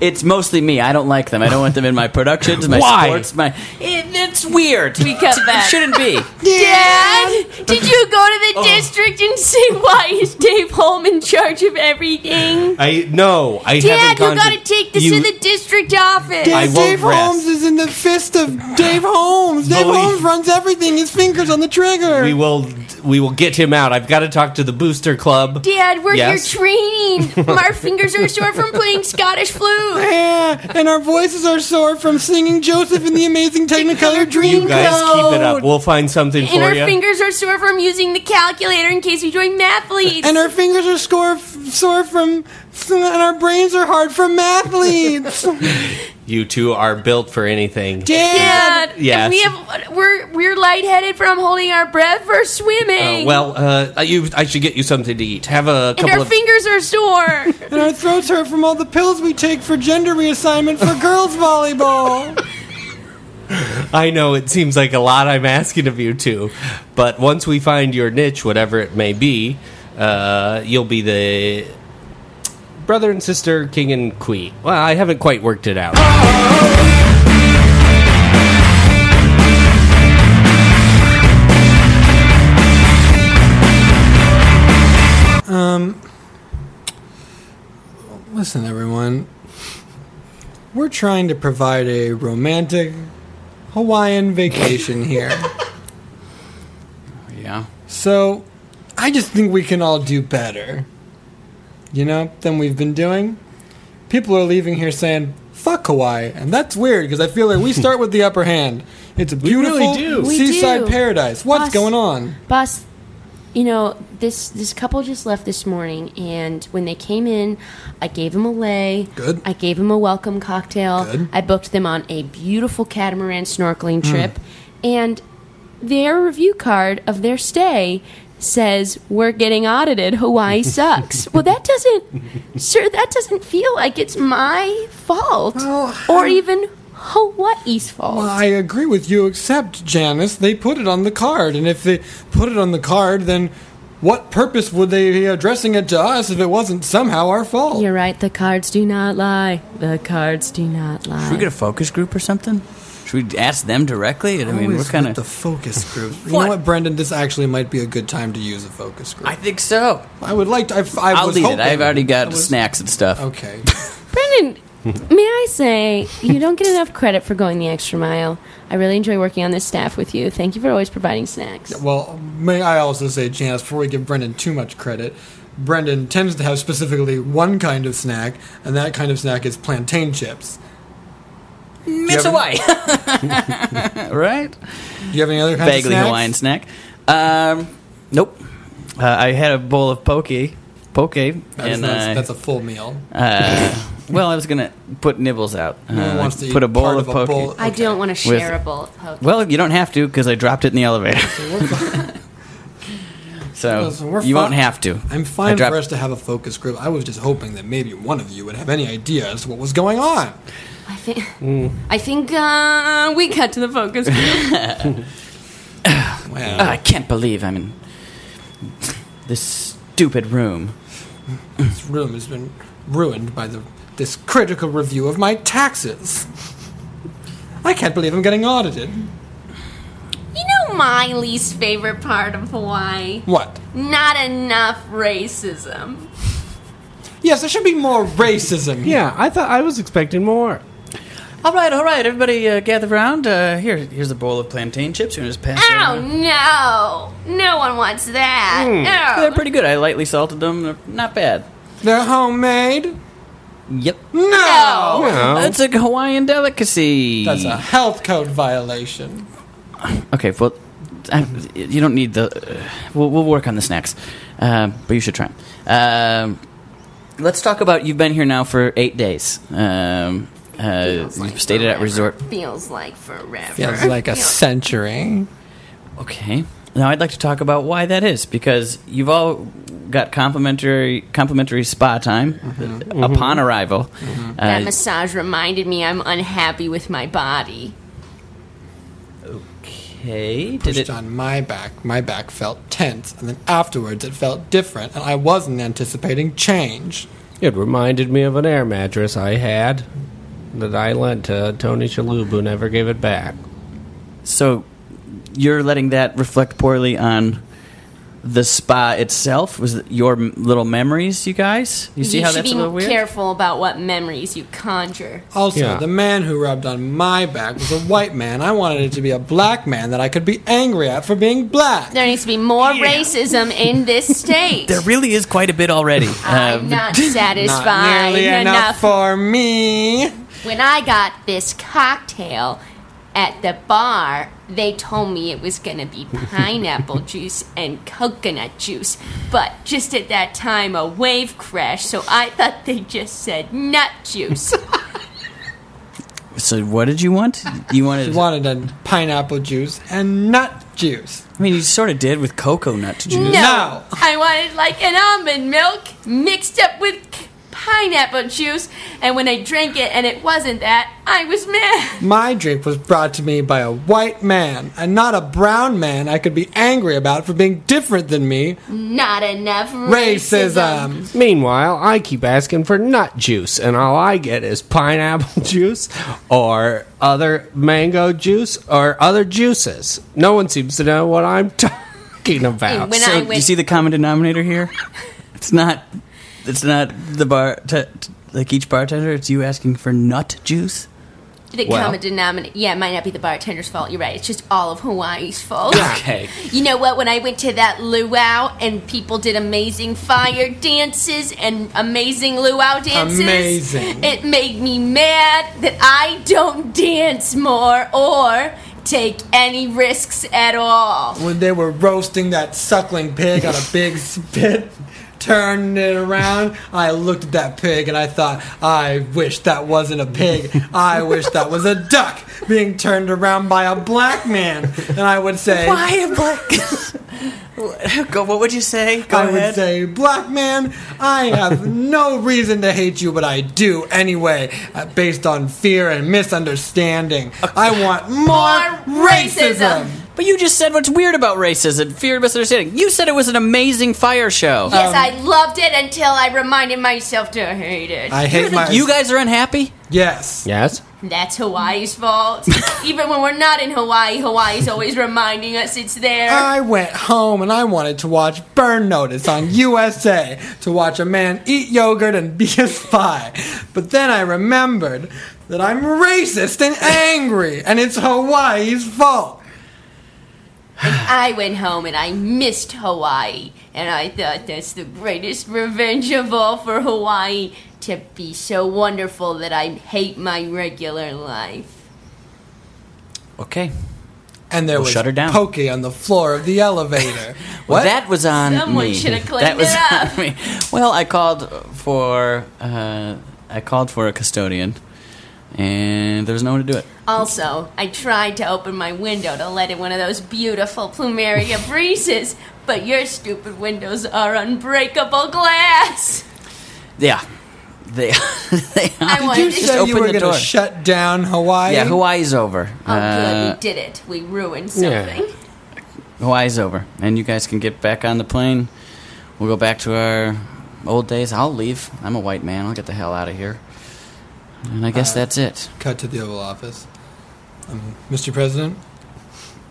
Speaker 2: It's mostly me. I don't like them. I don't want them in my productions, my
Speaker 8: Why?
Speaker 2: sports, my. It, it's weird. We
Speaker 7: cut back.
Speaker 2: shouldn't be.
Speaker 7: Dad, did you go to the
Speaker 8: Oh.
Speaker 7: district and say why is Dave Holm in charge of everything?
Speaker 8: I no, I
Speaker 7: Dad,
Speaker 8: haven't.
Speaker 7: you
Speaker 8: gone
Speaker 7: gotta take this
Speaker 8: you-
Speaker 7: to the district office.
Speaker 8: I
Speaker 4: Dave,
Speaker 8: won't
Speaker 4: Dave
Speaker 8: rest.
Speaker 4: Holmes is in the fist of Dave Holmes. Dave
Speaker 8: Believe-
Speaker 4: Holmes runs everything. His fingers on the trigger.
Speaker 8: We will. We will get him out. I've got to talk to the booster club.
Speaker 7: Dad, we're
Speaker 8: Yes?
Speaker 7: here training. Our fingers are sore from playing Scottish flute.
Speaker 4: Yeah, and our voices are sore from singing Joseph in the Amazing Technicolor
Speaker 8: You
Speaker 4: Dreamcoat.
Speaker 8: guys keep it up. We'll find something
Speaker 7: And
Speaker 8: for
Speaker 7: our
Speaker 8: you.
Speaker 7: fingers are sore from using the calculator in case we join mathletes.
Speaker 4: And our fingers are sore, sore from, and our brains are hard from mathletes.
Speaker 8: you two are built for anything.
Speaker 4: Dad,
Speaker 7: Dad,
Speaker 8: Yes.
Speaker 7: and we have we're we're lightheaded from holding our breath for swimming.
Speaker 8: Uh, well, uh, you, I should get you something to eat. Have a
Speaker 7: and
Speaker 8: couple
Speaker 7: our
Speaker 8: of.
Speaker 7: fingers are sore.
Speaker 4: and our throats hurt from all the pills we take for gender reassignment for girls volleyball.
Speaker 8: I know it seems like a lot I'm asking of you two, but once we find your niche, whatever it may be, uh, you'll be the brother and sister, king and queen. Well, I haven't quite worked it out.
Speaker 4: Listen, everyone. We're trying to provide a romantic Hawaiian vacation here.
Speaker 2: Yeah.
Speaker 4: So, I just think we can all do better, you know, than we've been doing. People are leaving here saying, fuck Hawaii. And that's weird because I feel like we start with the upper hand. It's a beautiful
Speaker 8: really do.
Speaker 7: We
Speaker 4: seaside
Speaker 7: do.
Speaker 4: paradise. What's
Speaker 7: Us.
Speaker 4: going on?
Speaker 7: Boss, you know, this this couple just left this morning and when they came in, I gave them a lay.
Speaker 4: Good.
Speaker 7: I gave them a welcome cocktail.
Speaker 4: Good.
Speaker 7: I booked them on a beautiful catamaran snorkeling
Speaker 8: Hmm.
Speaker 7: trip and their review card of their stay says we're getting audited hawaii sucks well that doesn't sir that doesn't feel like it's my fault
Speaker 4: Well,
Speaker 7: or even hawaii's fault
Speaker 4: Well, I agree with you, except, Janice, they put it on the card. And if they put it on the card, then what purpose would they be addressing it to us if it wasn't somehow our fault?
Speaker 7: You're right. The cards do not lie. The cards do not lie.
Speaker 2: Should we get a focus group or something? Should we ask them directly? I mean, we're
Speaker 4: Always
Speaker 2: kind
Speaker 4: with the
Speaker 2: of.
Speaker 4: focus group. you
Speaker 2: What?
Speaker 4: know what, Brendan? This actually might be a good time to use a focus group.
Speaker 2: I think so.
Speaker 4: I would like to. I've, I
Speaker 2: I'll
Speaker 4: was
Speaker 2: lead it.
Speaker 4: hoping-
Speaker 2: I've already got
Speaker 4: I was-
Speaker 2: snacks and stuff.
Speaker 4: Okay.
Speaker 7: Brendan, may I say you don't get enough credit for going the extra mile. I really enjoy working on this staff with you. Thank you for always providing snacks.
Speaker 4: well, may I also say, Janice, before we give Brendan too much credit, Brendan tends to have specifically one kind of snack, and that kind of snack is plantain chips.
Speaker 2: Miss Hawaii. right?
Speaker 4: Do you have any other kind of
Speaker 2: Vaguely
Speaker 4: snacks?
Speaker 2: Hawaiian snack. Um, nope. Uh, I had a bowl of poke. Poke.
Speaker 4: That's,
Speaker 2: and
Speaker 4: that's,
Speaker 2: uh,
Speaker 4: that's a full meal.
Speaker 2: uh, well, I was gonna put nibbles out. Uh,
Speaker 4: one wants to
Speaker 2: put
Speaker 4: eat
Speaker 2: a bowl
Speaker 4: part
Speaker 2: of
Speaker 4: of a
Speaker 2: poke.
Speaker 4: bowl-
Speaker 7: I don't want to share
Speaker 2: With-
Speaker 7: a bowl of poke.
Speaker 2: Well, you don't have to because I dropped it in the elevator. so
Speaker 4: Listen, we're
Speaker 2: you
Speaker 4: fi-
Speaker 2: won't have to.
Speaker 4: I'm fine
Speaker 2: I dropped-
Speaker 4: for us to have a focus group. I was just hoping that maybe one of you would have any idea as to what was going on.
Speaker 7: I think I think uh, we cut to the focus group.
Speaker 4: Well,
Speaker 2: Ah, I can't believe I'm in this stupid room.
Speaker 4: this room has been ruined by the, this critical review of my taxes. I can't believe I'm getting audited.
Speaker 7: you know my least favorite part of Hawaii?
Speaker 4: What?
Speaker 7: Not enough racism.
Speaker 4: Yes, there should be more racism.
Speaker 8: Yeah, I thought I was expecting more.
Speaker 3: All right, all right, everybody, uh, gather around. Uh, here, here's a bowl of plantain chips. You can just pass it around.
Speaker 7: Oh no! No one wants that. Oh. No.
Speaker 3: They're pretty good. I lightly salted them. They're not bad.
Speaker 4: They're homemade.
Speaker 3: Yep.
Speaker 4: No,
Speaker 3: That's a Hawaiian delicacy.
Speaker 4: that's a health code violation.
Speaker 3: Okay, well, I, you don't need the. Uh, we'll, we'll work on the snacks, uh, but you should try 'em. Um, let's talk about. You've been here now for eight days. Um, uh, you've stayed at a resort.
Speaker 7: Feels like forever.
Speaker 4: Feels like a century.
Speaker 3: Okay. Now I'd like to talk about why that is because you've all got complimentary complimentary spa time upon arrival.
Speaker 7: That
Speaker 3: Uh,
Speaker 7: massage reminded me I'm unhappy with my body.
Speaker 3: okay. Did
Speaker 4: Pushed
Speaker 3: it?
Speaker 4: on my back. My back felt tense, and then afterwards it felt different, and I wasn't anticipating change.
Speaker 8: It reminded me of an air mattress I had that I lent to Tony Shalhoub, who never gave it back.
Speaker 3: So you're letting that reflect poorly on the spa itself. Was it your m- little memories, you guys? You see
Speaker 7: you
Speaker 3: how
Speaker 7: should
Speaker 3: that's
Speaker 7: be
Speaker 3: a little weird.
Speaker 7: careful about what memories you conjure.
Speaker 4: Also,
Speaker 8: Yeah.
Speaker 4: the man who rubbed on my back was a white man. I wanted it to be a black man that I could be angry at for being black.
Speaker 7: There needs to be more racism in this state.
Speaker 3: There really is quite a bit already.
Speaker 7: I'm not satisfied
Speaker 4: Not nearly enough,
Speaker 7: enough
Speaker 4: for me.
Speaker 7: When I got this cocktail at the bar, they told me it was going to be pineapple juice and coconut juice. But just at that time, a wave crashed, so I thought they just said nut juice.
Speaker 3: so what did you want? You wanted.
Speaker 4: She wanted a pineapple juice and nut juice.
Speaker 3: I mean, you sort of did with cocoa nut juice.
Speaker 4: No.
Speaker 7: I wanted like an almond milk mixed up with c- pineapple juice, and when I drank it and it wasn't that, I was mad.
Speaker 4: My drink was brought to me by a white man and not a brown man I could be angry about for being different than me.
Speaker 7: Not enough racism.
Speaker 4: Racism.
Speaker 8: Meanwhile, I keep asking for nut juice, and all I get is pineapple juice or other mango juice or other juices. No one seems to know what I'm talking about.
Speaker 7: when
Speaker 3: So
Speaker 7: I
Speaker 3: you
Speaker 7: went-
Speaker 3: see the common denominator here? It's not. It's not the bar. T- t- like each bartender, it's you asking for nut juice.
Speaker 7: The
Speaker 8: Well-
Speaker 7: common denominator. Yeah, it might not be the bartender's fault. You're right. It's just all of Hawaii's fault.
Speaker 3: Okay.
Speaker 7: You know what? When I went to that luau and people did amazing fire dances and amazing luau dances,
Speaker 4: Amazing.
Speaker 7: It made me mad that I don't dance more or take any risks at all.
Speaker 4: When they were roasting that suckling pig on a big spit, turned it around, I looked at that pig and I thought, I wish that wasn't a pig. I wish that was a duck being turned around by a black man. And I would say,
Speaker 3: am Go. What would you say? Go
Speaker 4: I
Speaker 3: ahead.
Speaker 4: would say, black man, I have no reason to hate you, but I do anyway, uh, based on fear and misunderstanding. I want more,
Speaker 7: More
Speaker 4: racism.
Speaker 7: racism.
Speaker 3: But you just said what's weird about racism, fear of misunderstanding. You said it was an amazing fire show.
Speaker 7: Yes, I loved it until I reminded myself to hate it.
Speaker 4: I hate my.
Speaker 3: you guys are unhappy?
Speaker 4: Yes.
Speaker 8: yes?
Speaker 7: That's Hawaii's fault. Even when we're not in Hawaii, Hawaii's always reminding us it's there.
Speaker 4: I went home and I wanted to watch Burn Notice on USA to watch a man eat yogurt and be a spy. But then I remembered that I'm racist and angry, and it's Hawaii's fault.
Speaker 7: I went home and I missed Hawaii, and I thought that's the greatest revenge of all for Hawaii to be so wonderful that I hate my regular life.
Speaker 3: Okay.
Speaker 4: And there
Speaker 3: We'll
Speaker 4: was
Speaker 3: shut her down.
Speaker 4: pokey on the floor of the elevator.
Speaker 3: Well, that was on
Speaker 7: Someone
Speaker 3: me.
Speaker 7: should have cleaned
Speaker 3: that was
Speaker 7: it
Speaker 3: on
Speaker 7: up.
Speaker 3: me. Well, I called for uh, I called for a custodian, and there was no one to do it.
Speaker 7: Also, I tried to open my window to let in one of those beautiful plumeria breezes, but your stupid windows are unbreakable glass.
Speaker 3: Yeah, they. they
Speaker 7: I
Speaker 4: You
Speaker 7: wanted to
Speaker 4: said
Speaker 3: open
Speaker 4: you were
Speaker 3: the
Speaker 4: gonna
Speaker 3: door.
Speaker 4: shut down Hawaii.
Speaker 3: yeah, Hawaii's over.
Speaker 7: Oh,
Speaker 3: Uh,
Speaker 7: good, we did it. We ruined
Speaker 8: Yeah.
Speaker 7: something.
Speaker 3: Hawaii's over, and you guys can get back on the plane. We'll go back to our old days. I'll leave. I'm a white man. I'll get the hell out of here. And I guess that's it.
Speaker 4: Cut to the Oval Office. Um, Mr. President,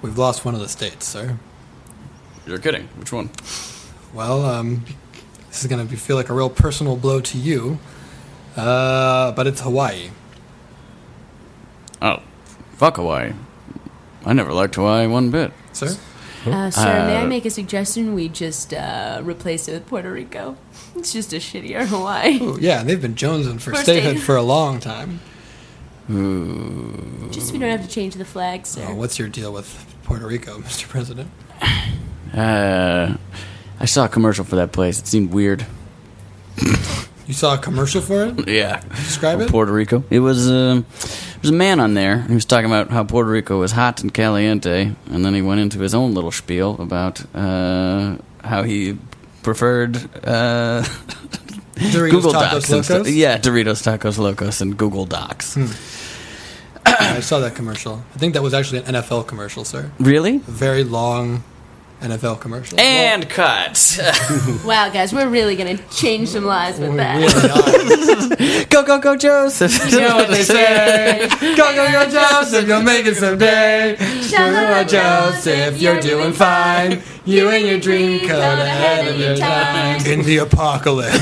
Speaker 4: we've lost one of the states, sir.
Speaker 3: You're kidding. Which one?
Speaker 4: Well, um, This is going to be, feel like a real personal blow to you, uh, but it's Hawaii.
Speaker 3: Oh, fuck Hawaii. I never liked Hawaii one bit.
Speaker 4: Sir?
Speaker 5: Uh,
Speaker 4: Oh,
Speaker 5: sir, may I
Speaker 3: Uh,
Speaker 5: make a suggestion? We just uh, replace it with Puerto Rico. It's just a shittier Hawaii.
Speaker 4: Ooh, yeah, they've been jonesing for
Speaker 5: First
Speaker 4: statehood
Speaker 5: aid.
Speaker 4: for a long time.
Speaker 5: just we don't have to change the flag, sir.
Speaker 4: Oh, what's your deal with Puerto Rico, Mr. President?
Speaker 3: Uh, I saw a commercial for that place. It seemed weird.
Speaker 4: You saw a commercial for it?
Speaker 3: Yeah.
Speaker 4: Describe it?
Speaker 3: Puerto Rico. It was um, there was a man on there. He was talking about how Puerto Rico was hot and caliente, and then he went into his own little spiel about uh, how he preferred uh,
Speaker 4: Doritos
Speaker 3: Google
Speaker 4: Tacos
Speaker 3: Docs. And stuff.
Speaker 4: Locos?
Speaker 3: Yeah, Doritos Tacos Locos and Google Docs.
Speaker 4: I saw that commercial. I think that was actually an NFL commercial, sir.
Speaker 3: Really? Eh,
Speaker 4: A very long NFL commercial.
Speaker 3: And cut.
Speaker 5: Wow, guys, we're really gonna change some lives with
Speaker 4: Well,
Speaker 5: that.
Speaker 4: we really are.
Speaker 3: go go go Joseph.
Speaker 4: You know what they say. Go, go, go, Joseph, you'll make it someday. Go, Joseph, you're doing fine. You and your dream cut ahead of your time. In the apocalypse.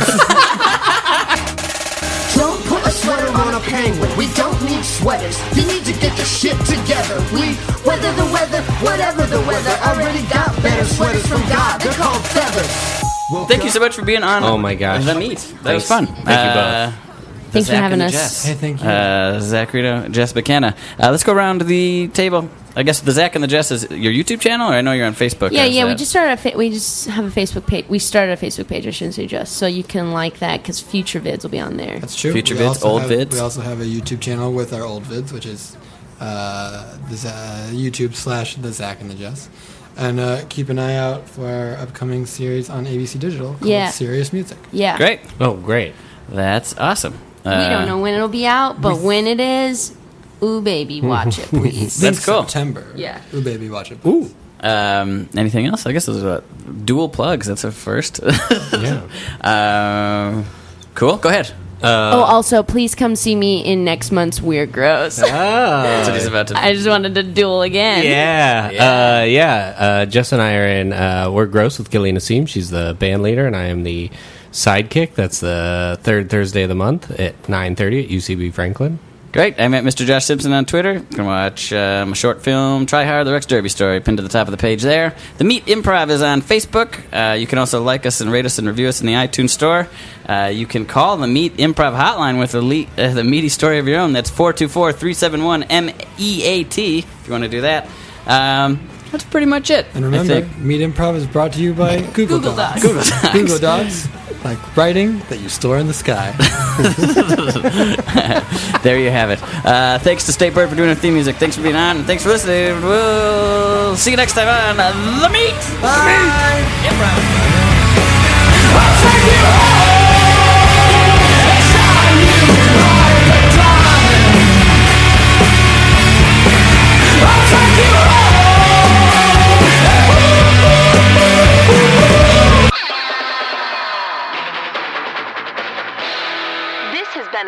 Speaker 11: Don't put a sweater on a penguin. We don't need sweaters. You need to get your shit together. We weather the weather, whatever the weather. Already got better sweaters from God. They're called feathers.
Speaker 3: Thank you so much for being on.
Speaker 8: Oh my gosh.
Speaker 3: the meet. That was fun.
Speaker 8: Thanks.
Speaker 3: Uh,
Speaker 8: Thank you both.
Speaker 5: Thanks for
Speaker 3: Zach
Speaker 5: having
Speaker 3: and the
Speaker 5: us.
Speaker 3: Jess.
Speaker 4: Hey, thank you.
Speaker 3: Uh, Zach Rito, Jess McKenna. Uh, let's go around the table. I guess the Zach and the Jess is your YouTube channel, or I know you're on Facebook.
Speaker 5: Yeah,
Speaker 3: How's
Speaker 5: yeah. We
Speaker 3: that?
Speaker 5: just started. A fa- we just have a Facebook page. We started a Facebook page. I shouldn't say just. So you can like that because future vids will be on there.
Speaker 4: That's true.
Speaker 3: Future
Speaker 4: We
Speaker 3: vids,
Speaker 4: also
Speaker 3: old
Speaker 4: have-
Speaker 3: vids.
Speaker 4: We also have a YouTube channel with our old vids, which is uh, this, uh, YouTube slash the Zach and the Jess. And uh, keep an eye out for our upcoming series on ABC Digital called
Speaker 5: Yeah.
Speaker 4: Serious Music.
Speaker 5: yeah,
Speaker 3: great.
Speaker 8: Oh, great.
Speaker 3: That's awesome. Um,
Speaker 5: We
Speaker 3: Uh,
Speaker 5: don't know when it'll be out, but when it is, ooh baby, watch it, please.
Speaker 3: That's
Speaker 4: In
Speaker 3: cool.
Speaker 4: September.
Speaker 5: Yeah.
Speaker 4: Ooh, baby, watch it.
Speaker 8: Ooh.
Speaker 3: Um, anything else? I guess those are uh, dual plugs. That's a first.
Speaker 8: Yeah.
Speaker 3: um, cool. Go ahead.
Speaker 4: Uh,
Speaker 5: oh, also, please come see me in next month's Weird Gross.
Speaker 8: Oh.
Speaker 3: That's what he's about to.
Speaker 5: I just wanted to duel again.
Speaker 8: Yeah, yeah. Uh, yeah. Uh, Jess and I are in. Uh, we're gross with Gillian Nassim. She's the band leader, and I am the sidekick. That's the third Thursday of the month at nine thirty at UCB Franklin.
Speaker 3: Great. I met Mr. Josh Simpson on Twitter. You can watch uh, my short film, Try Hard, The Rex Derby Story, pinned to the top of the page there. The Meat Improv is on Facebook. Uh, you can also like us and rate us and review us in the iTunes store. Uh, you can call the Meat Improv hotline with a le- uh, the meaty story of your own. That's 424 371 MEAT E if you want to do that. Um, that's pretty much it.
Speaker 4: And
Speaker 3: I
Speaker 4: remember,
Speaker 3: think.
Speaker 4: Meat Improv is brought to you by Google,
Speaker 5: Google Docs.
Speaker 4: Google Docs. Google Docs, like writing that you store in the sky.
Speaker 3: There you have it. Uh, thanks to State Bird for doing our theme music. Thanks for being on, and thanks for listening. We'll see you next time on The Meat. The Meat Improv.
Speaker 1: This has been